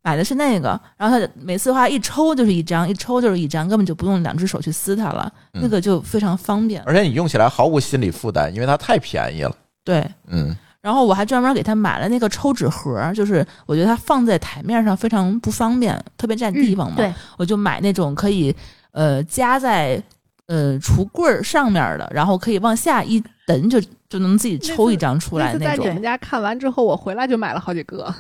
S4: 买的是那个，然后他每次的话一抽就是一张，一抽就是一张，根本就不用两只手去撕它了，
S5: 嗯
S4: 那个就非常方便。
S5: 而且你用起来毫无心理负担，因为它太便宜了。
S4: 对，
S5: 嗯，
S4: 然后我还专门给他买了那个抽纸盒儿，就是我觉得它放在台面上非常不方便，特别占地方嘛。
S2: 嗯对，
S4: 我就买那种可以呃夹在呃橱柜儿上面儿的，然后可以往下一蹬就就能自己抽一张出来
S6: 那次
S4: 那
S6: 在你
S4: 种
S6: 们。家看完之后，我回来就买了好几个。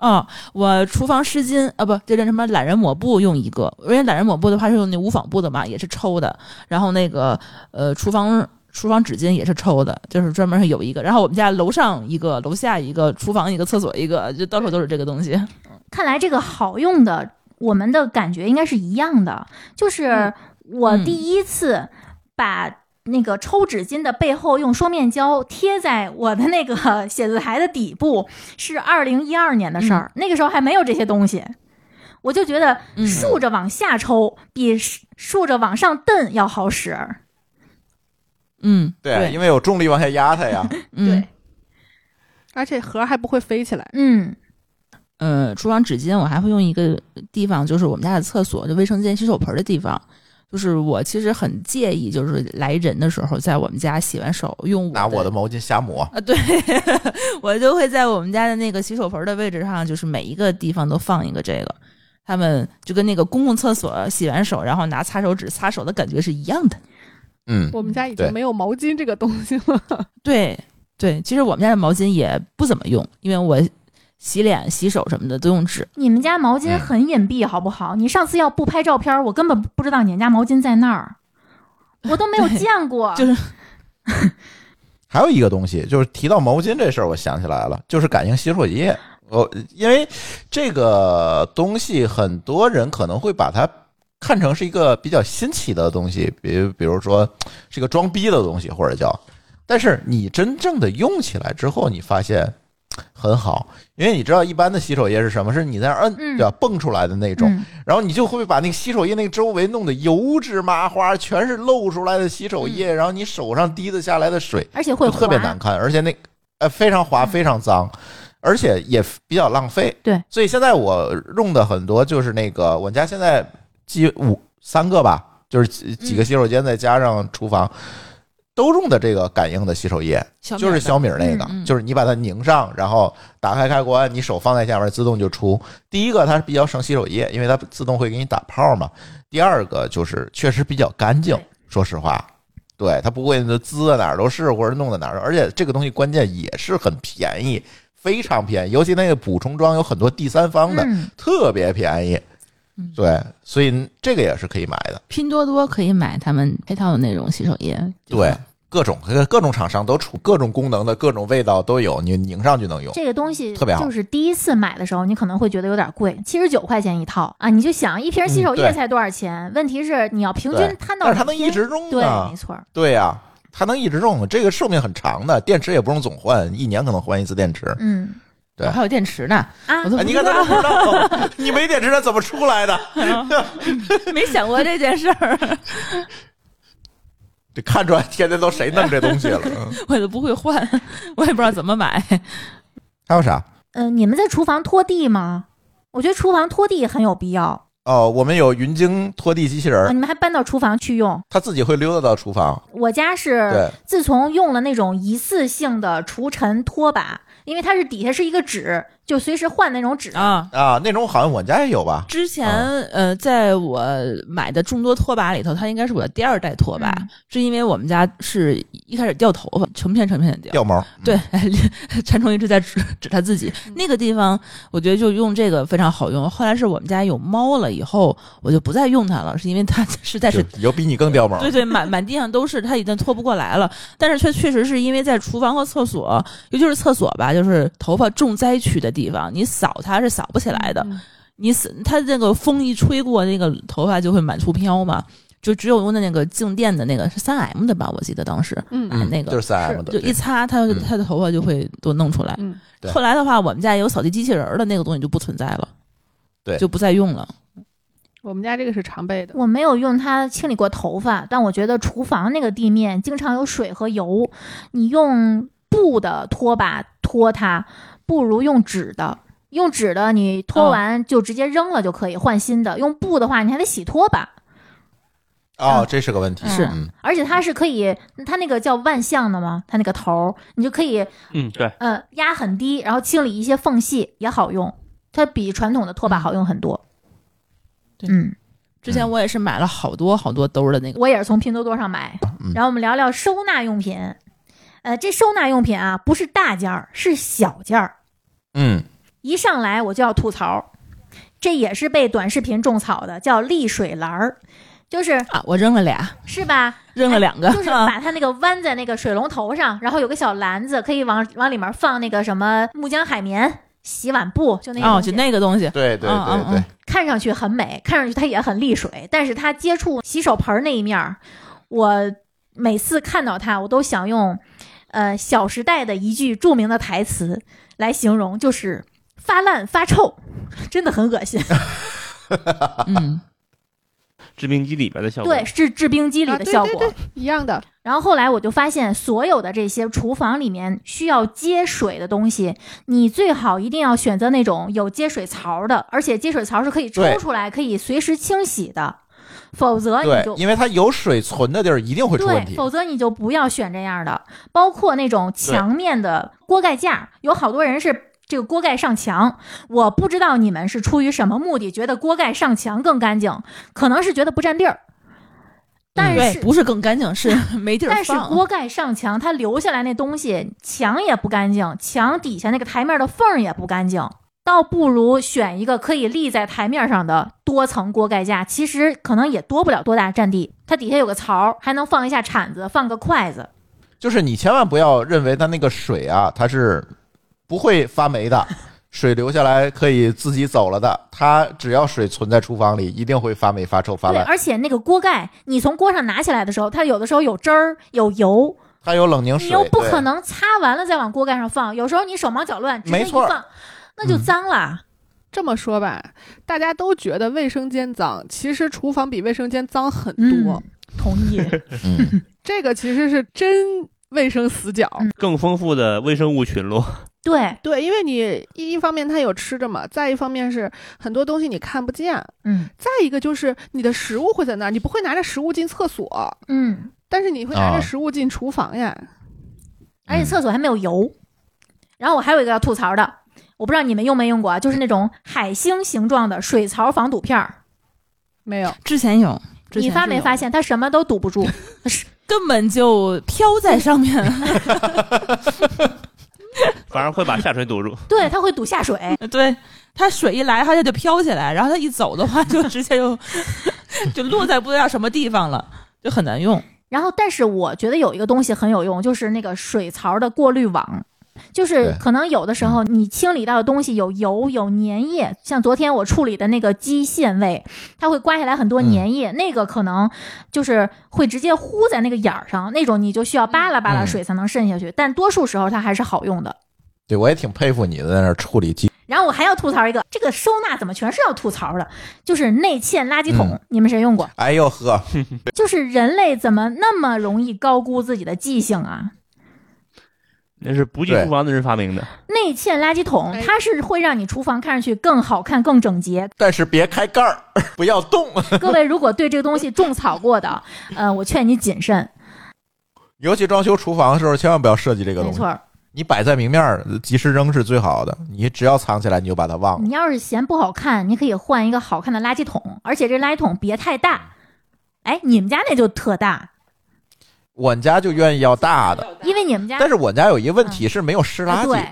S4: 啊、我厨房湿巾啊，不，这叫什么懒人抹布用一个，因为懒人抹布的话是用那无纺布的嘛，也是抽的。然后那个呃厨房。厨房纸巾也是抽的，就是专门是有一个。然后我们家楼上一个，楼下一个，厨房一个，厕所一个，就到处都是这个东西。
S2: 看来这个好用的，我们的感觉应该是一样的。就是
S4: 嗯
S2: 我
S4: 嗯
S2: 第一次把那个抽纸巾的背后用双面胶贴在我的那个写字台的底部，是二零一二年的事儿，那个时候还没有这些东西。我就觉得
S4: 嗯
S2: 竖着往下抽比竖竖着往上蹬要好使。
S4: 嗯，
S5: 对，因为有重力往下压它呀。
S4: 嗯
S2: 对，
S6: 而且盒儿还不会飞起来，
S2: 嗯
S4: 呃，厨房纸巾我还会用一个地方，就是我们家的厕所，就卫生间洗手盆的地方。就是我其实很介意，就是来人的时候，在我们家洗完手用我
S5: 拿我的
S4: 的
S5: 毛巾瞎抹，
S4: 啊，对， 我就会在我们家的那个洗手盆的位置上，就是每一个地方都放一个这个。他们就跟那个公共厕所洗完手，然后拿擦手纸擦手的感觉是一样的。
S5: 嗯，
S6: 我们家已
S5: 对
S6: 经没有毛巾这个东西了。
S4: 对对，其实我们家的毛巾也不怎么用，因为我洗脸、洗手什么的都用纸。
S2: 你们家毛巾
S5: 嗯
S2: 很隐蔽，好不好？你上次要不拍照片，我根本不知道你们家毛巾在那 儿，我都没有
S4: 对
S2: 见过。
S4: 就是
S5: 还有一个东西，就是提到毛巾这事儿，我想起来了，就是感应洗手液。我、因为这个东西，很多人可能会把它看成是一个比较新奇的东西，比如比如说是个装逼的东西，或者叫。但是你真正的用起来之后，你发现很好，因为你知道一般的洗手液是什么？是你在那儿摁
S2: 嗯
S5: 对吧，蹦出来的那种。
S2: 嗯，
S5: 然后你就会把那个洗手液那个周围弄得油脂麻花，全是露出来的洗手
S2: 嗯
S5: 液，然后你手上滴得下来的水
S2: 而且会
S5: 就特别
S2: 滑
S5: 难看，而且那呃非常滑，
S2: 嗯
S5: 非常脏，而且也比较浪费。
S2: 对，
S5: 所以现在我用的很多就是那个我家现在几五三个吧，就是几几
S2: 嗯
S5: 个洗手间再加上厨房。都用的这个感应的洗手液，就是小米儿那个，
S4: 嗯嗯
S5: 就是你把它拧上，然后打开开关，你手放在下面，自动就出。第一个它是比较省洗手液，因为它自动会给你打泡嘛。第二个就是确实比较干净
S2: 对，
S5: 说实话，对它不会滋的哪儿都是，或者弄的哪儿都，而且这个东西关键也是很便宜，非常便宜，尤其那个补充装有很多第三方的，
S2: 嗯，
S5: 特别便宜
S4: 嗯。
S5: 对，所以这个也是可以买的。
S4: 拼多多可以买他们配套的那种洗手液。
S5: 对，各种各种厂商都出，各种功能的各种味道都有，你拧上就能用。
S2: 这个东西
S5: 特别好
S2: 就是第一次买的时候，你可能会觉得有点贵，七十九块钱一套啊，你就想一瓶洗手
S5: 嗯
S2: 液
S5: 对
S2: 才多少钱？问题是你要平
S5: 对
S2: 均摊到，
S5: 但是它
S2: 每
S5: 能
S2: 天
S5: 一直用
S2: 对，
S5: 啊
S2: 没，错儿，
S5: 对呀、它能一直用，这个寿命很长的，电池也不用总换，一年可能换一次电池。
S2: 嗯
S5: 对
S4: 哦还有电 池呢，
S2: 啊
S4: 我，都
S5: 哎，
S4: 不
S5: 你
S4: 知
S5: 看他
S4: 道
S5: 都不知道，你没电池它怎么出来的？
S4: 没想过这件事儿，
S5: 这看出来天天都谁弄这东西了？
S4: 我都不会换， 我也不知道怎么买。
S5: 还有啥？
S2: 呃，你们在厨房拖地吗？我觉得厨房拖地很有必要
S5: 哦，我们有云鲸拖地机器人
S2: 啊，
S5: 儿，
S2: 你们还搬到厨房去用。
S5: 它自己会溜达到厨房。
S2: 我家是
S5: 对，
S2: 自从用了那种一次性的除尘拖把，因为它是底下是一个纸，就随时换那种纸。
S4: 啊。
S5: 啊，那种好像我家也有吧？
S4: 之前、
S5: 啊
S4: 呃，在我买的众多拖把里头，它应该是我的第二代拖把，
S2: 嗯
S4: 是因为我们家是一开始掉头发，成片成片的掉。
S5: 掉毛。
S4: 对，馋虫一直在指指他自己那个地方，我觉得就用这个非常好用。后来是我们家有猫了以后，我就不再用它了，是因为它 实在是
S5: 就有比你更掉毛。
S4: 对对，满满地上都是，它已经拖不过来了。但是却确实是因为在厨房和厕所，尤其是厕所吧，就是头发重灾区的地方，你扫它是扫不起来的。
S6: 嗯
S4: 你死它那个风一吹过，那个头发就会满处飘嘛。就只有用的那个静电的那个是三 M 的吧，我记得当时
S6: 嗯
S4: 买那个、
S5: 就是三 M 的，
S4: 就
S5: 对
S4: 一擦它
S5: 嗯
S4: 它的头发就会都弄出来。
S6: 嗯，
S5: 对
S4: 后来的话，我们家有扫地机器人儿的那个东西就不存在了，
S5: 对嗯
S4: 就不再用了。
S6: 我们家这个是常备的。
S2: 我没有用它清理过头发，但我觉得厨房那个地面经常有水和油，你用布的拖把拖它，不如用纸的。用纸的你拖完就直接扔了就可以换新的，用布的话你还得洗拖把，
S5: 哦，这是个问题，
S2: 是
S5: 嗯
S2: 而且它是可以，它那个叫万向的嘛，它那个头儿你就可以
S3: 嗯，对，
S2: 呃压很低，然后清理一些缝隙也好用，它比传统的拖把好用很多。
S4: 对
S2: 嗯，
S4: 之前我也是买了好多好多兜儿的那个，
S2: 我也是从拼多多上买。然后我们聊聊收纳用品，呃，这收纳用品啊不是大件儿，是小件儿。
S5: 嗯，
S2: 一上来我就要吐槽，这也是被短视频种草的，叫沥水篮儿，就是
S4: 啊，我扔了俩，
S2: 是吧？
S4: 扔了两个，
S2: 哎就是
S4: 啊
S2: 把它那个弯在那个水龙头上，然后有个小篮子，可以往往里面放那个什么木浆海绵、洗碗布，就那个
S4: 哦，
S2: 东西
S4: 就那个东 西，
S5: 对对
S4: 嗯嗯
S5: 对对，
S2: 看上去很美，看上去它也很沥水，但是它接触洗手盆那一面儿，我每次看到它，我都想用，呃，《小时代》的一句著名的台词来形容，就是发烂发臭，真的很恶心。
S4: 嗯，
S3: 制冰机里边的效果。
S2: 对，，是制冰机里
S6: 啊
S2: 的
S6: 对
S2: 效
S6: 对
S2: 果。
S6: 对一样的，
S2: 然后后来我就发现，所有的这些厨房里面需要接水的东西，你最好一定要选择那种有接水槽的，而且接水槽是可以抽
S5: 对
S2: 出来，可以随时清洗的，否则你就
S5: 对，因为它有水存的地儿一定会出问
S2: 对，
S5: 题，
S2: 否则你就不要选这样的。包括那种墙面的锅盖架，有好多人是这个锅盖上墙。我不知道你们是出于什么目的，觉得锅盖上墙更干净，可能是觉得不占地儿。但
S4: 嗯对，
S2: 是、
S4: 不是更干净，是 没地儿
S2: 但
S4: 放。
S2: 是锅盖上墙，它留下来那东西，墙也不干净，墙底下那个台面的缝儿也不干净。倒不如选一个可以立在台面上的多层锅盖架，其实可能也多不了多大占地。它底下有个槽儿，还能放一下铲子，放个筷子。
S5: 就是你千万不要认为它那个水啊，它是不会发霉的，水流下来可以自己走了的。它只要水存在厨房里，一定会发霉、发臭、发
S2: 对，
S5: 烂。
S2: 而且那个锅盖，你从锅上拿起来的时候，它有的时候有汁儿、有油，
S5: 它有冷凝水，
S2: 你又不
S5: 对
S2: 可能擦完了再往锅盖上放。有时候你手忙脚乱，直接
S5: 没
S2: 一
S5: 错儿嗯
S2: 放，那就脏了。
S6: 这么说吧，大家都觉得卫生间脏，其实厨房比卫生间脏很
S2: 嗯
S6: 多。
S2: 同意。
S5: 嗯，
S6: 这个其实是真卫生死角。
S2: 嗯
S3: 更丰富的微生物群落。
S2: 对，
S6: 对，因为你一一方面它有吃的嘛，再一方面是很多东西你看不见，
S2: 嗯
S6: 再一个就是你的食物会在那儿，你不会拿着食物进厕所，
S2: 嗯，
S6: 但是你会拿
S5: 啊
S6: 着食物进厨房呀。
S2: 而
S4: 嗯
S2: 且厕所还没有油。然后我还有一个要吐槽的，我不知道你们用没用过啊，就是那种海星形状的水槽防堵片儿，
S6: 没有，
S4: 之前有，之前
S2: 你发没
S4: 是有
S2: 发？现它什么都堵 不住？
S4: 根本就飘在
S2: 嗯
S4: 上面，
S3: 反而会把下水堵住。
S2: 对，它会堵下水。
S4: 对，它水一来，它就就飘起来，然后它一走的话，就直接就 就落在不知道什么地方了，就很难用。
S2: 然后，但是我觉得有一个东西很有用，就是那个水槽的过滤网。就是
S5: 对嗯
S2: 可能有的时候你清理到的东西有油有粘液，像昨天我处理的那个鸡腺位，它会刮下来很多
S5: 嗯
S2: 粘液，那个可能就是会直接糊在那个眼儿上，那种你就需要扒拉扒拉
S5: 嗯
S2: 水才能渗下去。但多数时候它还是好用的。
S5: 对我也挺佩服你的，在那儿处理机。
S2: 然后我还要吐槽一个，这个收纳怎么全是要吐槽的？就是内嵌垃圾桶，你们谁用过？
S5: 哎呦呵，
S2: 就是人类怎么那么容易高估自己的记性啊？
S3: 那是不进
S5: 对
S3: 厨房的人发明的，
S2: 内嵌垃圾桶
S6: 哎，
S2: 它是会让你厨房看上去更好看、更整洁。
S5: 但是别开盖儿， 不要动，
S2: 各位如果对这个东西种草过的， 呃，我劝你谨慎。
S5: 尤其装修厨房的时候，千万不要设计这个
S2: 没
S5: 东西啊
S2: 错。儿，
S5: 你摆在明面儿，及时扔是最好的。你只要藏起来，你就把它忘了。
S2: 你要是嫌不好看，你可以换一个好看的垃圾桶，而且这垃圾桶别太大。哎，你们家那就特大，
S5: 我们家就愿意要大的，
S2: 因为你们家
S5: 但是我们家有一个问题是没有湿垃
S2: 啊
S5: 圾
S2: 对，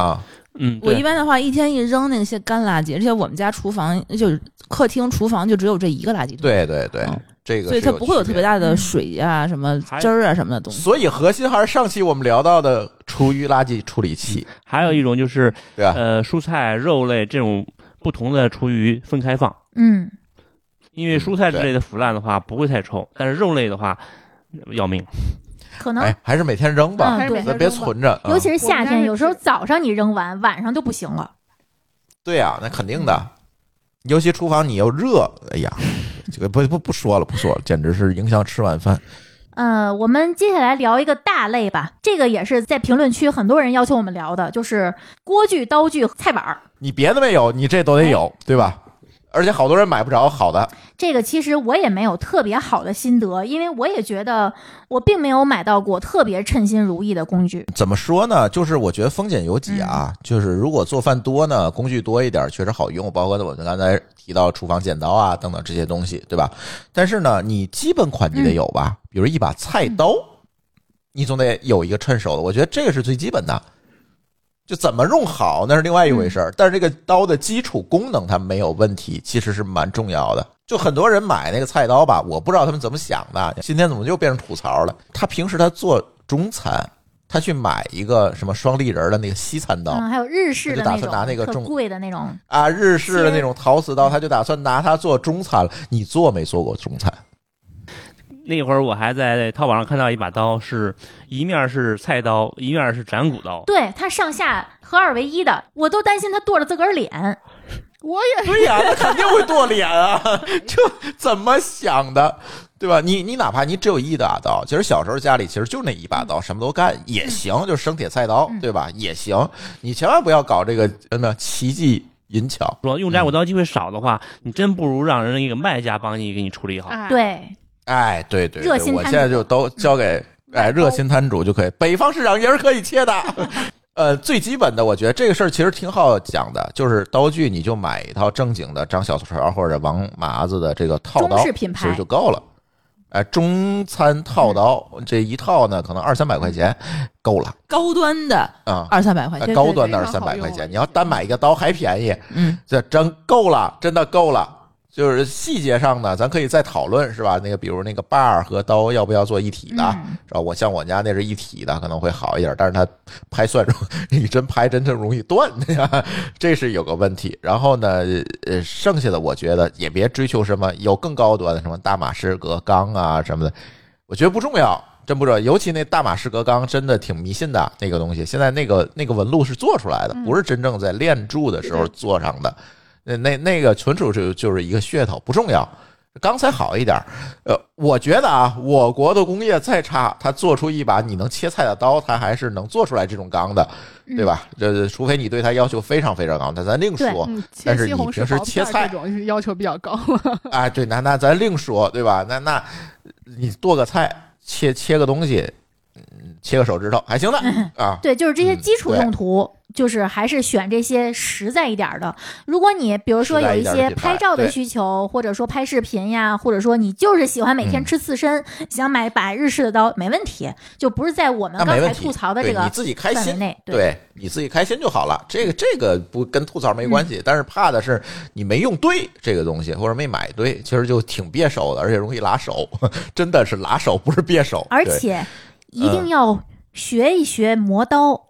S5: 啊。
S3: 嗯，
S4: 我一
S3: 对，
S4: 般的话，一天一扔那些干垃圾，而且我们家厨房就是客厅、厨房就只有这一个垃圾桶，
S5: 对对对
S4: 嗯，
S5: 这个
S4: 所以
S5: 是
S4: 它不会有特
S5: 区
S4: 别大的水啊、什么汁儿啊、什么的东
S5: 别。
S4: 西。
S5: 所以核心还是上期我们聊到的厨余垃圾处理器，
S3: 还有一种就是
S5: 对啊吧？
S3: 呃，蔬菜、肉类这种不同的厨余分开放，
S2: 嗯，
S5: 嗯
S3: 因为蔬菜之类的腐烂的话不会太臭，但是肉类的话要命。
S2: 可
S4: 嗯
S2: 能、
S5: 哎，还是每天扔吧，
S2: 嗯
S6: 还是每
S2: 对
S5: 那
S6: 天
S5: 别
S6: 扔吧。
S5: 存着。
S2: 尤其
S5: 嗯
S2: 是夏
S6: 我们家
S2: 天，
S6: 是
S2: 有时候早上你扔完，晚上就不行了。
S5: 对呀，那肯定的。尤其厨房你又热，哎呀，这个不不不说了，不说了，简直是影响吃晚饭。
S2: 呃，我们接下来聊一个大类吧，这个也是在评论区很多人要求我们聊的，就是锅具、刀具、菜板儿。
S5: 你别的没有，你这都得有，对吧？而且好多人买不着好的，
S2: 这个其实我也没有特别好的心得，因为我也觉得我并没有买到过特别称心如意的工具。
S5: 怎么说呢？就是我觉得风险有几啊，就是如果做饭多呢，工具多一点确实好用，包括我们刚才提到厨房剪刀啊等等这些东西，对吧？但是呢，你基本款你得有吧，比如一把菜刀，你总得有一个趁手的，我觉得这个是最基本的。就怎么用好那是另外一回事儿，但是这个刀的基础功能它没有问题，其实是蛮重要的。就很多人买那个菜刀吧，我不知道他们怎么想的，今天怎么又变成吐槽了？他平时他做中餐，他去买一个什么双立人的那个西餐刀、
S2: 嗯，还有日式的
S5: 我就打
S2: 那
S5: 算
S2: 种
S5: 拿那个
S2: 特
S5: 重
S2: 贵的那种，
S5: 啊，日式的那种陶瓷刀，他就打算拿它做中餐了。你做没做过中餐？
S3: 那会儿我还在淘宝上看到一把刀，是一面是菜刀，一面是斩骨刀。
S2: 对它上下合二为一的，我都担心它剁着自个儿脸。
S6: 我也
S5: 对呀、那肯定会剁脸啊！ 这怎么想的，对吧？你你哪怕你只有一把刀，其实小时候家里其实就那一把刀，什么都干也行，就是生铁菜刀，对吧？也行。你千万不要搞这个什么奇技淫巧。
S3: 说用斩骨刀机会少的话，你真不如让人那个卖家帮你给你处理
S5: 啊
S3: 好。
S6: 哎，
S2: 对，
S5: 哎，对对对，
S2: 热心摊主嗯哦
S5: 我现在就都交给哎热心摊主就可以。北方市场也是可以切的。 呃，最基本的，我觉得这个事儿其实挺好讲的，就是刀具，你就买一套正经的张小潮或者王麻子的这个套刀，
S2: 中式品牌
S5: 其实就够了。哎，中餐套刀这一套呢，可能二三百块钱
S2: 嗯
S5: 够了
S4: 高端的
S5: 啊。
S4: 二三百块
S5: 哎
S4: 钱，
S5: 高端的二
S6: 非常
S5: 三
S6: 好
S5: 百块
S6: 用
S2: 啊
S5: 钱，你要单买一个刀还便宜，
S4: 嗯，
S5: 这真够了，真的够了。就是细节上呢，咱可以再讨论，是吧？那个，比如那个把儿和刀要不要做一体的，
S2: 嗯
S5: 是吧？我像我家那是一体的，可能会好一点，但是它拍蒜容， 你真拍真就容易断，这是有个问题。然后呢，呃，剩下的我觉得也别追求什么有更高端的，什么大马士革钢啊什么的，我觉得不重要，真不重要。尤其那大马士革钢真的挺迷信的那个东西，现在那个那个纹路是做出来的，不是真正在炼铸的时候做上的。那那那个纯属就就是一个噱头，不重要。钢才好一点儿，呃，我觉得啊，我国的工业再差，它做出一把你能切菜的刀，它还是能做出来这种钢的，
S2: 嗯
S5: 对吧？这除非你对它要求非常非常高，那咱另说。
S6: 嗯，
S5: 哦但
S6: 切
S5: 是
S6: 西
S5: 你
S6: 红柿
S5: 平时
S6: 薄
S5: 切
S6: 片儿
S5: 菜
S6: 这种要求比较高。
S5: 啊，对，那那咱另说，对吧？那那你剁个菜，切切个东西，嗯，切个手指头还行的啊。
S2: 对，就是这些
S5: 嗯
S2: 基础
S5: 对
S2: 用途，就是还是选这些实在一点儿的。如果你比如说
S5: 实在
S2: 有
S5: 一
S2: 一
S5: 点儿
S2: 些
S5: 的品牌
S2: 拍照的
S5: 对
S2: 需求，或者说拍视频呀，或者说你就是喜欢每天
S5: 嗯
S2: 吃刺身，想买把日式的刀，没问题，就不是在我们
S5: 那
S2: 刚
S5: 没
S2: 才
S5: 问题，
S2: 吐槽的这
S5: 对
S2: 个
S5: 你自己开
S2: 范围
S5: 心，
S2: 内。对，
S5: 对，你自己开心就好了。这个这个不跟吐槽没关系，但是怕的是你没用对这个东西，或者没买对，其实就挺别手的，而且容易拉手， 真的是拉手，不是别手。
S2: 而
S5: 对
S2: 且一
S5: 嗯
S2: 定要学一学磨刀。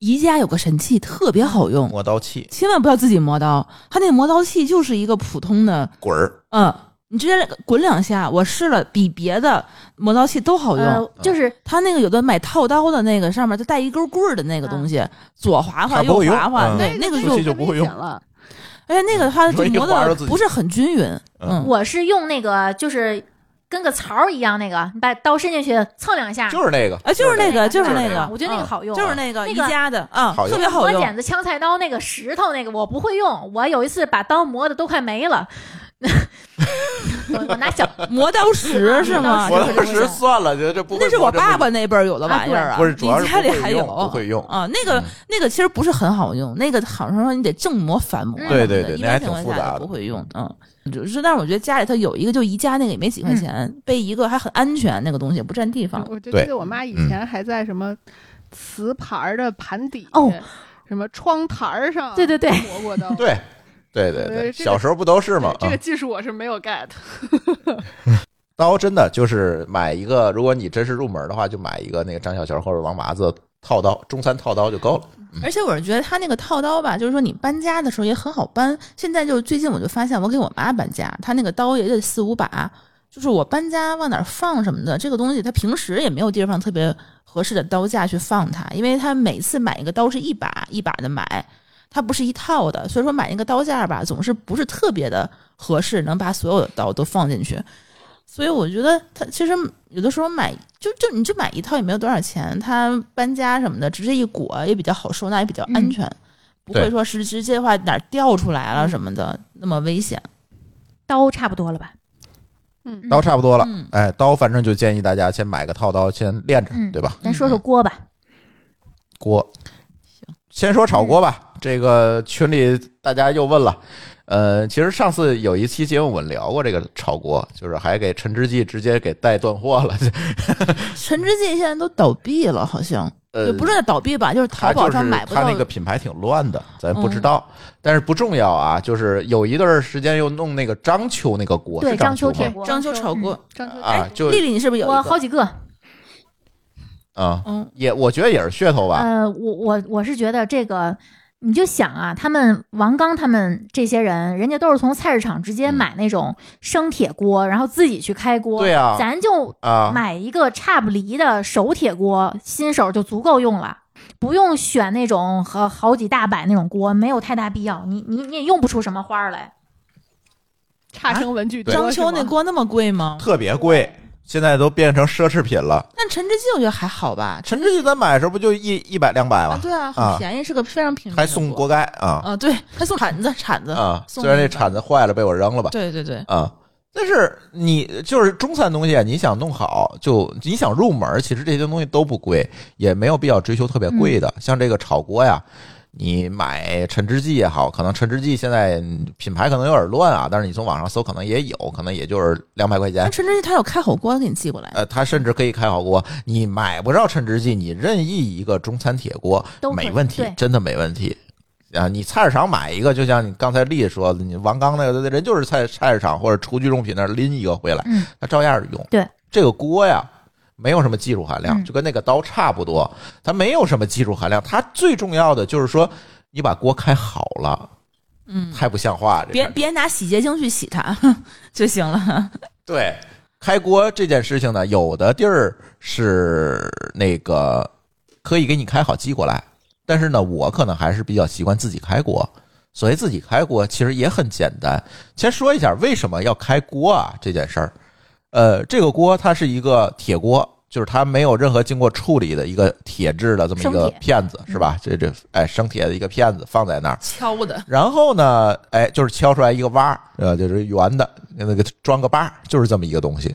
S4: 宜家有个神器特别好用，
S5: 磨刀器、
S4: 千万不要自己磨刀，它那磨刀器就是一个普通的，
S5: 滚儿，
S4: 嗯，你直接滚两下，我试了，比别的磨刀器都好用。
S5: 嗯
S2: 呃，就是
S4: 它那个有的买套刀的那个上面就带一根棍儿的那个东西，左划划
S5: 它
S4: 右
S5: 不会
S4: 划
S5: 用
S4: 划，
S5: 嗯
S4: 对，那个
S5: 东
S4: 就
S5: 西就不会用
S6: 太明显了。
S4: 而且那个它
S5: 容
S4: 就
S5: 易
S4: 磨
S5: 划
S4: 的
S5: 着自己
S4: 不是很均匀，嗯，
S2: 我是用那个，就是跟个槽儿一样那个，你把刀伸进去蹭两下，
S5: 就是那个，
S4: 啊，就是那个，就是
S2: 是
S4: 那
S2: 那
S4: 个
S2: 个，我觉得那个
S4: 嗯
S2: 好用啊
S4: 就是那个
S2: 那
S4: 宜
S2: 个
S4: 家的啊，
S5: 好用
S4: 特别好
S2: 磨
S4: 用。
S2: 剪子、枪菜刀那个石头那个我不会用，我有一次把刀磨的都快没 了，我我拿小
S4: 磨刀石啊是吗？
S5: 磨
S2: 磨
S5: 刀石算了，觉得这不会
S4: 那是
S5: 磨
S4: 我
S5: 这么
S4: 爸爸那辈儿有的玩意儿
S5: 啊
S4: 啊，
S5: 对不是主要是
S4: 你家里
S5: 不会
S4: 还有
S5: 用不会用
S4: 啊。那个
S5: 嗯
S4: 那个其实不是很好用，那个好像说你得正磨反磨什么的，
S5: 嗯对对对
S4: 一
S5: 那还
S4: 般
S5: 挺
S4: 情况
S5: 复
S4: 下
S5: 杂
S4: 也
S5: 的
S4: 不会用，嗯。就是，但是我觉得家里头有一个，就宜家那个也没几块钱，备一个还很安全，那个东西也不占地
S2: 啊
S4: 方。
S6: 我就
S5: 对嗯
S6: 记得我妈以前还在什么瓷盘儿的盘底
S2: 哦，
S6: 什么窗台儿上，
S2: 对对对
S6: 磨过刀。
S5: 对。对对
S6: 呃
S5: 对，
S6: 这个
S5: 小时候不都是
S6: 对
S5: 吗？
S6: 这个
S5: 啊
S6: 技术我是没有 get。
S5: 刀真的就是买一个，如果你真是入门的话，就买一个那个张小乔或者王麻子的套刀，中餐套刀就够了。
S4: 而且我是觉得它那个套刀吧，就是说你搬家的时候也很好搬。现在就是最近我就发现，我给我妈搬家，她那个刀也得四五把，就是我搬家往哪儿放什么的，这个东西她平时也没有地儿放特别合适的刀架去放它，因为她每次买一个刀是一把一把的买，它不是一套的，所以说买一个刀架吧，总是不是特别的合适，能把所有的刀都放进去。所以我觉得它其实有的时候买就就你就买一套也没有多少钱，它搬家什么的，直接一裹也比较好收纳，也比较安全，不会
S5: 对
S4: 说是直接的话哪儿掉出来了什么的那么危险。
S2: 刀差不多了吧？
S6: 嗯
S5: 刀差不多了，
S4: 嗯，
S5: 哎，刀反正就建议大家先买个套刀，先练着
S2: 嗯，
S5: 对吧？
S2: 咱说说锅吧。
S5: 锅，先说炒
S4: 嗯
S5: 锅吧。这个群里大家又问了，呃，其实上次有一期节目我们聊过这个炒锅，就是还给陈之记直接给带断货了，
S4: 陈之记现在都倒闭了，好像
S5: 呃，
S4: 也不是在倒闭吧，就是淘宝上买不
S5: 他
S4: 到嗯
S5: 那个品牌挺乱的，咱不知道，但是不重要啊。就是有一段儿时间又弄那个章丘那个锅，
S2: 对，
S5: 是
S2: 章丘
S5: 丘
S2: 铁
S5: 吗
S2: 锅，
S4: 章丘哎炒锅。
S6: 张秋
S2: 哎
S5: 啊，就
S4: 丽丽，你是不是有一
S2: 我
S4: 个？
S2: 好几个。
S5: 啊，
S4: 嗯，
S5: 也我觉得也是噱头吧。
S2: 呃，我我我是觉得这个，你就想啊，他们王刚他们这些人，人家都是从菜市场直接
S5: 嗯
S2: 买那种生铁锅，然后自己去开锅。
S5: 对啊
S2: 咱就
S4: 嗯
S5: 啊，
S2: 买一个差不离的手铁锅，新手就足够用了。不用选那种好好几大百那种锅，没有太大必要。你你你也用不出什么花儿来。
S6: 差生文具多，
S4: 章丘
S6: 是吗
S4: 那锅那么贵吗？
S5: 特别贵，现在都变成奢侈品了。
S4: 但陈之记我觉得还好吧。
S5: 陈之记咱买的时候不就一一百两百
S4: 啊，
S5: 吗？
S4: 对啊，
S5: 啊
S4: 很便宜，是个非常平民的
S5: 还送锅盖啊
S4: 啊，对，还送铲子，铲子
S5: 啊！
S4: 送
S5: 虽然这
S4: 那个
S5: 铲子坏了被我扔了吧
S4: 对对对，
S5: 啊，但是你就是中餐东西，啊你想弄好，就你想入门，其实这些东西都不贵，也没有必要追求特别贵
S4: 嗯
S5: 的。像这个炒锅呀，你买陈之记也好，可能陈之记现在品牌可能有点乱啊，但是你从网上搜可能也有，可能也就是两百块钱
S4: 那。陈之记他有开火锅给你寄过来，
S5: 呃，它甚至可以开好锅，你买不着陈之记，你任意一个中餐铁锅
S2: 都可以
S5: 没问题
S2: 对，
S5: 真的没问题。啊，你菜市场买一个，就像你刚才丽说的，你王刚那个人就是菜菜市场或者厨具用品那儿拎一个回来，
S2: 嗯，
S5: 他照样用。
S2: 对，
S5: 这个锅呀，没有什么技术含量，
S2: 嗯
S5: 就跟那个刀差不多，它没有什么技术含量。它最重要的就是说，你把锅开好了，
S4: 嗯，
S5: 太不像话。这
S4: 别
S5: 事儿
S4: 别拿洗洁精去洗它 就行了。
S5: 对，开锅这件事情呢，有的地儿是那个可以给你开好寄过来，但是呢，我可能还是比较习惯自己开锅。所以自己开锅其实也很简单。先说一下为什么要开锅啊这件事儿。呃，这个锅它是一个铁锅，就是它没有任何经过处理的一个铁质的这么一
S2: 生
S5: 个
S2: 铁
S5: 片子，是吧？这这哎生铁的一个片子放在那儿，
S4: 敲的，
S5: 然后呢，哎，就是敲出来一个挖儿，呃，就是圆的，那个装个把儿，就是这么一个东西。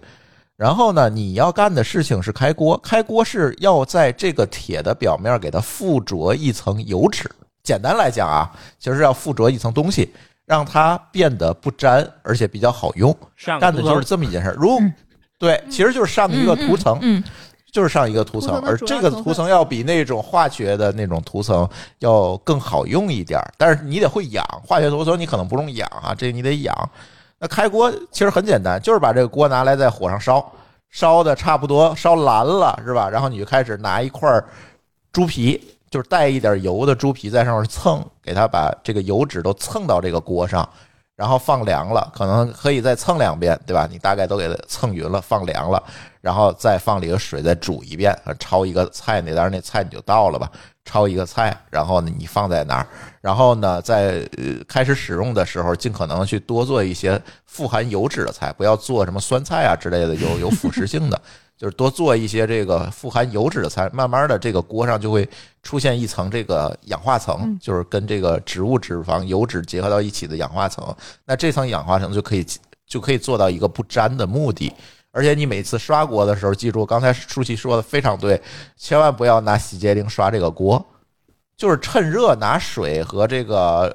S5: 然后呢，你要干的事情是开锅，开锅是要在这个铁的表面给它附着一层油脂。简单来讲啊，就是要附着一层东西，让它变得不粘，而且比较好用。
S3: 上
S5: 干的就是这么一件事儿。如
S2: 嗯
S5: 对，其实就是上一个涂层，
S4: 嗯，
S5: 就是上一个涂层，
S6: 涂层的
S5: 而
S6: 主
S5: 这
S6: 要
S5: 个
S6: 成
S5: 涂
S6: 分
S5: 层要比那种化学的那种涂层要更好用一点儿，但是你得会养，化学涂层你可能不用养啊，这你得养。那开锅其实很简单，就是把这个锅拿来在火上烧，烧的差不多烧蓝了是吧？然后你就开始拿一块儿猪皮，就是带一点油的猪皮在上面蹭，给它把这个油脂都蹭到这个锅上，然后放凉了，可能可以再蹭两遍，对吧？你大概都给它蹭匀了，放凉了，然后再放里个水再煮一遍，呃焯一个菜那当然那菜你就倒了吧，焯一个菜，然后呢你放在那儿，然后呢在呃开始使用的时候，尽可能去多做一些富含油脂的菜，不要做什么酸菜啊之类的有有腐蚀性的，就是多做一些这个富含油脂的菜，慢慢的这个锅上就会出现一层这个氧化层
S6: 嗯，
S5: 就是跟这个植物脂肪、油脂结合到一起的氧化层，那这层氧化层就可以就可以做到一个不粘的目的。而且你每次刷锅的时候，记住刚才舒淇说的非常对，千万不要拿洗洁灵刷这个锅，就是趁热拿水和这个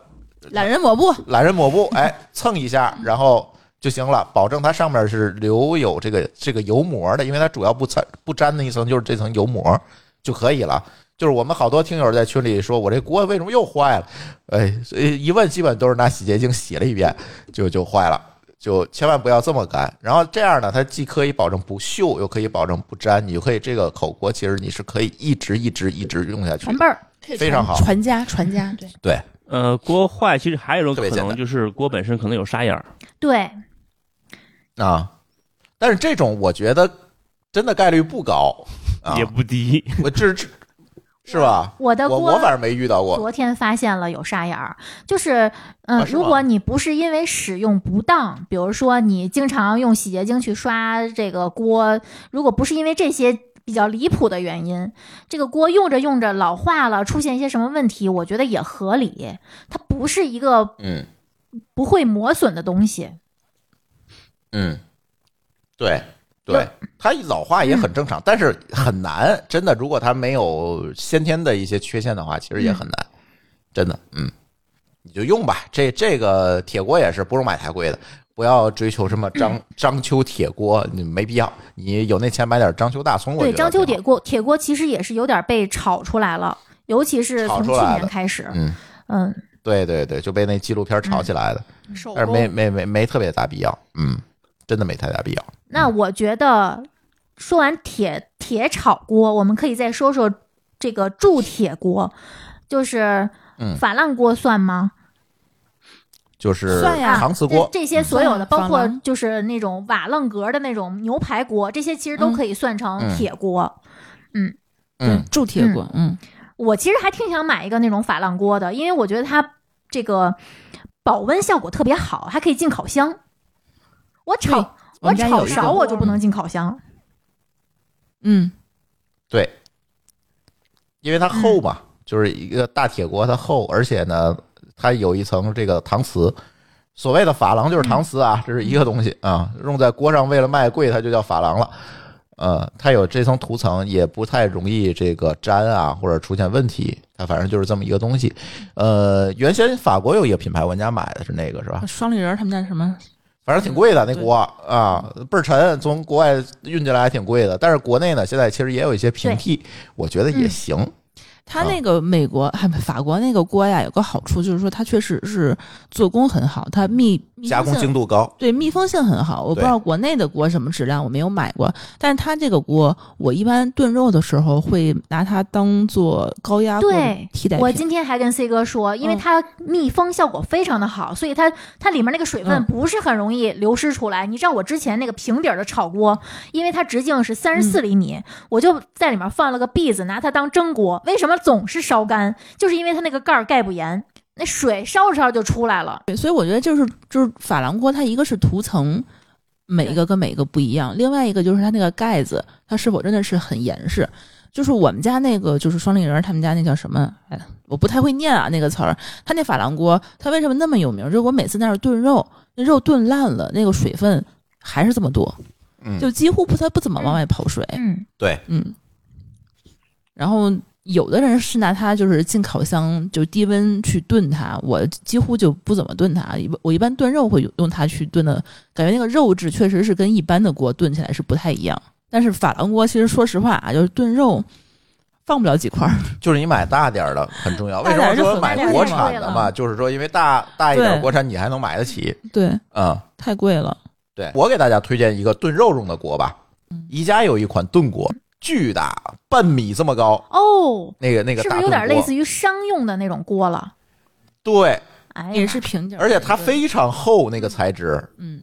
S4: 懒人抹布，
S5: 懒人抹布，哎，蹭一下，然后就行了，保证它上面是留有这个这个油膜的，因为它主要不粘不粘的一层就是这层油膜就可以了。就是我们好多听友在群里说，我这锅为什么又坏了？哎，所以一问基本都是拿洗洁精洗了一遍就就坏了，就千万不要这么干。然后这样呢，它既可以保证不锈，又可以保证不粘，你就可以这个口锅其实你是可以一直一直一直用下去
S2: 全
S5: 的。
S2: 辈儿，
S5: 非常好
S4: 传家传家，对，
S5: 对，
S3: 呃锅坏，其实还有一种
S5: 特别
S3: 可
S5: 简
S3: 能
S5: 单
S3: 就是锅本身可能有沙眼儿，
S2: 对，
S5: 啊，但是这种我觉得真的概率不高啊
S3: 也，不低。
S5: 我这这是吧？
S2: 我的
S5: 我
S2: 锅
S5: 我反正没遇到过，
S2: 昨天发现了有沙眼儿，就是嗯、
S5: 啊是吗
S2: 如果你不是因为使用不当，比如说你经常用洗洁精去刷这个锅，如果不是因为这些。比较离谱的原因，这个锅用着用着老化了，出现一些什么问题，我觉得也合理。它不是一个
S5: 嗯
S2: 不会磨损的东西，
S5: 嗯，对对，它老化也很
S2: 嗯
S5: 正常，但是很难，真的，如果它没有先天的一些缺陷的话，其实也很难，真的，嗯，你就用吧，这这个铁锅也是不用买太贵的。不要追求什么章
S2: 嗯
S5: 章丘铁锅，你没必要。你有那钱买点章丘大葱，我觉
S2: 对
S5: 得
S2: 章丘
S5: 挺
S2: 铁
S5: 好，
S2: 锅铁锅其实也是有点被炒出来了，尤其是
S5: 炒
S2: 从去
S5: 出来
S2: 年
S5: 的
S2: 开始，
S5: 嗯，
S2: 嗯，
S5: 对对对，就被那纪录片炒起来的，
S6: 手
S5: 但是
S6: 工
S5: 哎没没没没特别大必要，嗯，真的没太大必要。
S2: 那
S4: 嗯
S2: 我觉得说完铁铁炒锅，我们可以再说说这个
S4: 嗯
S2: 铸铁锅，就是
S5: 嗯
S2: 珐琅锅算吗？
S5: 就是
S4: 算呀
S5: 搪瓷
S2: 这
S5: 锅，
S2: 这些所有的，
S4: 嗯算
S2: 包括
S4: 珐琅
S2: 就是那种瓦楞格的那种牛排锅，这些其实都可以算成
S5: 嗯
S2: 铁锅。
S5: 嗯，
S4: 铸铁锅，嗯，
S2: 我其实还挺想买一个那种珐琅锅的，因为我觉得它这个保温效果特别好，还可以进烤箱。我
S4: 对
S2: 炒我
S4: 们家
S2: 炒
S4: 有一个
S2: 勺我就不能进烤箱，
S4: 嗯，
S5: 对，因为它厚嘛，就是一个大铁锅，它厚，而且呢，它有一层这个搪瓷。所谓的珐琅就是搪瓷啊，这是一个东西啊，用在锅上为了卖贵，它就叫珐琅了。呃，它有这层涂层，也不太容易这个粘啊，或者出现问题。它反正就是这么一个东西。呃，原先法国有一个品牌，玩家买的是那个是吧？
S4: 双立人儿他们家什么？
S5: 反正挺贵的那锅啊，倍儿沉，从国外运进来还挺贵的。但是国内呢，现在其实也有一些平替，我觉得也行。
S4: 他
S5: 啊
S4: 那个美国还不法国那个锅呀，有个好处就是说它确实是做工很好，它密密
S5: 加
S4: 封
S5: 工
S4: 性
S5: 精度高，
S4: 对密封性很好。我不知
S5: 对
S4: 道国内的锅什么质量，我没有买过。但是它这个锅，我一般炖肉的时候会拿它当做高压锅的
S2: 对
S4: 替代
S2: 我
S4: 品。
S2: 今天还跟 C 哥说，因为
S4: 嗯
S2: 它密封效果非常的好，所以它它里面那个水分
S4: 嗯
S2: 不是很容易流失出来。你知道我之前那个平底儿的炒锅，因为它直径是三十四厘米，
S4: 嗯
S2: 我就在里面放了个篦子，拿它当蒸锅。为什么总是烧干？就是因为它那个盖儿盖不严，那水烧着烧着就出来了。
S4: 对，所以我觉得就是就是珐琅锅，它一个是涂层，每一个跟每一个不一样，另外一个就是它那个盖子，它是否真的是很严实。就是我们家那个，就是双立人儿他们家那叫什么？哎，我不太会念啊那个词儿。他那珐琅锅，它为什么那么有名？就是我每次在那儿炖肉，那肉炖烂了，那个水分还是这么多，
S5: 嗯，
S4: 就几乎不它不怎么往外跑水。
S2: 嗯，
S5: 对，
S4: 嗯，然后有的人是拿它就是进烤箱就低温去炖它，我几乎就不怎么炖它，一般我一般炖肉会用用它去炖的，感觉那个肉质确实是跟一般的锅炖起来是不太一样。但是珐琅锅其实说实话啊，就是炖肉放不了几块儿，
S5: 就是你买大点儿的很重要。为
S4: 大
S5: 什
S4: 点儿
S5: 么
S4: 是
S5: 说
S4: 很
S5: 买
S2: 贵
S5: 国
S2: 的
S5: 产的嘛？就是说，因为大大一点
S4: 对
S5: 国产你还能买得起，
S4: 对，
S5: 嗯。
S4: 太贵了。
S5: 对我给大家推荐一个炖肉用的锅吧，宜家有一款炖锅，巨大，半米这么高，
S2: 哦，
S5: 那个那个
S2: 是不
S5: 大
S2: 是有
S5: 炖
S2: 点类
S5: 锅
S2: 似，于商用的那种锅了？
S5: 对，
S2: 哎呀，
S4: 也是平底儿，
S5: 而且它非常厚，那个材质，
S4: 嗯，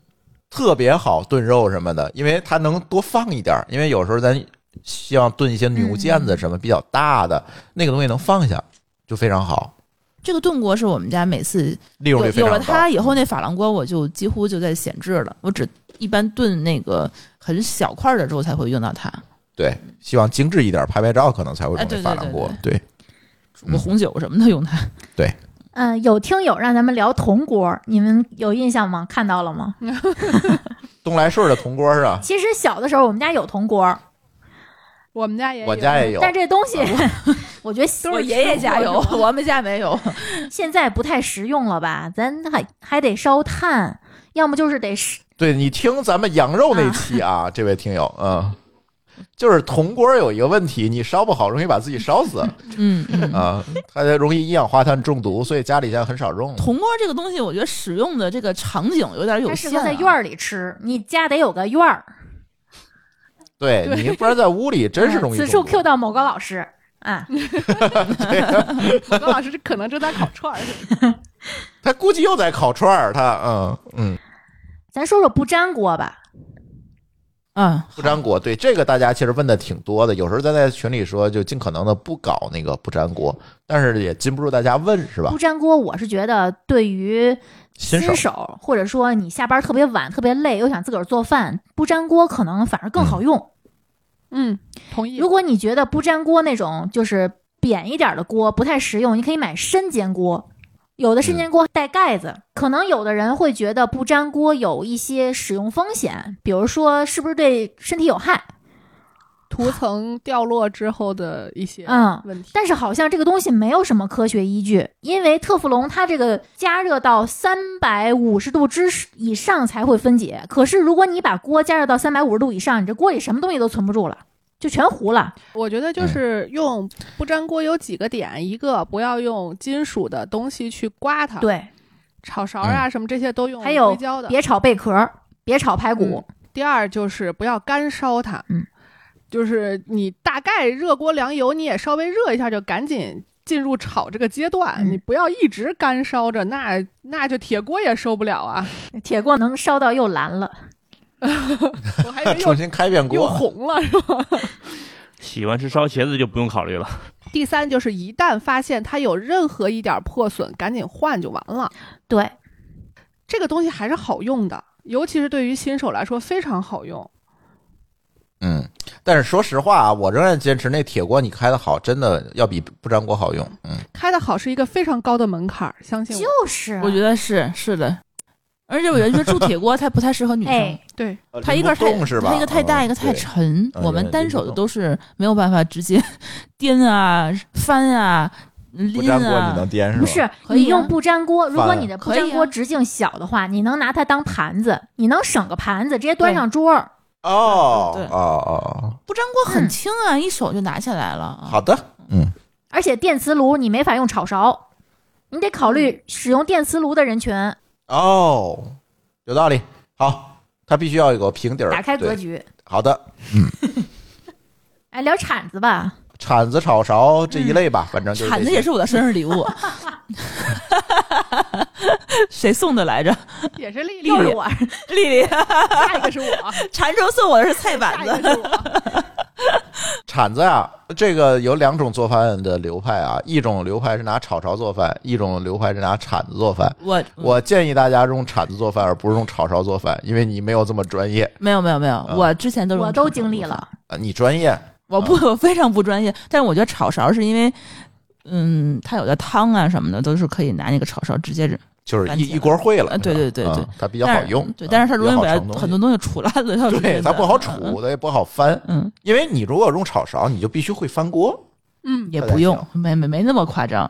S5: 特别好炖肉什么的，因为它能多放一点儿，因为有时候咱希望炖一些牛腱子什么比较大的，那个东西能放下就非常好，
S4: 这个炖锅是我们家每次
S5: 利用率非
S4: 有
S5: 常
S4: 有
S5: 高。
S4: 了它以后，那珐琅锅我就几乎就在闲置了，我只一般炖那个很小块儿的肉才会用到它。
S5: 对，希望精致一点，拍拍照可能才会
S4: 哎
S5: 用
S4: 对
S5: 珐
S4: 对
S5: 琅
S4: 对
S5: 锅。对，
S4: 煮个红酒什么的用它。
S2: 嗯，有听友让咱们聊铜锅，你们有印象吗？看到了吗？
S5: 东来顺的铜锅啊是吧？
S2: 其实小的时候我们家有铜锅，
S6: 我们家也
S5: 我家也有，
S2: 但这东西， 我觉得
S4: 都是爷爷家有， 我们家没 有。
S2: 现在不太实用了吧？咱还还得烧炭，要么就是得是
S5: 对你听咱们羊肉那期啊，这位听友，嗯，就是铜锅有一个问题，你烧不好容易把自己烧死
S4: 嗯，嗯
S5: 啊，它容易一氧化碳中毒，所以家里现在很少用。
S4: 铜锅这个东西，我觉得使用的这个场景有点有
S2: 它适合
S4: 限、啊。
S2: 在院儿里吃，你家得有个院儿。
S5: 对
S6: 对
S5: 你不然在屋里真是容易
S2: 嗯 此
S5: 中
S2: 处
S5: 毒。
S2: Q 到某高老师啊，
S6: 我跟老师可能正在烤串儿 似的，
S5: 他估计又在烤串儿，他嗯嗯，
S2: 咱说说不粘锅吧。
S4: 嗯，
S5: 不粘锅，对这个大家其实问的挺多的，有时候咱在群里说就尽可能的不搞那个不粘锅，但是也禁不住大家问是吧
S2: 不？粘锅，我是觉得对于
S5: 新手
S2: 手，或者说你下班特别晚、特别累，又想自个儿做饭，不粘锅可能反而更好用。
S6: 嗯，同意
S2: 如。果你觉得不粘锅那种就是扁一点的锅不太实用，你可以买深煎锅。有的深煎锅带盖子，可能有的人会觉得不粘锅有一些使用风险，比如说是不是对身体有害？
S6: 涂层掉落之后的一些
S2: 嗯
S6: 问题，
S2: 但是好像这个东西没有什么科学依据，因为特氟龙它这个加热到三百五十度之以上才会分解，可是如果你把锅加热到三百五十度以上，你这锅里什么东西都存不住了，就全糊了。
S6: 我觉
S5: 嗯
S6: 得就是用不粘锅有几个点，一个不要用金属的东西去刮它，，
S2: 对，
S6: 炒
S5: 嗯
S6: 勺啊什么这些都用
S2: 还有
S6: 硅胶的。
S2: 别炒贝壳，别炒排骨，
S6: 第二就是不要干烧它，
S2: 嗯，
S6: 就是你大概热锅凉油，你也稍微热一下，就赶紧进入炒这个阶段，
S2: 嗯
S6: 你不要一直干烧着，那那就铁锅也受不了 啊！
S2: 铁锅能烧到又蓝了。
S6: 我还以为
S5: 重
S6: 又
S5: 新开遍
S6: 又
S5: 锅，
S6: 红了 是吧？
S3: 喜欢吃烧茄子就不用考虑了。
S6: 第三就是一旦发现它有任何一点破损，赶紧换就完了。
S2: 对，
S6: 这个东西还是好用的，尤其是对于新手来说非常好用。
S5: 嗯，但是说实话啊，我仍然坚持那铁锅你开的好，真的要比不粘锅好用。嗯，
S6: 开的好是一个非常高的门槛儿，相信我。
S2: 就是啊
S4: 我觉得是是的，而且我觉得这铸铁锅它不太适合女生
S2: 哎。
S6: 对，
S4: 它一个太
S5: 哦动是吧？
S4: 它一个太大，
S5: 嗯
S4: 一个太。
S5: 对
S4: 沉。
S5: 嗯
S4: 我
S5: 有
S4: 们
S5: 点
S4: 单
S5: 拎不
S4: 手的
S5: 动
S4: 都是没有办法直接 颠啊、翻啊、
S5: 不
S4: 拎
S5: 粘锅你
S4: 啊
S5: 能。颠是吧？
S2: 不是，
S4: 可以啊
S2: 你用不粘锅，如果你的不
S4: 可以啊
S2: 粘锅直径小的话，你能拿它当盘子，你能省个盘子，直接端上桌儿。
S5: 哦
S4: 对
S5: 哦哦，
S4: 不粘锅很
S2: 嗯
S4: 轻啊，一手就拿下来了啊。
S5: 好的，
S2: 而且电磁炉你没法用炒勺，你得考虑使用电磁炉的人群，
S5: 哦，有道理。好，它必须要有个平底儿，
S2: 打开格
S5: 对。
S2: 局。
S5: 好的，
S2: 哎，聊铲子吧，
S5: 铲子、炒勺这一类吧，反正就是这
S4: 铲子
S5: 些
S4: 也是我的生日礼 物， 谁送的来着？
S6: 也是丽丽
S2: 又是我，
S4: 丽丽，
S6: 下一个是我，
S4: 禅州送我的是菜板
S6: 下
S4: 子。
S6: 一个是我。
S5: 铲子啊，这个有两种做饭的流派啊，一种流派是拿炒勺做饭，一种流派是拿铲子做饭。
S4: 我
S5: 我建议大家用铲子做饭，而不是用炒勺做饭，因为你没有这么专业
S4: 嗯没有没有没有，我之前都是
S2: 我
S4: 用
S2: 都
S4: 铲子
S2: 经历
S4: 做饭
S2: 了。
S5: 啊。你专业
S4: 我不，
S5: 啊
S4: 我非常不专业，但是我觉得炒勺是因为，嗯，它有的汤啊什么的都是可以拿那个炒勺直接，
S5: 就是
S4: 番
S5: 一
S4: 茄
S5: 一锅烩了
S4: 啊，对
S5: 是吧
S4: 对对对
S5: 啊它比
S4: 比
S5: 较好用。
S4: 对，但是它
S5: 啊
S4: 容易
S5: 比较好
S4: 把
S5: 盛东西
S4: 很多东西杵烂了，要是
S5: 对
S4: 这
S5: 它
S4: 样
S5: 不好
S4: 的
S5: 杵，，它也不好翻。
S4: 嗯，嗯
S5: 因为你如果用炒勺，你就必须会翻锅。
S6: 嗯，
S4: 也
S5: 不
S4: 不
S5: 太
S4: 用
S5: 行，
S4: 没没没那么夸张，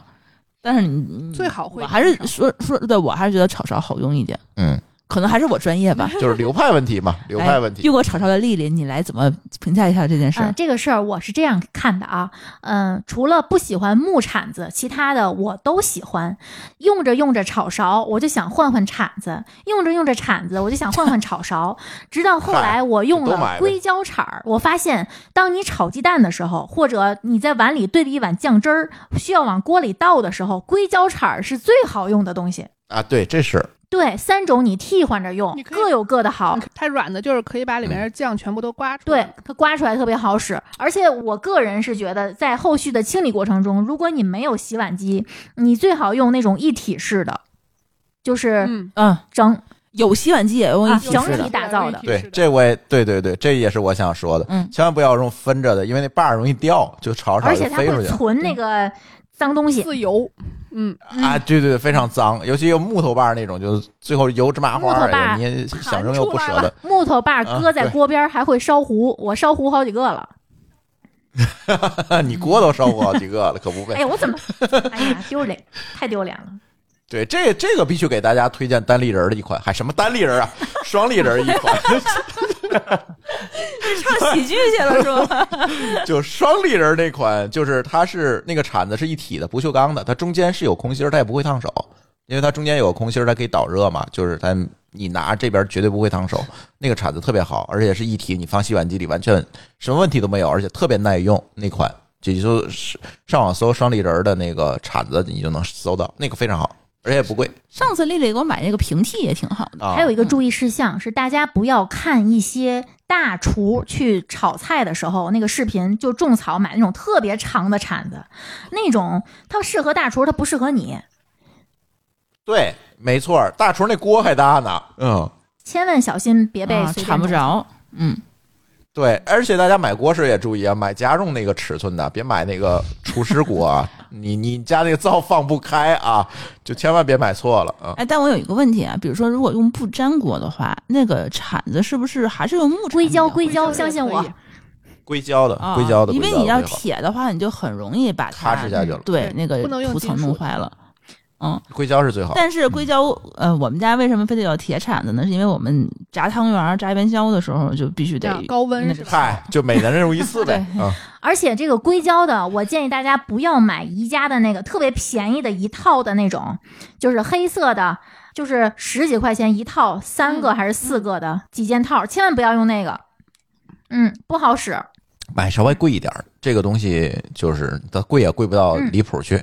S4: 但是你你
S6: 最好会
S4: 我还是
S6: 炒勺
S4: 说说对，我还是觉得炒勺好用一点，
S5: 嗯，
S4: 可能还是我专业吧，
S5: 就是流派问题嘛，流派问
S4: 哎
S5: 题。
S4: 用过炒勺的丽丽，你来怎么评价一下这件事
S2: 嗯、
S4: 儿？
S2: 这个事儿我是这样看的啊，嗯，除了不喜欢木铲子，其他的我都喜欢。用着用着炒勺，我就想换换铲子；用着用着铲子，我就想换换炒 勺。直到后来我用
S5: 都
S2: 了
S5: 买呗
S2: 硅胶铲儿，我发现，当你炒鸡蛋的时候，或者你在碗里兑了一碗酱汁儿，需要往锅里倒的时候，硅胶铲儿是最好用的东西。
S5: 啊，对，这是
S2: 对，三种你替换着用
S6: 你，可以
S2: 各有各的好。
S6: 太软的，就是可以把里面
S4: 嗯
S6: 的酱全部都刮出来。
S2: 对，它刮出来特别好使，而且我个人是觉得，在后续的清理过程中，如果你没有洗碗机，你最好用那种一体式的，就是
S6: 嗯，
S4: 嗯，
S2: 整
S4: 有洗碗机也用一
S2: 啊
S4: 体
S2: 整
S4: 式的
S2: 体打造的
S5: 对，这我也对对对，这也是我想说的。
S4: 嗯
S5: 千万不要用分着的，因为那把儿容易掉，就炒着炒
S2: 而
S5: 着
S2: 且
S5: 就
S2: 它
S5: 飞出
S2: 会
S5: 去了嗯
S2: 存那个脏东西。
S6: 自由。嗯，
S5: 啊！对对对，非常脏，尤其有木头把儿那种，就是最后油芝麻花
S2: 木
S5: 儿，
S2: 头把儿
S5: 哎呀你想扔又不舍
S6: 弹出来
S5: 得。
S2: 木头把儿搁在
S5: 啊对
S2: 锅边儿还会烧糊，我烧糊好几个了。
S5: 你锅都烧不好几个了，可不呗
S2: 哎？呀，我 怎么？哎呀，丢脸，太丢脸了。
S5: 对，这这个必须给大家推荐单立人儿的一款，还什么单立人 儿啊，双立人儿一款，
S4: 唱喜剧去了是吧？
S5: 就双立人儿那款，就是它是那个铲子是一体的，不锈钢的，它中间是有空心儿，它也不会烫手，因为它中间有个空心儿，它可以导热嘛，就是它你拿这边绝对不会烫手，那个铲子特别好，而且是一体，你放洗碗机里完全什么问题都没有，而且特别耐用那款，也就是上网搜双立人儿的那个铲子，你就能搜到那个非常好，而且也不贵
S4: 上次丽丽给我买那个平替也挺好的，
S5: 啊。
S2: 还有一个注意事项
S4: 嗯
S2: 是，大家不要看一些大厨去炒菜的时候，那个视频就种草买那种特别长的铲子，那种它适合大厨，它不适合你。
S5: 对，没错儿，大厨那锅还大呢。嗯，
S2: 千万小心，别被
S4: 啊
S2: 随便
S4: 缠不
S2: 弄。
S4: 着。嗯，
S5: 对，而且大家买锅时也注意啊，买家用那个尺寸的，别买那个厨师锅 啊。你你家那个灶放不开啊，就千万别买错了啊。
S4: 哎，但我有一个问题啊，比如说如果用不粘锅的话，那个铲子是不是还是用木铲比较好？
S2: 硅胶，硅胶，相信我
S6: 可以，
S5: 硅胶的，
S4: 啊
S5: 硅胶的，
S4: 因为
S5: 硅胶的
S4: 你要
S5: 最好
S4: 铁的话，你就很容易把它
S5: 踏实下去了，
S4: 对
S6: 对
S4: 那个
S6: 不能用
S4: 涂
S6: 金
S4: 层
S6: 属
S4: 弄
S6: 的
S4: 坏了。嗯，
S5: 硅胶是最好。
S4: 但是硅胶，呃，我们家为什么非得要铁铲子呢？是因为我们炸汤圆儿、炸元宵的时候就必须得
S6: 要啊高温
S4: 那
S6: 是吧？
S5: 嗨，就每年用一次呗
S4: 对
S5: 啊。
S2: 而且这个硅胶的，我建议大家不要买宜家的那个特别便宜的一套的那种，就是黑色的，就是十几块钱一套，三
S4: 嗯
S2: 个还是四个的几件套，千万不要用那个，嗯，不好使。
S5: 买稍微贵一点儿，这个东西就是它贵也贵不到
S4: 嗯
S5: 离谱去，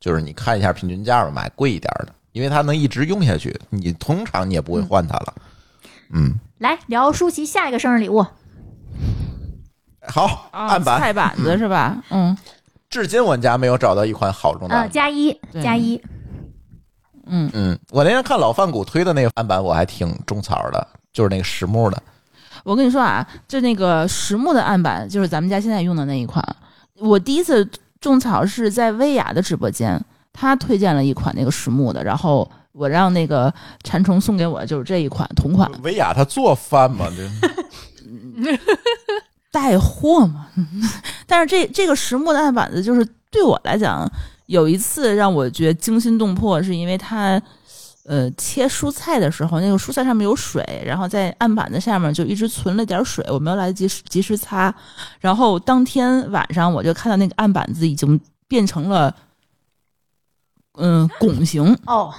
S5: 就是你看一下平均价吧，买贵一点儿的，因为它能一直用下去，你通常你也不会换它了。嗯，
S2: 来聊舒淇下一个生日礼物，
S5: 好，
S4: 啊
S5: 案板，
S4: 菜板子是吧？嗯
S5: 至今我家没有找到一款好中的
S2: 呃，
S4: 啊
S5: 案板。
S2: 加一
S4: 对
S2: 加一，
S4: 嗯，
S5: 嗯，我那天看老范谷推的那个案板，我还挺种草的，就是那个实木的。
S4: 我跟你说啊，就那个实木的案板，就是咱们家现在用的那一款。我第一次种草是在薇娅的直播间，她推荐了一款那个实木的，然后我让那个馋虫送给我的就是这一款同款
S5: 维亚他做饭嘛， 这
S4: 带货嘛。 但是这这个实木的案板子，就是对我来讲，有一次让我觉得惊心动魄，是因为它。呃，切蔬菜的时候，那个蔬菜上面有水，然后在案板子下面就一直存了点水，我没有来得及及时擦。然后当天晚上我就看到那个案板子已经变成了，嗯、拱形，
S2: 哦，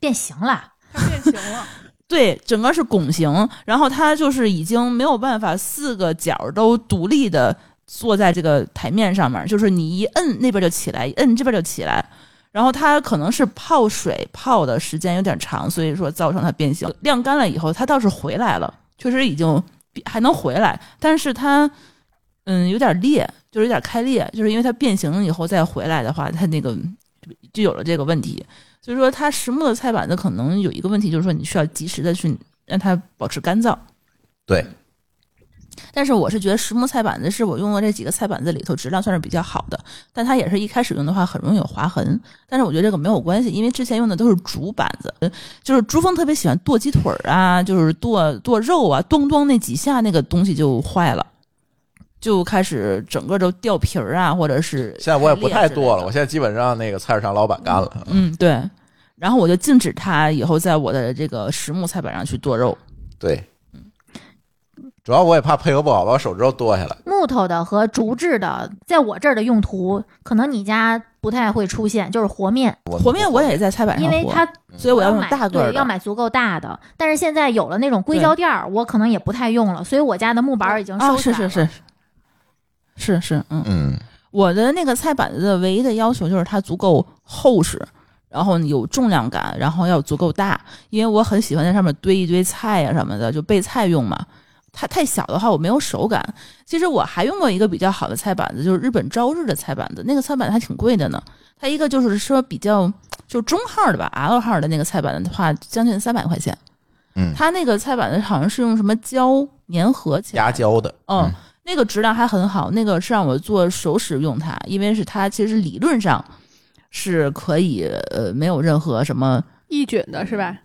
S2: 变形了，
S6: 它变形了，
S4: 对，整个是拱形，然后它就是已经没有办法四个角都独立的坐在这个台面上面，就是你一摁那边就起来，一摁这边就起来。然后它可能是泡水泡的时间有点长，所以说造成它变形。晾干了以后，它倒是回来了，确实已经还能回来，但是它嗯有点裂，就是有点开裂，就是因为它变形了以后再回来的话，它那个就有了这个问题。所以说，它实木的菜板子可能有一个问题，就是说你需要及时的去让它保持干燥。
S5: 对，
S4: 但是我是觉得实木菜板子是我用的这几个菜板子里头质量算是比较好的，但它也是一开始用的话很容易有划痕。但是我觉得这个没有关系，因为之前用的都是竹板子，呃就是珠峰特别喜欢剁鸡腿儿啊，就是剁剁肉啊，咚咚那几下那个东西就坏了。就开始整个都掉皮儿啊，或者是
S5: 现在我也不太
S4: 开裂之类
S5: 剁了，
S4: 的
S5: 我现在基本上那个菜市场老板干了。
S4: 嗯，对。然后我就禁止他以后在我的这个实木菜板上去剁肉。
S5: 对，主要我也怕配合不好，把我手指头剁下来。
S2: 木头的和竹制的，在我这儿的用途，可能你家不太会出现，就是和面，
S5: 我
S4: 和面我也在菜板上
S2: 因
S4: 和，
S2: 为它
S4: 所以我要用
S2: 买
S4: 大个儿
S2: 对，
S4: 的。
S2: 要买足够大的。但是现在有了那种硅胶垫儿，我可能也不太用了，所以我家的木板儿已经
S4: 啊，
S2: 收起
S4: 是
S2: 来了。
S4: 是是，是是，嗯，
S5: 嗯，
S4: 我的那个菜板子的唯一的要求就是它足够厚实，然后有重量感，然后要足够大，因为我很喜欢在上面堆一堆菜呀、什么的，就备菜用嘛。它太小的话，我没有手感。其实我还用过一个比较好的菜板子，就是日本朝日的菜板子，那个菜板子还挺贵的呢。它一个就是说比较就中号的吧，L 号的那个菜板子的话，将近三百块钱。
S5: 嗯
S4: 它那个菜板子好像是用什么胶粘合起来
S5: 牙
S4: 的
S5: 胶的，
S4: 嗯，那个质量还很好，那个是让我做手使用它，因为是它其实理论上是可以呃没有任何什么
S6: 抑菌的是吧？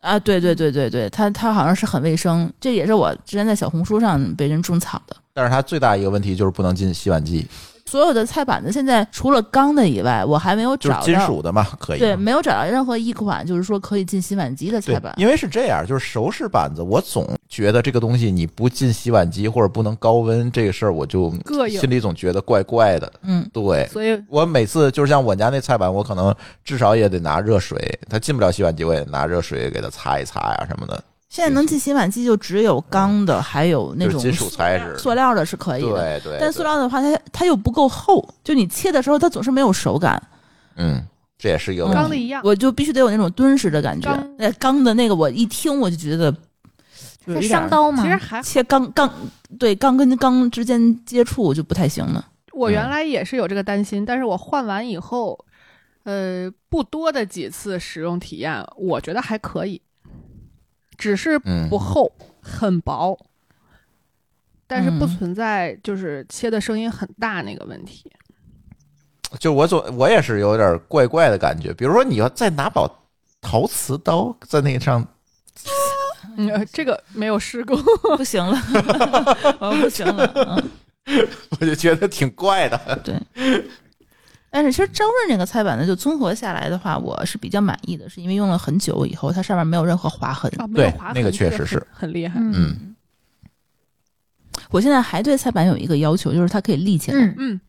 S4: 啊，对对对对对，它它好像是很卫生，这也是我之前在小红书上被人种草的。
S5: 但是它最大一个问题就是不能进洗碗机，
S4: 所有的菜板子现在除了钢的以外，我还没有
S5: 就是
S4: 找
S5: 金
S4: 到
S5: 属的嘛，可以。
S4: 对，没有找到任何一款就是说可以进洗碗机的
S5: 对
S4: 菜板。
S5: 因为是这样，就是熟食板子，我总觉得这个东西你不进洗碗机或者不能高温这个事儿，我就
S6: 膈应
S5: 心里总觉得怪怪的。
S4: 嗯，
S5: 对
S6: 所以
S5: 我每次就是像我家那菜板，我可能至少也得拿热水，它进不了洗碗机，我也得拿热水给它擦一擦呀、什么的，
S4: 现在能进洗碗机就只有钢的，还有那
S5: 嗯就是
S4: 种
S5: 金属材质。
S4: 塑料的是可以
S5: 对
S4: 的。
S5: 对，
S4: 但塑料的话，它它又不够厚，就你切的时候它总是没有手感。
S5: 嗯，这也是一个问
S4: 嗯
S5: 题。
S6: 缸的一样，
S4: 我就必须得有那种敦实的感觉
S6: 刚。
S4: 那刚的那个，我一听我就觉得有
S2: 它
S4: 一点
S2: 伤刀吗
S6: 其？实还
S4: 切钢钢对钢跟钢之间接触就不太行了。
S6: 我
S4: 嗯
S6: 原来也是有这个担心，但是我换完以后，呃，不多的几次使用体验，我觉得还可以，只是
S5: 嗯
S6: 不厚，很薄，但是不
S4: 嗯
S6: 存在就是切的声音很大那个问题。
S5: 就我总我也是有点怪怪的感觉。比如说，你要再拿把陶瓷刀在那上，
S6: 嗯，呃这个没有试过，
S4: 不行了， 我不行了。嗯，
S5: 我就觉得挺怪的。
S4: 但是其实招润这个菜板呢，就综合下来的话，我是比较满意的，是因为用了很久以后，它上面没有任何划痕。
S6: 啊，没有
S5: 对
S6: 划痕，
S5: 那个确
S6: 这
S5: 实是
S6: 很很厉害。
S2: 嗯
S5: 嗯，
S4: 我现在还对菜板有一个要求，就是它可以立起来。
S2: 嗯，
S6: 嗯，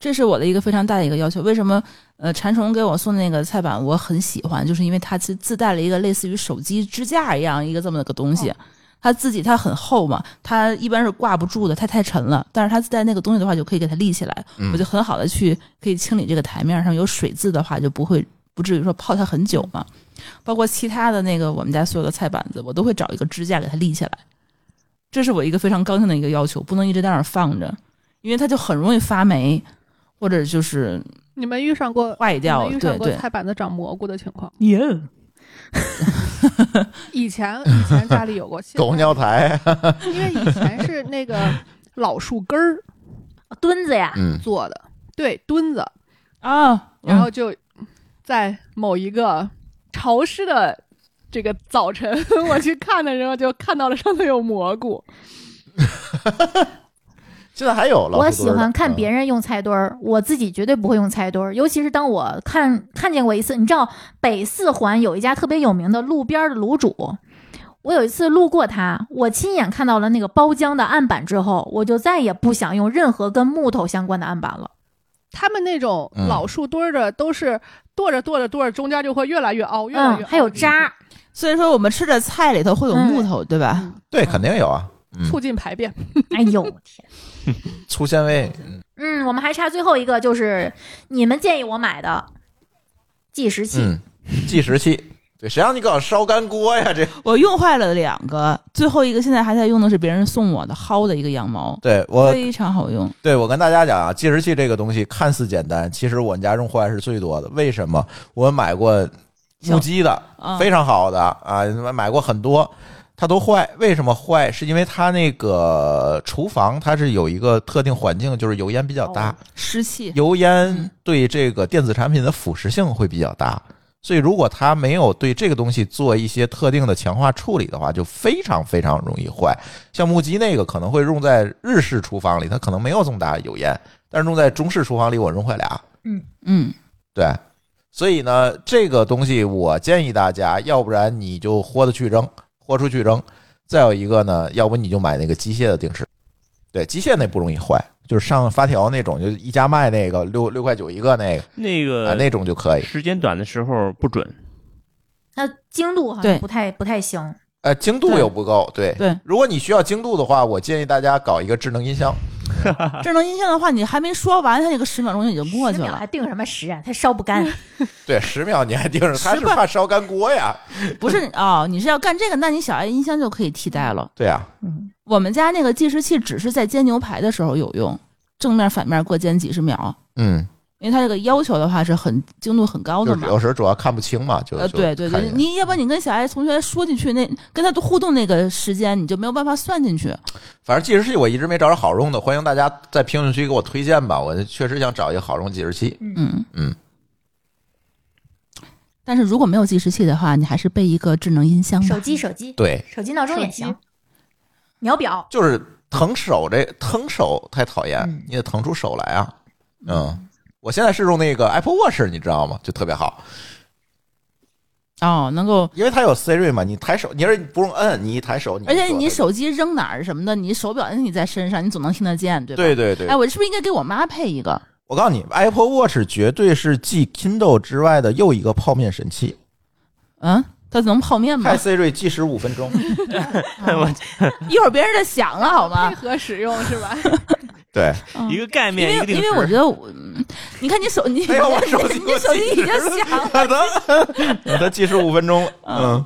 S4: 这是我的一个非常大的一个要求。为什么？呃，馋虫给我送那个菜板，我很喜欢，就是因为它自自带了一个类似于手机支架一样一个这么个东西。
S6: 哦
S4: 它自己它很厚嘛，它一般是挂不住的，它太沉了。但是它自带那个东西的话，就可以给它立起来，
S5: 嗯
S4: 我就很好的去可以清理这个台面上有水渍的话，就不会不至于说泡它很久嘛。包括其他的那个我们家所有的菜板子，我都会找一个支架给它立起来。这是我一个非常高兴的一个要求，不能一直在那儿放着，因为它就很容易发霉，或者就是
S6: 你们遇上过
S4: 坏
S6: 你
S4: 掉。
S6: 们遇上
S4: 对
S6: 过
S4: 对，
S6: 菜板子长蘑菇的情况吗？
S4: 耶，
S6: 以前以前家里有 过，现在
S5: 狗尿苔，
S6: 因为以前是那个老树根儿
S2: 啊墩子呀，
S5: 嗯，
S6: 做的，对，墩子，
S4: 啊，
S6: 然后就在某一个潮湿的这个早晨， 我去看的时候，就看到了上头有蘑菇。
S5: 现在还有了。
S2: 我喜欢看别
S5: 人，
S2: 人用菜墩儿，我自己绝对不会用菜墩儿。尤其是当我看看见过一次，你知道北四环有一家特别有名的路边的卤煮，我有一次路过它，我亲眼看到了那个包浆的案板之后，我就再也不想用任何跟木头相关的案板了。
S6: 他们那种
S5: 嗯
S6: 老树墩儿的都是剁着剁着剁着，中间就会越来越凹，越来越
S2: 嗯，
S6: 凹
S2: 还有渣，
S4: 所以说我们吃的菜里头会有木头，对吧？
S5: 对，肯定有啊。嗯，
S6: 促进排便。
S2: 哎呦我天！
S5: 粗纤维，
S2: 嗯，我们还差最后一个，就是你们建议我买的计时器。
S5: 嗯，计时器。对，谁让你搞烧干锅呀？这
S4: 我用坏了两个，最后一个现在还在用的是别人送我的薅的一个羊毛，
S5: 对我，
S4: 非常好用。
S5: 对我跟大家讲啊，计时器这个东西看似简单，其实我们家用坏是最多的。为什么？我买过木屐的，
S4: 啊，
S5: 非常好的啊，买过很多，它都坏。为什么坏？是因为它那个厨房它是有一个特定环境，就是油烟比较大，
S4: 湿气。
S5: 油
S4: 嗯
S5: 烟对这个电子产品的腐蚀性会比较大。所以，如果它没有对这个东西做一些特定的强化处理的话，就非常非常容易坏。像木屐那个可能会用在日式厨房里，它可能没有这么大的油烟，但是用在中式厨房里，我用坏俩。
S4: 嗯，
S5: 对，所以呢，这个东西我建议大家，要不然你就豁得去扔，豁出去扔；再有一个呢，要不你就买那个机械的定时，对，机械那不容易坏，就是上发条那种，就是一家卖那个六六块九一个那个
S3: 那
S5: 啊，
S3: 个
S5: 那种就可以。
S3: 时间短的时候不准，
S2: 那精度好像
S4: 对
S2: 不太不太行。
S5: 呃，精度
S4: 对
S5: 又不够，对。
S4: 对，
S5: 如果你需要精度的话，我建议大家搞一个智能音箱。
S4: 智能音箱的话，你还没说完，它那个十秒钟就已经过
S2: 十
S4: 去
S2: 秒还
S4: 了。
S2: 定什么时啊？它烧不干。
S5: 对，十秒你还盯着，他是怕烧干锅 呀。
S4: 不是哦，你是要干这个，那你小爱音箱就可以替代了。
S5: 对呀、
S4: 我们家那个计时器只是在煎牛排的时候有用，正面反面各煎几十秒，
S5: 嗯，
S4: 因为它这个要求的话是很精度很高的
S5: 就是
S4: 嘛。
S5: 有时候主要看不清嘛，就
S4: 呃，
S5: 就
S4: 对对
S5: 看一
S4: 对，
S5: 眼
S4: 你要不然你跟小爱同学说进去，那跟他互动那个时间，你就没有办法算进去。
S5: 反正计时器我一直没找着好用的，欢迎大家在评论区给我推荐吧。我确实想找一个好用计时器。
S4: 嗯
S5: 嗯。
S4: 但是如果没有计时器的话，你还是备一个智能音箱吧。
S2: 手机，手机，
S5: 对，
S2: 手机闹钟也
S4: 手
S2: 行
S4: 机。
S2: 秒表，
S5: 就是疼手这疼手太讨厌，
S4: 嗯
S5: 你得疼出手来啊。嗯，我现在是用那个 Apple Watch，你知道吗？就特别好，
S4: 哦，能够，
S5: 因为它有 Siri 嘛，你抬手，你要是不用摁，你一抬手，
S4: 而且
S5: 就
S4: 你
S5: 嗯做
S4: 手机扔哪儿什么的，你手表摁你在身上，你总能听得见，对吧？
S5: 对对对
S4: 哎，，我是不是应该给我妈配一个？
S5: 我告诉你，Apple Watch 绝对是继 Kindle 之外的又一个泡面神器。
S4: 嗯，它能泡面 吗嗯
S5: 嗨？Siri 计时五 分钟，
S4: 一会儿别人的响了好吗
S6: 配？合使用是吧？
S5: 对，
S4: 嗯
S3: 一个概
S4: 因
S3: 念，一
S4: 为
S3: 个定
S4: 因
S3: 时。
S4: 为我觉得我，嗯你看你手你
S5: 哎呀我手机
S4: 你手机已经响了，
S5: 可能它计时五分钟了，嗯，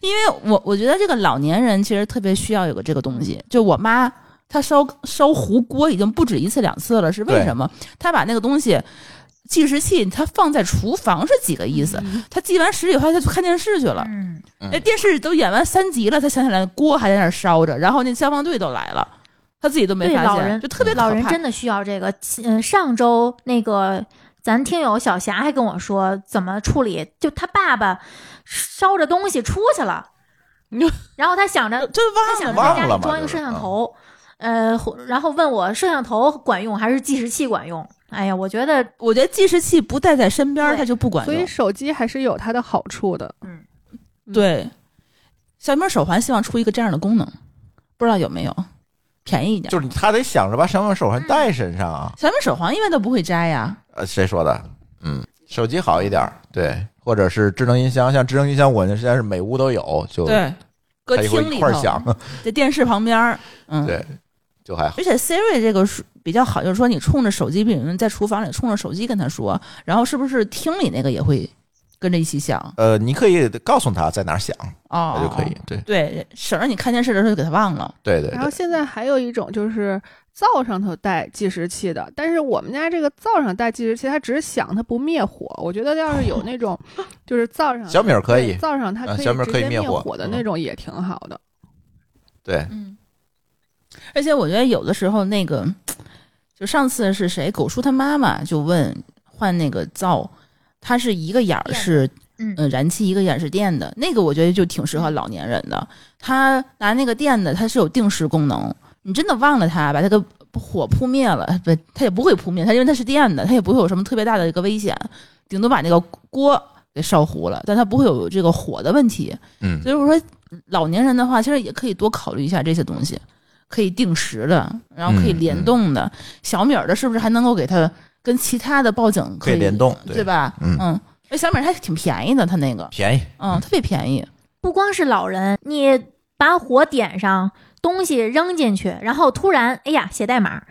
S4: 因为我我觉得这个老年人其实特别需要有个这个东西，就我妈。她烧烧糊锅已经不止一次两次了，是为
S5: 对
S4: 什么？她把那个东西计时器，她放在厨房是几个意思？她计完时以后，她就看电视去了。
S2: 嗯，
S4: 那电视都演完三集了，她想起来锅还在那儿烧着，然后那消防队都来了，她自己都没
S2: 对，
S4: 发
S2: 老
S4: 现，
S2: 人
S4: 就特别
S2: 老
S4: 可
S2: 人
S4: 怕
S2: 真的需要这个。嗯，上周那个咱听友小霞还跟我说怎么处理，就他爸爸烧着东西出去 了，然后他想着
S4: 就
S2: 他
S4: 忘
S2: 想
S4: 了
S2: 着
S4: 吧
S5: 忘
S2: 在家
S5: 了
S2: 里
S5: 嘛
S2: 装一
S5: 就
S2: 个
S5: 是
S2: 摄像头，
S4: 嗯
S2: 呃，或然后问我摄像头管用还是计时器管用？哎呀，我觉得
S4: 我觉得计时器不带在身边儿，
S2: 对
S4: 它就不管
S6: 所
S4: 用
S6: 以。手机还是有它的好处的。
S4: 对，小米手环希望出一个这样的功能，不知道有没有，便宜一点。
S5: 就是他得想着把闪光手
S4: 嗯
S5: 环带身上啊，
S4: 小米手环因为它不会摘呀，
S5: 呃，谁说的？嗯，手机好一点儿，对，或者是智能音箱，像智能音箱，我那现在是每屋都有，就它
S4: 对，搁
S5: 也会
S4: 厅
S5: 一
S4: 里
S5: 块儿
S4: 头，
S5: 响，
S4: 在电视旁边儿，嗯，
S5: 对，就还好。
S4: 而且 Siri 这个是比较好，就是说你冲着手机，比如你在厨房里冲着手机跟他说，然后是不是厅里那个也会跟着一起响？
S5: 呃，你可以告诉他在哪儿响，
S4: 哦
S5: 那，就可以。。对，
S4: 对，省着你看电视的时候就给他忘了。
S5: 对对嗯
S6: 然后
S5: 对，
S6: 现在还有一种就是灶上头带计时器的，但是我们家这个灶上带计时器，它只是响，它不灭火。我觉得要是有 那种就是灶上
S5: 小米儿可以，
S6: 灶上它
S5: 嗯
S6: 可以
S5: 小米儿
S6: 直
S5: 可以
S6: 接
S5: 灭火
S6: 火的
S5: 嗯
S6: 那种也挺好的。
S5: 对，
S4: 嗯，而且我觉得有的时候那个，就上次是谁狗叔他妈妈就问换那个灶，它是一个眼儿
S2: 电的
S4: 是
S2: 嗯
S4: 呃燃气，一个眼儿是电的，那个我觉得就挺适合老年人的。他拿那个电的，它是有定时功能，你真的忘了它，把它个火扑灭了，不，它也不会扑灭，它因为它是电的，它也不会有什么特别大的一个危险，顶多把那个锅给烧糊了，但它不会有这个火的问题。
S5: 嗯，
S4: 所以我说，老年人的话，其实也可以多考虑一下这些东西，可以定时的，然后可以
S5: 嗯
S4: 联动的。小米儿的是不是还能够给它跟其他的报警
S5: 可以联动
S4: 对
S5: 对
S4: 吧？
S5: 嗯
S4: 嗯，哎，小米儿还挺便宜的，它那个，
S5: 便宜，
S4: 嗯，特别便宜。
S2: 不光是老人，你把火点上，东西扔进去，然后突然，哎呀，写代码。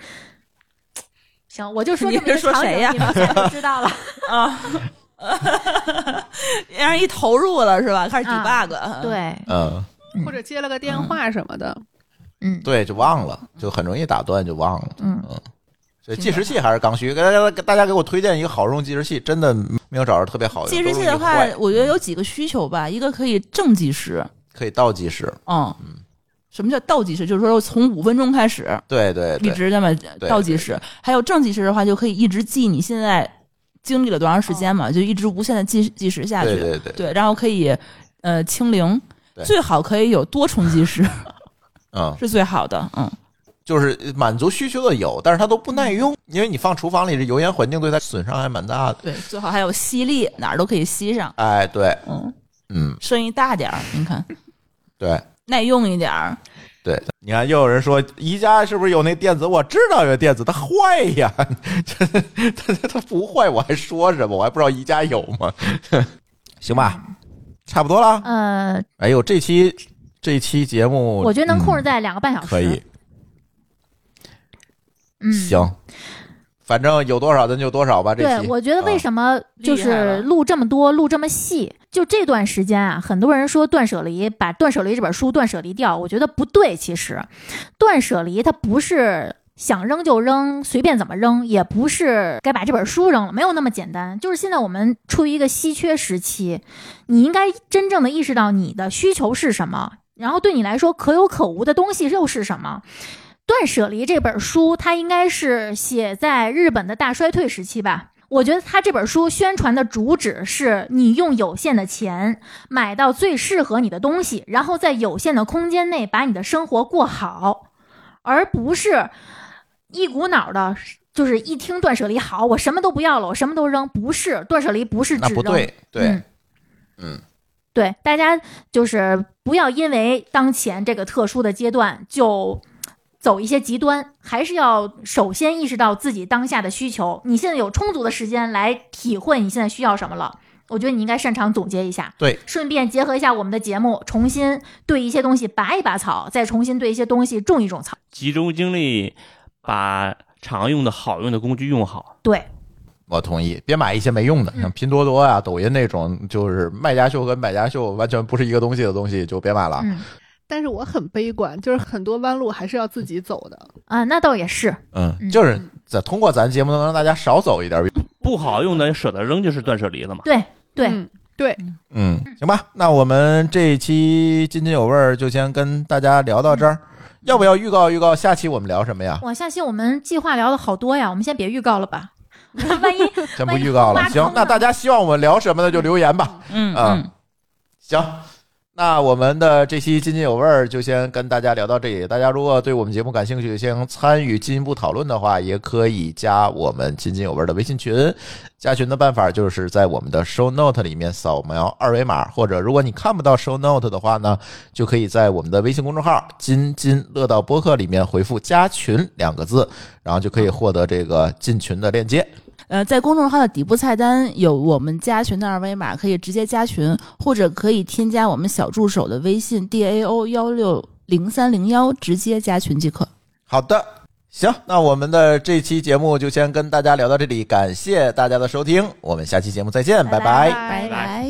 S2: 行，我就说这么一
S4: 你
S2: 个
S4: 是说
S2: 场景，
S4: 谁呀
S2: 你们就知道了。
S4: 啊，让人一投入了是吧？开始
S2: 啊
S4: debug，、，
S2: 对，
S5: 嗯，
S2: 嗯
S6: 或者接了个电话什么的，
S2: 嗯，
S5: 对，就忘了，就很容易打断，就忘了。
S2: 嗯
S5: 所以计时器还是刚需，给大家大家给我推荐一个好用计时器，真的没哦有找着特别好用。
S4: 计时器
S5: 都
S4: 的
S5: 容易
S4: 话
S5: 坏，
S4: 我觉得有几个需求吧，一个可以正计时，
S5: 可以倒计时，
S4: 嗯，什么叫倒计时？就是说从五分钟开始，
S5: 对对
S4: 一
S5: 对，
S4: 直那么
S5: 对
S4: 倒计时，还有正计时的话，就可以一直记你现在经历了多长时间嘛，就一直无限的计计时下去。
S5: 哦对对对，
S4: 然后可以呃清零，
S5: 对
S4: 最好可以有多重 计时
S5: 嗯，
S4: 是最好的。嗯，
S5: 就是满足需求的有，但是它都不耐用，因为你放厨房里，这油烟环境对它损伤还蛮大的。
S4: 对，最好还有吸力，哪儿都可以吸上。
S5: 哎，对，
S4: 嗯，
S5: 嗯，
S4: 声音大点儿，你看
S5: 对
S4: 耐用一点儿。
S5: 对，你看又有人说宜家是不是有那电子？我知道有电子，它坏呀， 这它它它不坏，我还说什么？我还不知道宜家有吗？行吧，差不多了。
S2: 呃，
S5: 哎呦，这期这期节目，
S2: 我觉得能控制
S5: 嗯
S2: 在两个半小时。
S5: 可以，
S2: 嗯，。
S5: 行，反正有多少咱就多少啊吧。这
S2: 对，
S5: 期
S2: 我觉得为什么就
S4: 厉
S2: 是
S4: 害了
S2: 录这么多，录这么细？就这段时间啊，很多人说断舍离，把断舍离这本书断舍离掉，我觉得不对。其实，断舍离它不是想扔就扔，随便怎么扔，也不是该把这本书扔了，没有那么简单。就是现在我们处于一个稀缺时期，你应该真正的意识到你的需求是什么，然后对你来说可有可无的东西又是什么。《断舍离》这本书，它应该是写在日本的大衰退时期吧。我觉得它这本书宣传的主旨是你用有限的钱买到最适合你的东西，然后在有限的空间内把你的生活过好，而不是一股脑的，就是一听断舍离好，我什么都不要了，我什么都扔。不是断舍离，不是只
S5: 那
S2: 扔，
S5: 不对，对
S2: 嗯，
S5: 嗯，
S2: 对，大家就是不要因为当前这个特殊的阶段就走一些极端，还是要首先意识到自己当下的需求。你现在有充足的时间来体会你现在需要什么了。我觉得你应该擅长总结一下，
S5: 对，
S2: 顺便结合一下我们的节目，重新对一些东西拔一拔草，再重新对一些东西种一种草。
S3: 集中精力把常用的好用的工具用好。
S2: 对，
S5: 我同意，别买一些没用的，
S2: 嗯
S5: 像拼多多啊、抖音那种，就是卖家秀跟买家秀完全不是一个东西的东西，就别买了。
S2: 嗯
S6: 但是我很悲观，就是很多弯路还是要自己走的。
S2: 啊，那倒也是，
S5: 嗯
S2: 嗯
S5: 就是在通过咱节目能让大家少走一点。
S3: 不好用的舍得扔就是断舍离了嘛。
S2: 对对，
S6: 嗯对，
S5: 嗯，行吧，那我们这一期津津有味儿就先跟大家聊到这儿。
S2: 嗯
S5: 要不要预告预告下期我们聊什么呀？
S2: 哇，下期我们计划聊的好多呀，我们先别预告了吧， 万一
S5: 先不预告了
S2: 万。一挖坑
S5: 行
S2: 呢，
S5: 那大家希望我们聊什么呢？就留言吧。
S4: 嗯
S5: 啊
S4: 嗯，
S5: 行，那我们的这期津津有味儿就先跟大家聊到这里。大家如果对我们节目感兴趣，想参与进一步讨论的话，也可以加我们津津有味儿的微信群。加群的办法就是在我们的 show note 里面扫描二维码，或者如果你看不到 show note 的话呢，就可以在我们的微信公众号“津津乐道播客”里面回复“加群”两个字，然后就可以获得这个进群的链接。
S4: 呃，在公众号的底部菜单有我们加群的二维码，可以直接加群，或者可以添加我们小助手的微信 d a o 幺六零三零幺，直接加群即可。
S5: 好的，行，那我们的这期节目就先跟大家聊到这里，感谢大家的收听，我们下期节目再见，拜拜
S4: 拜拜。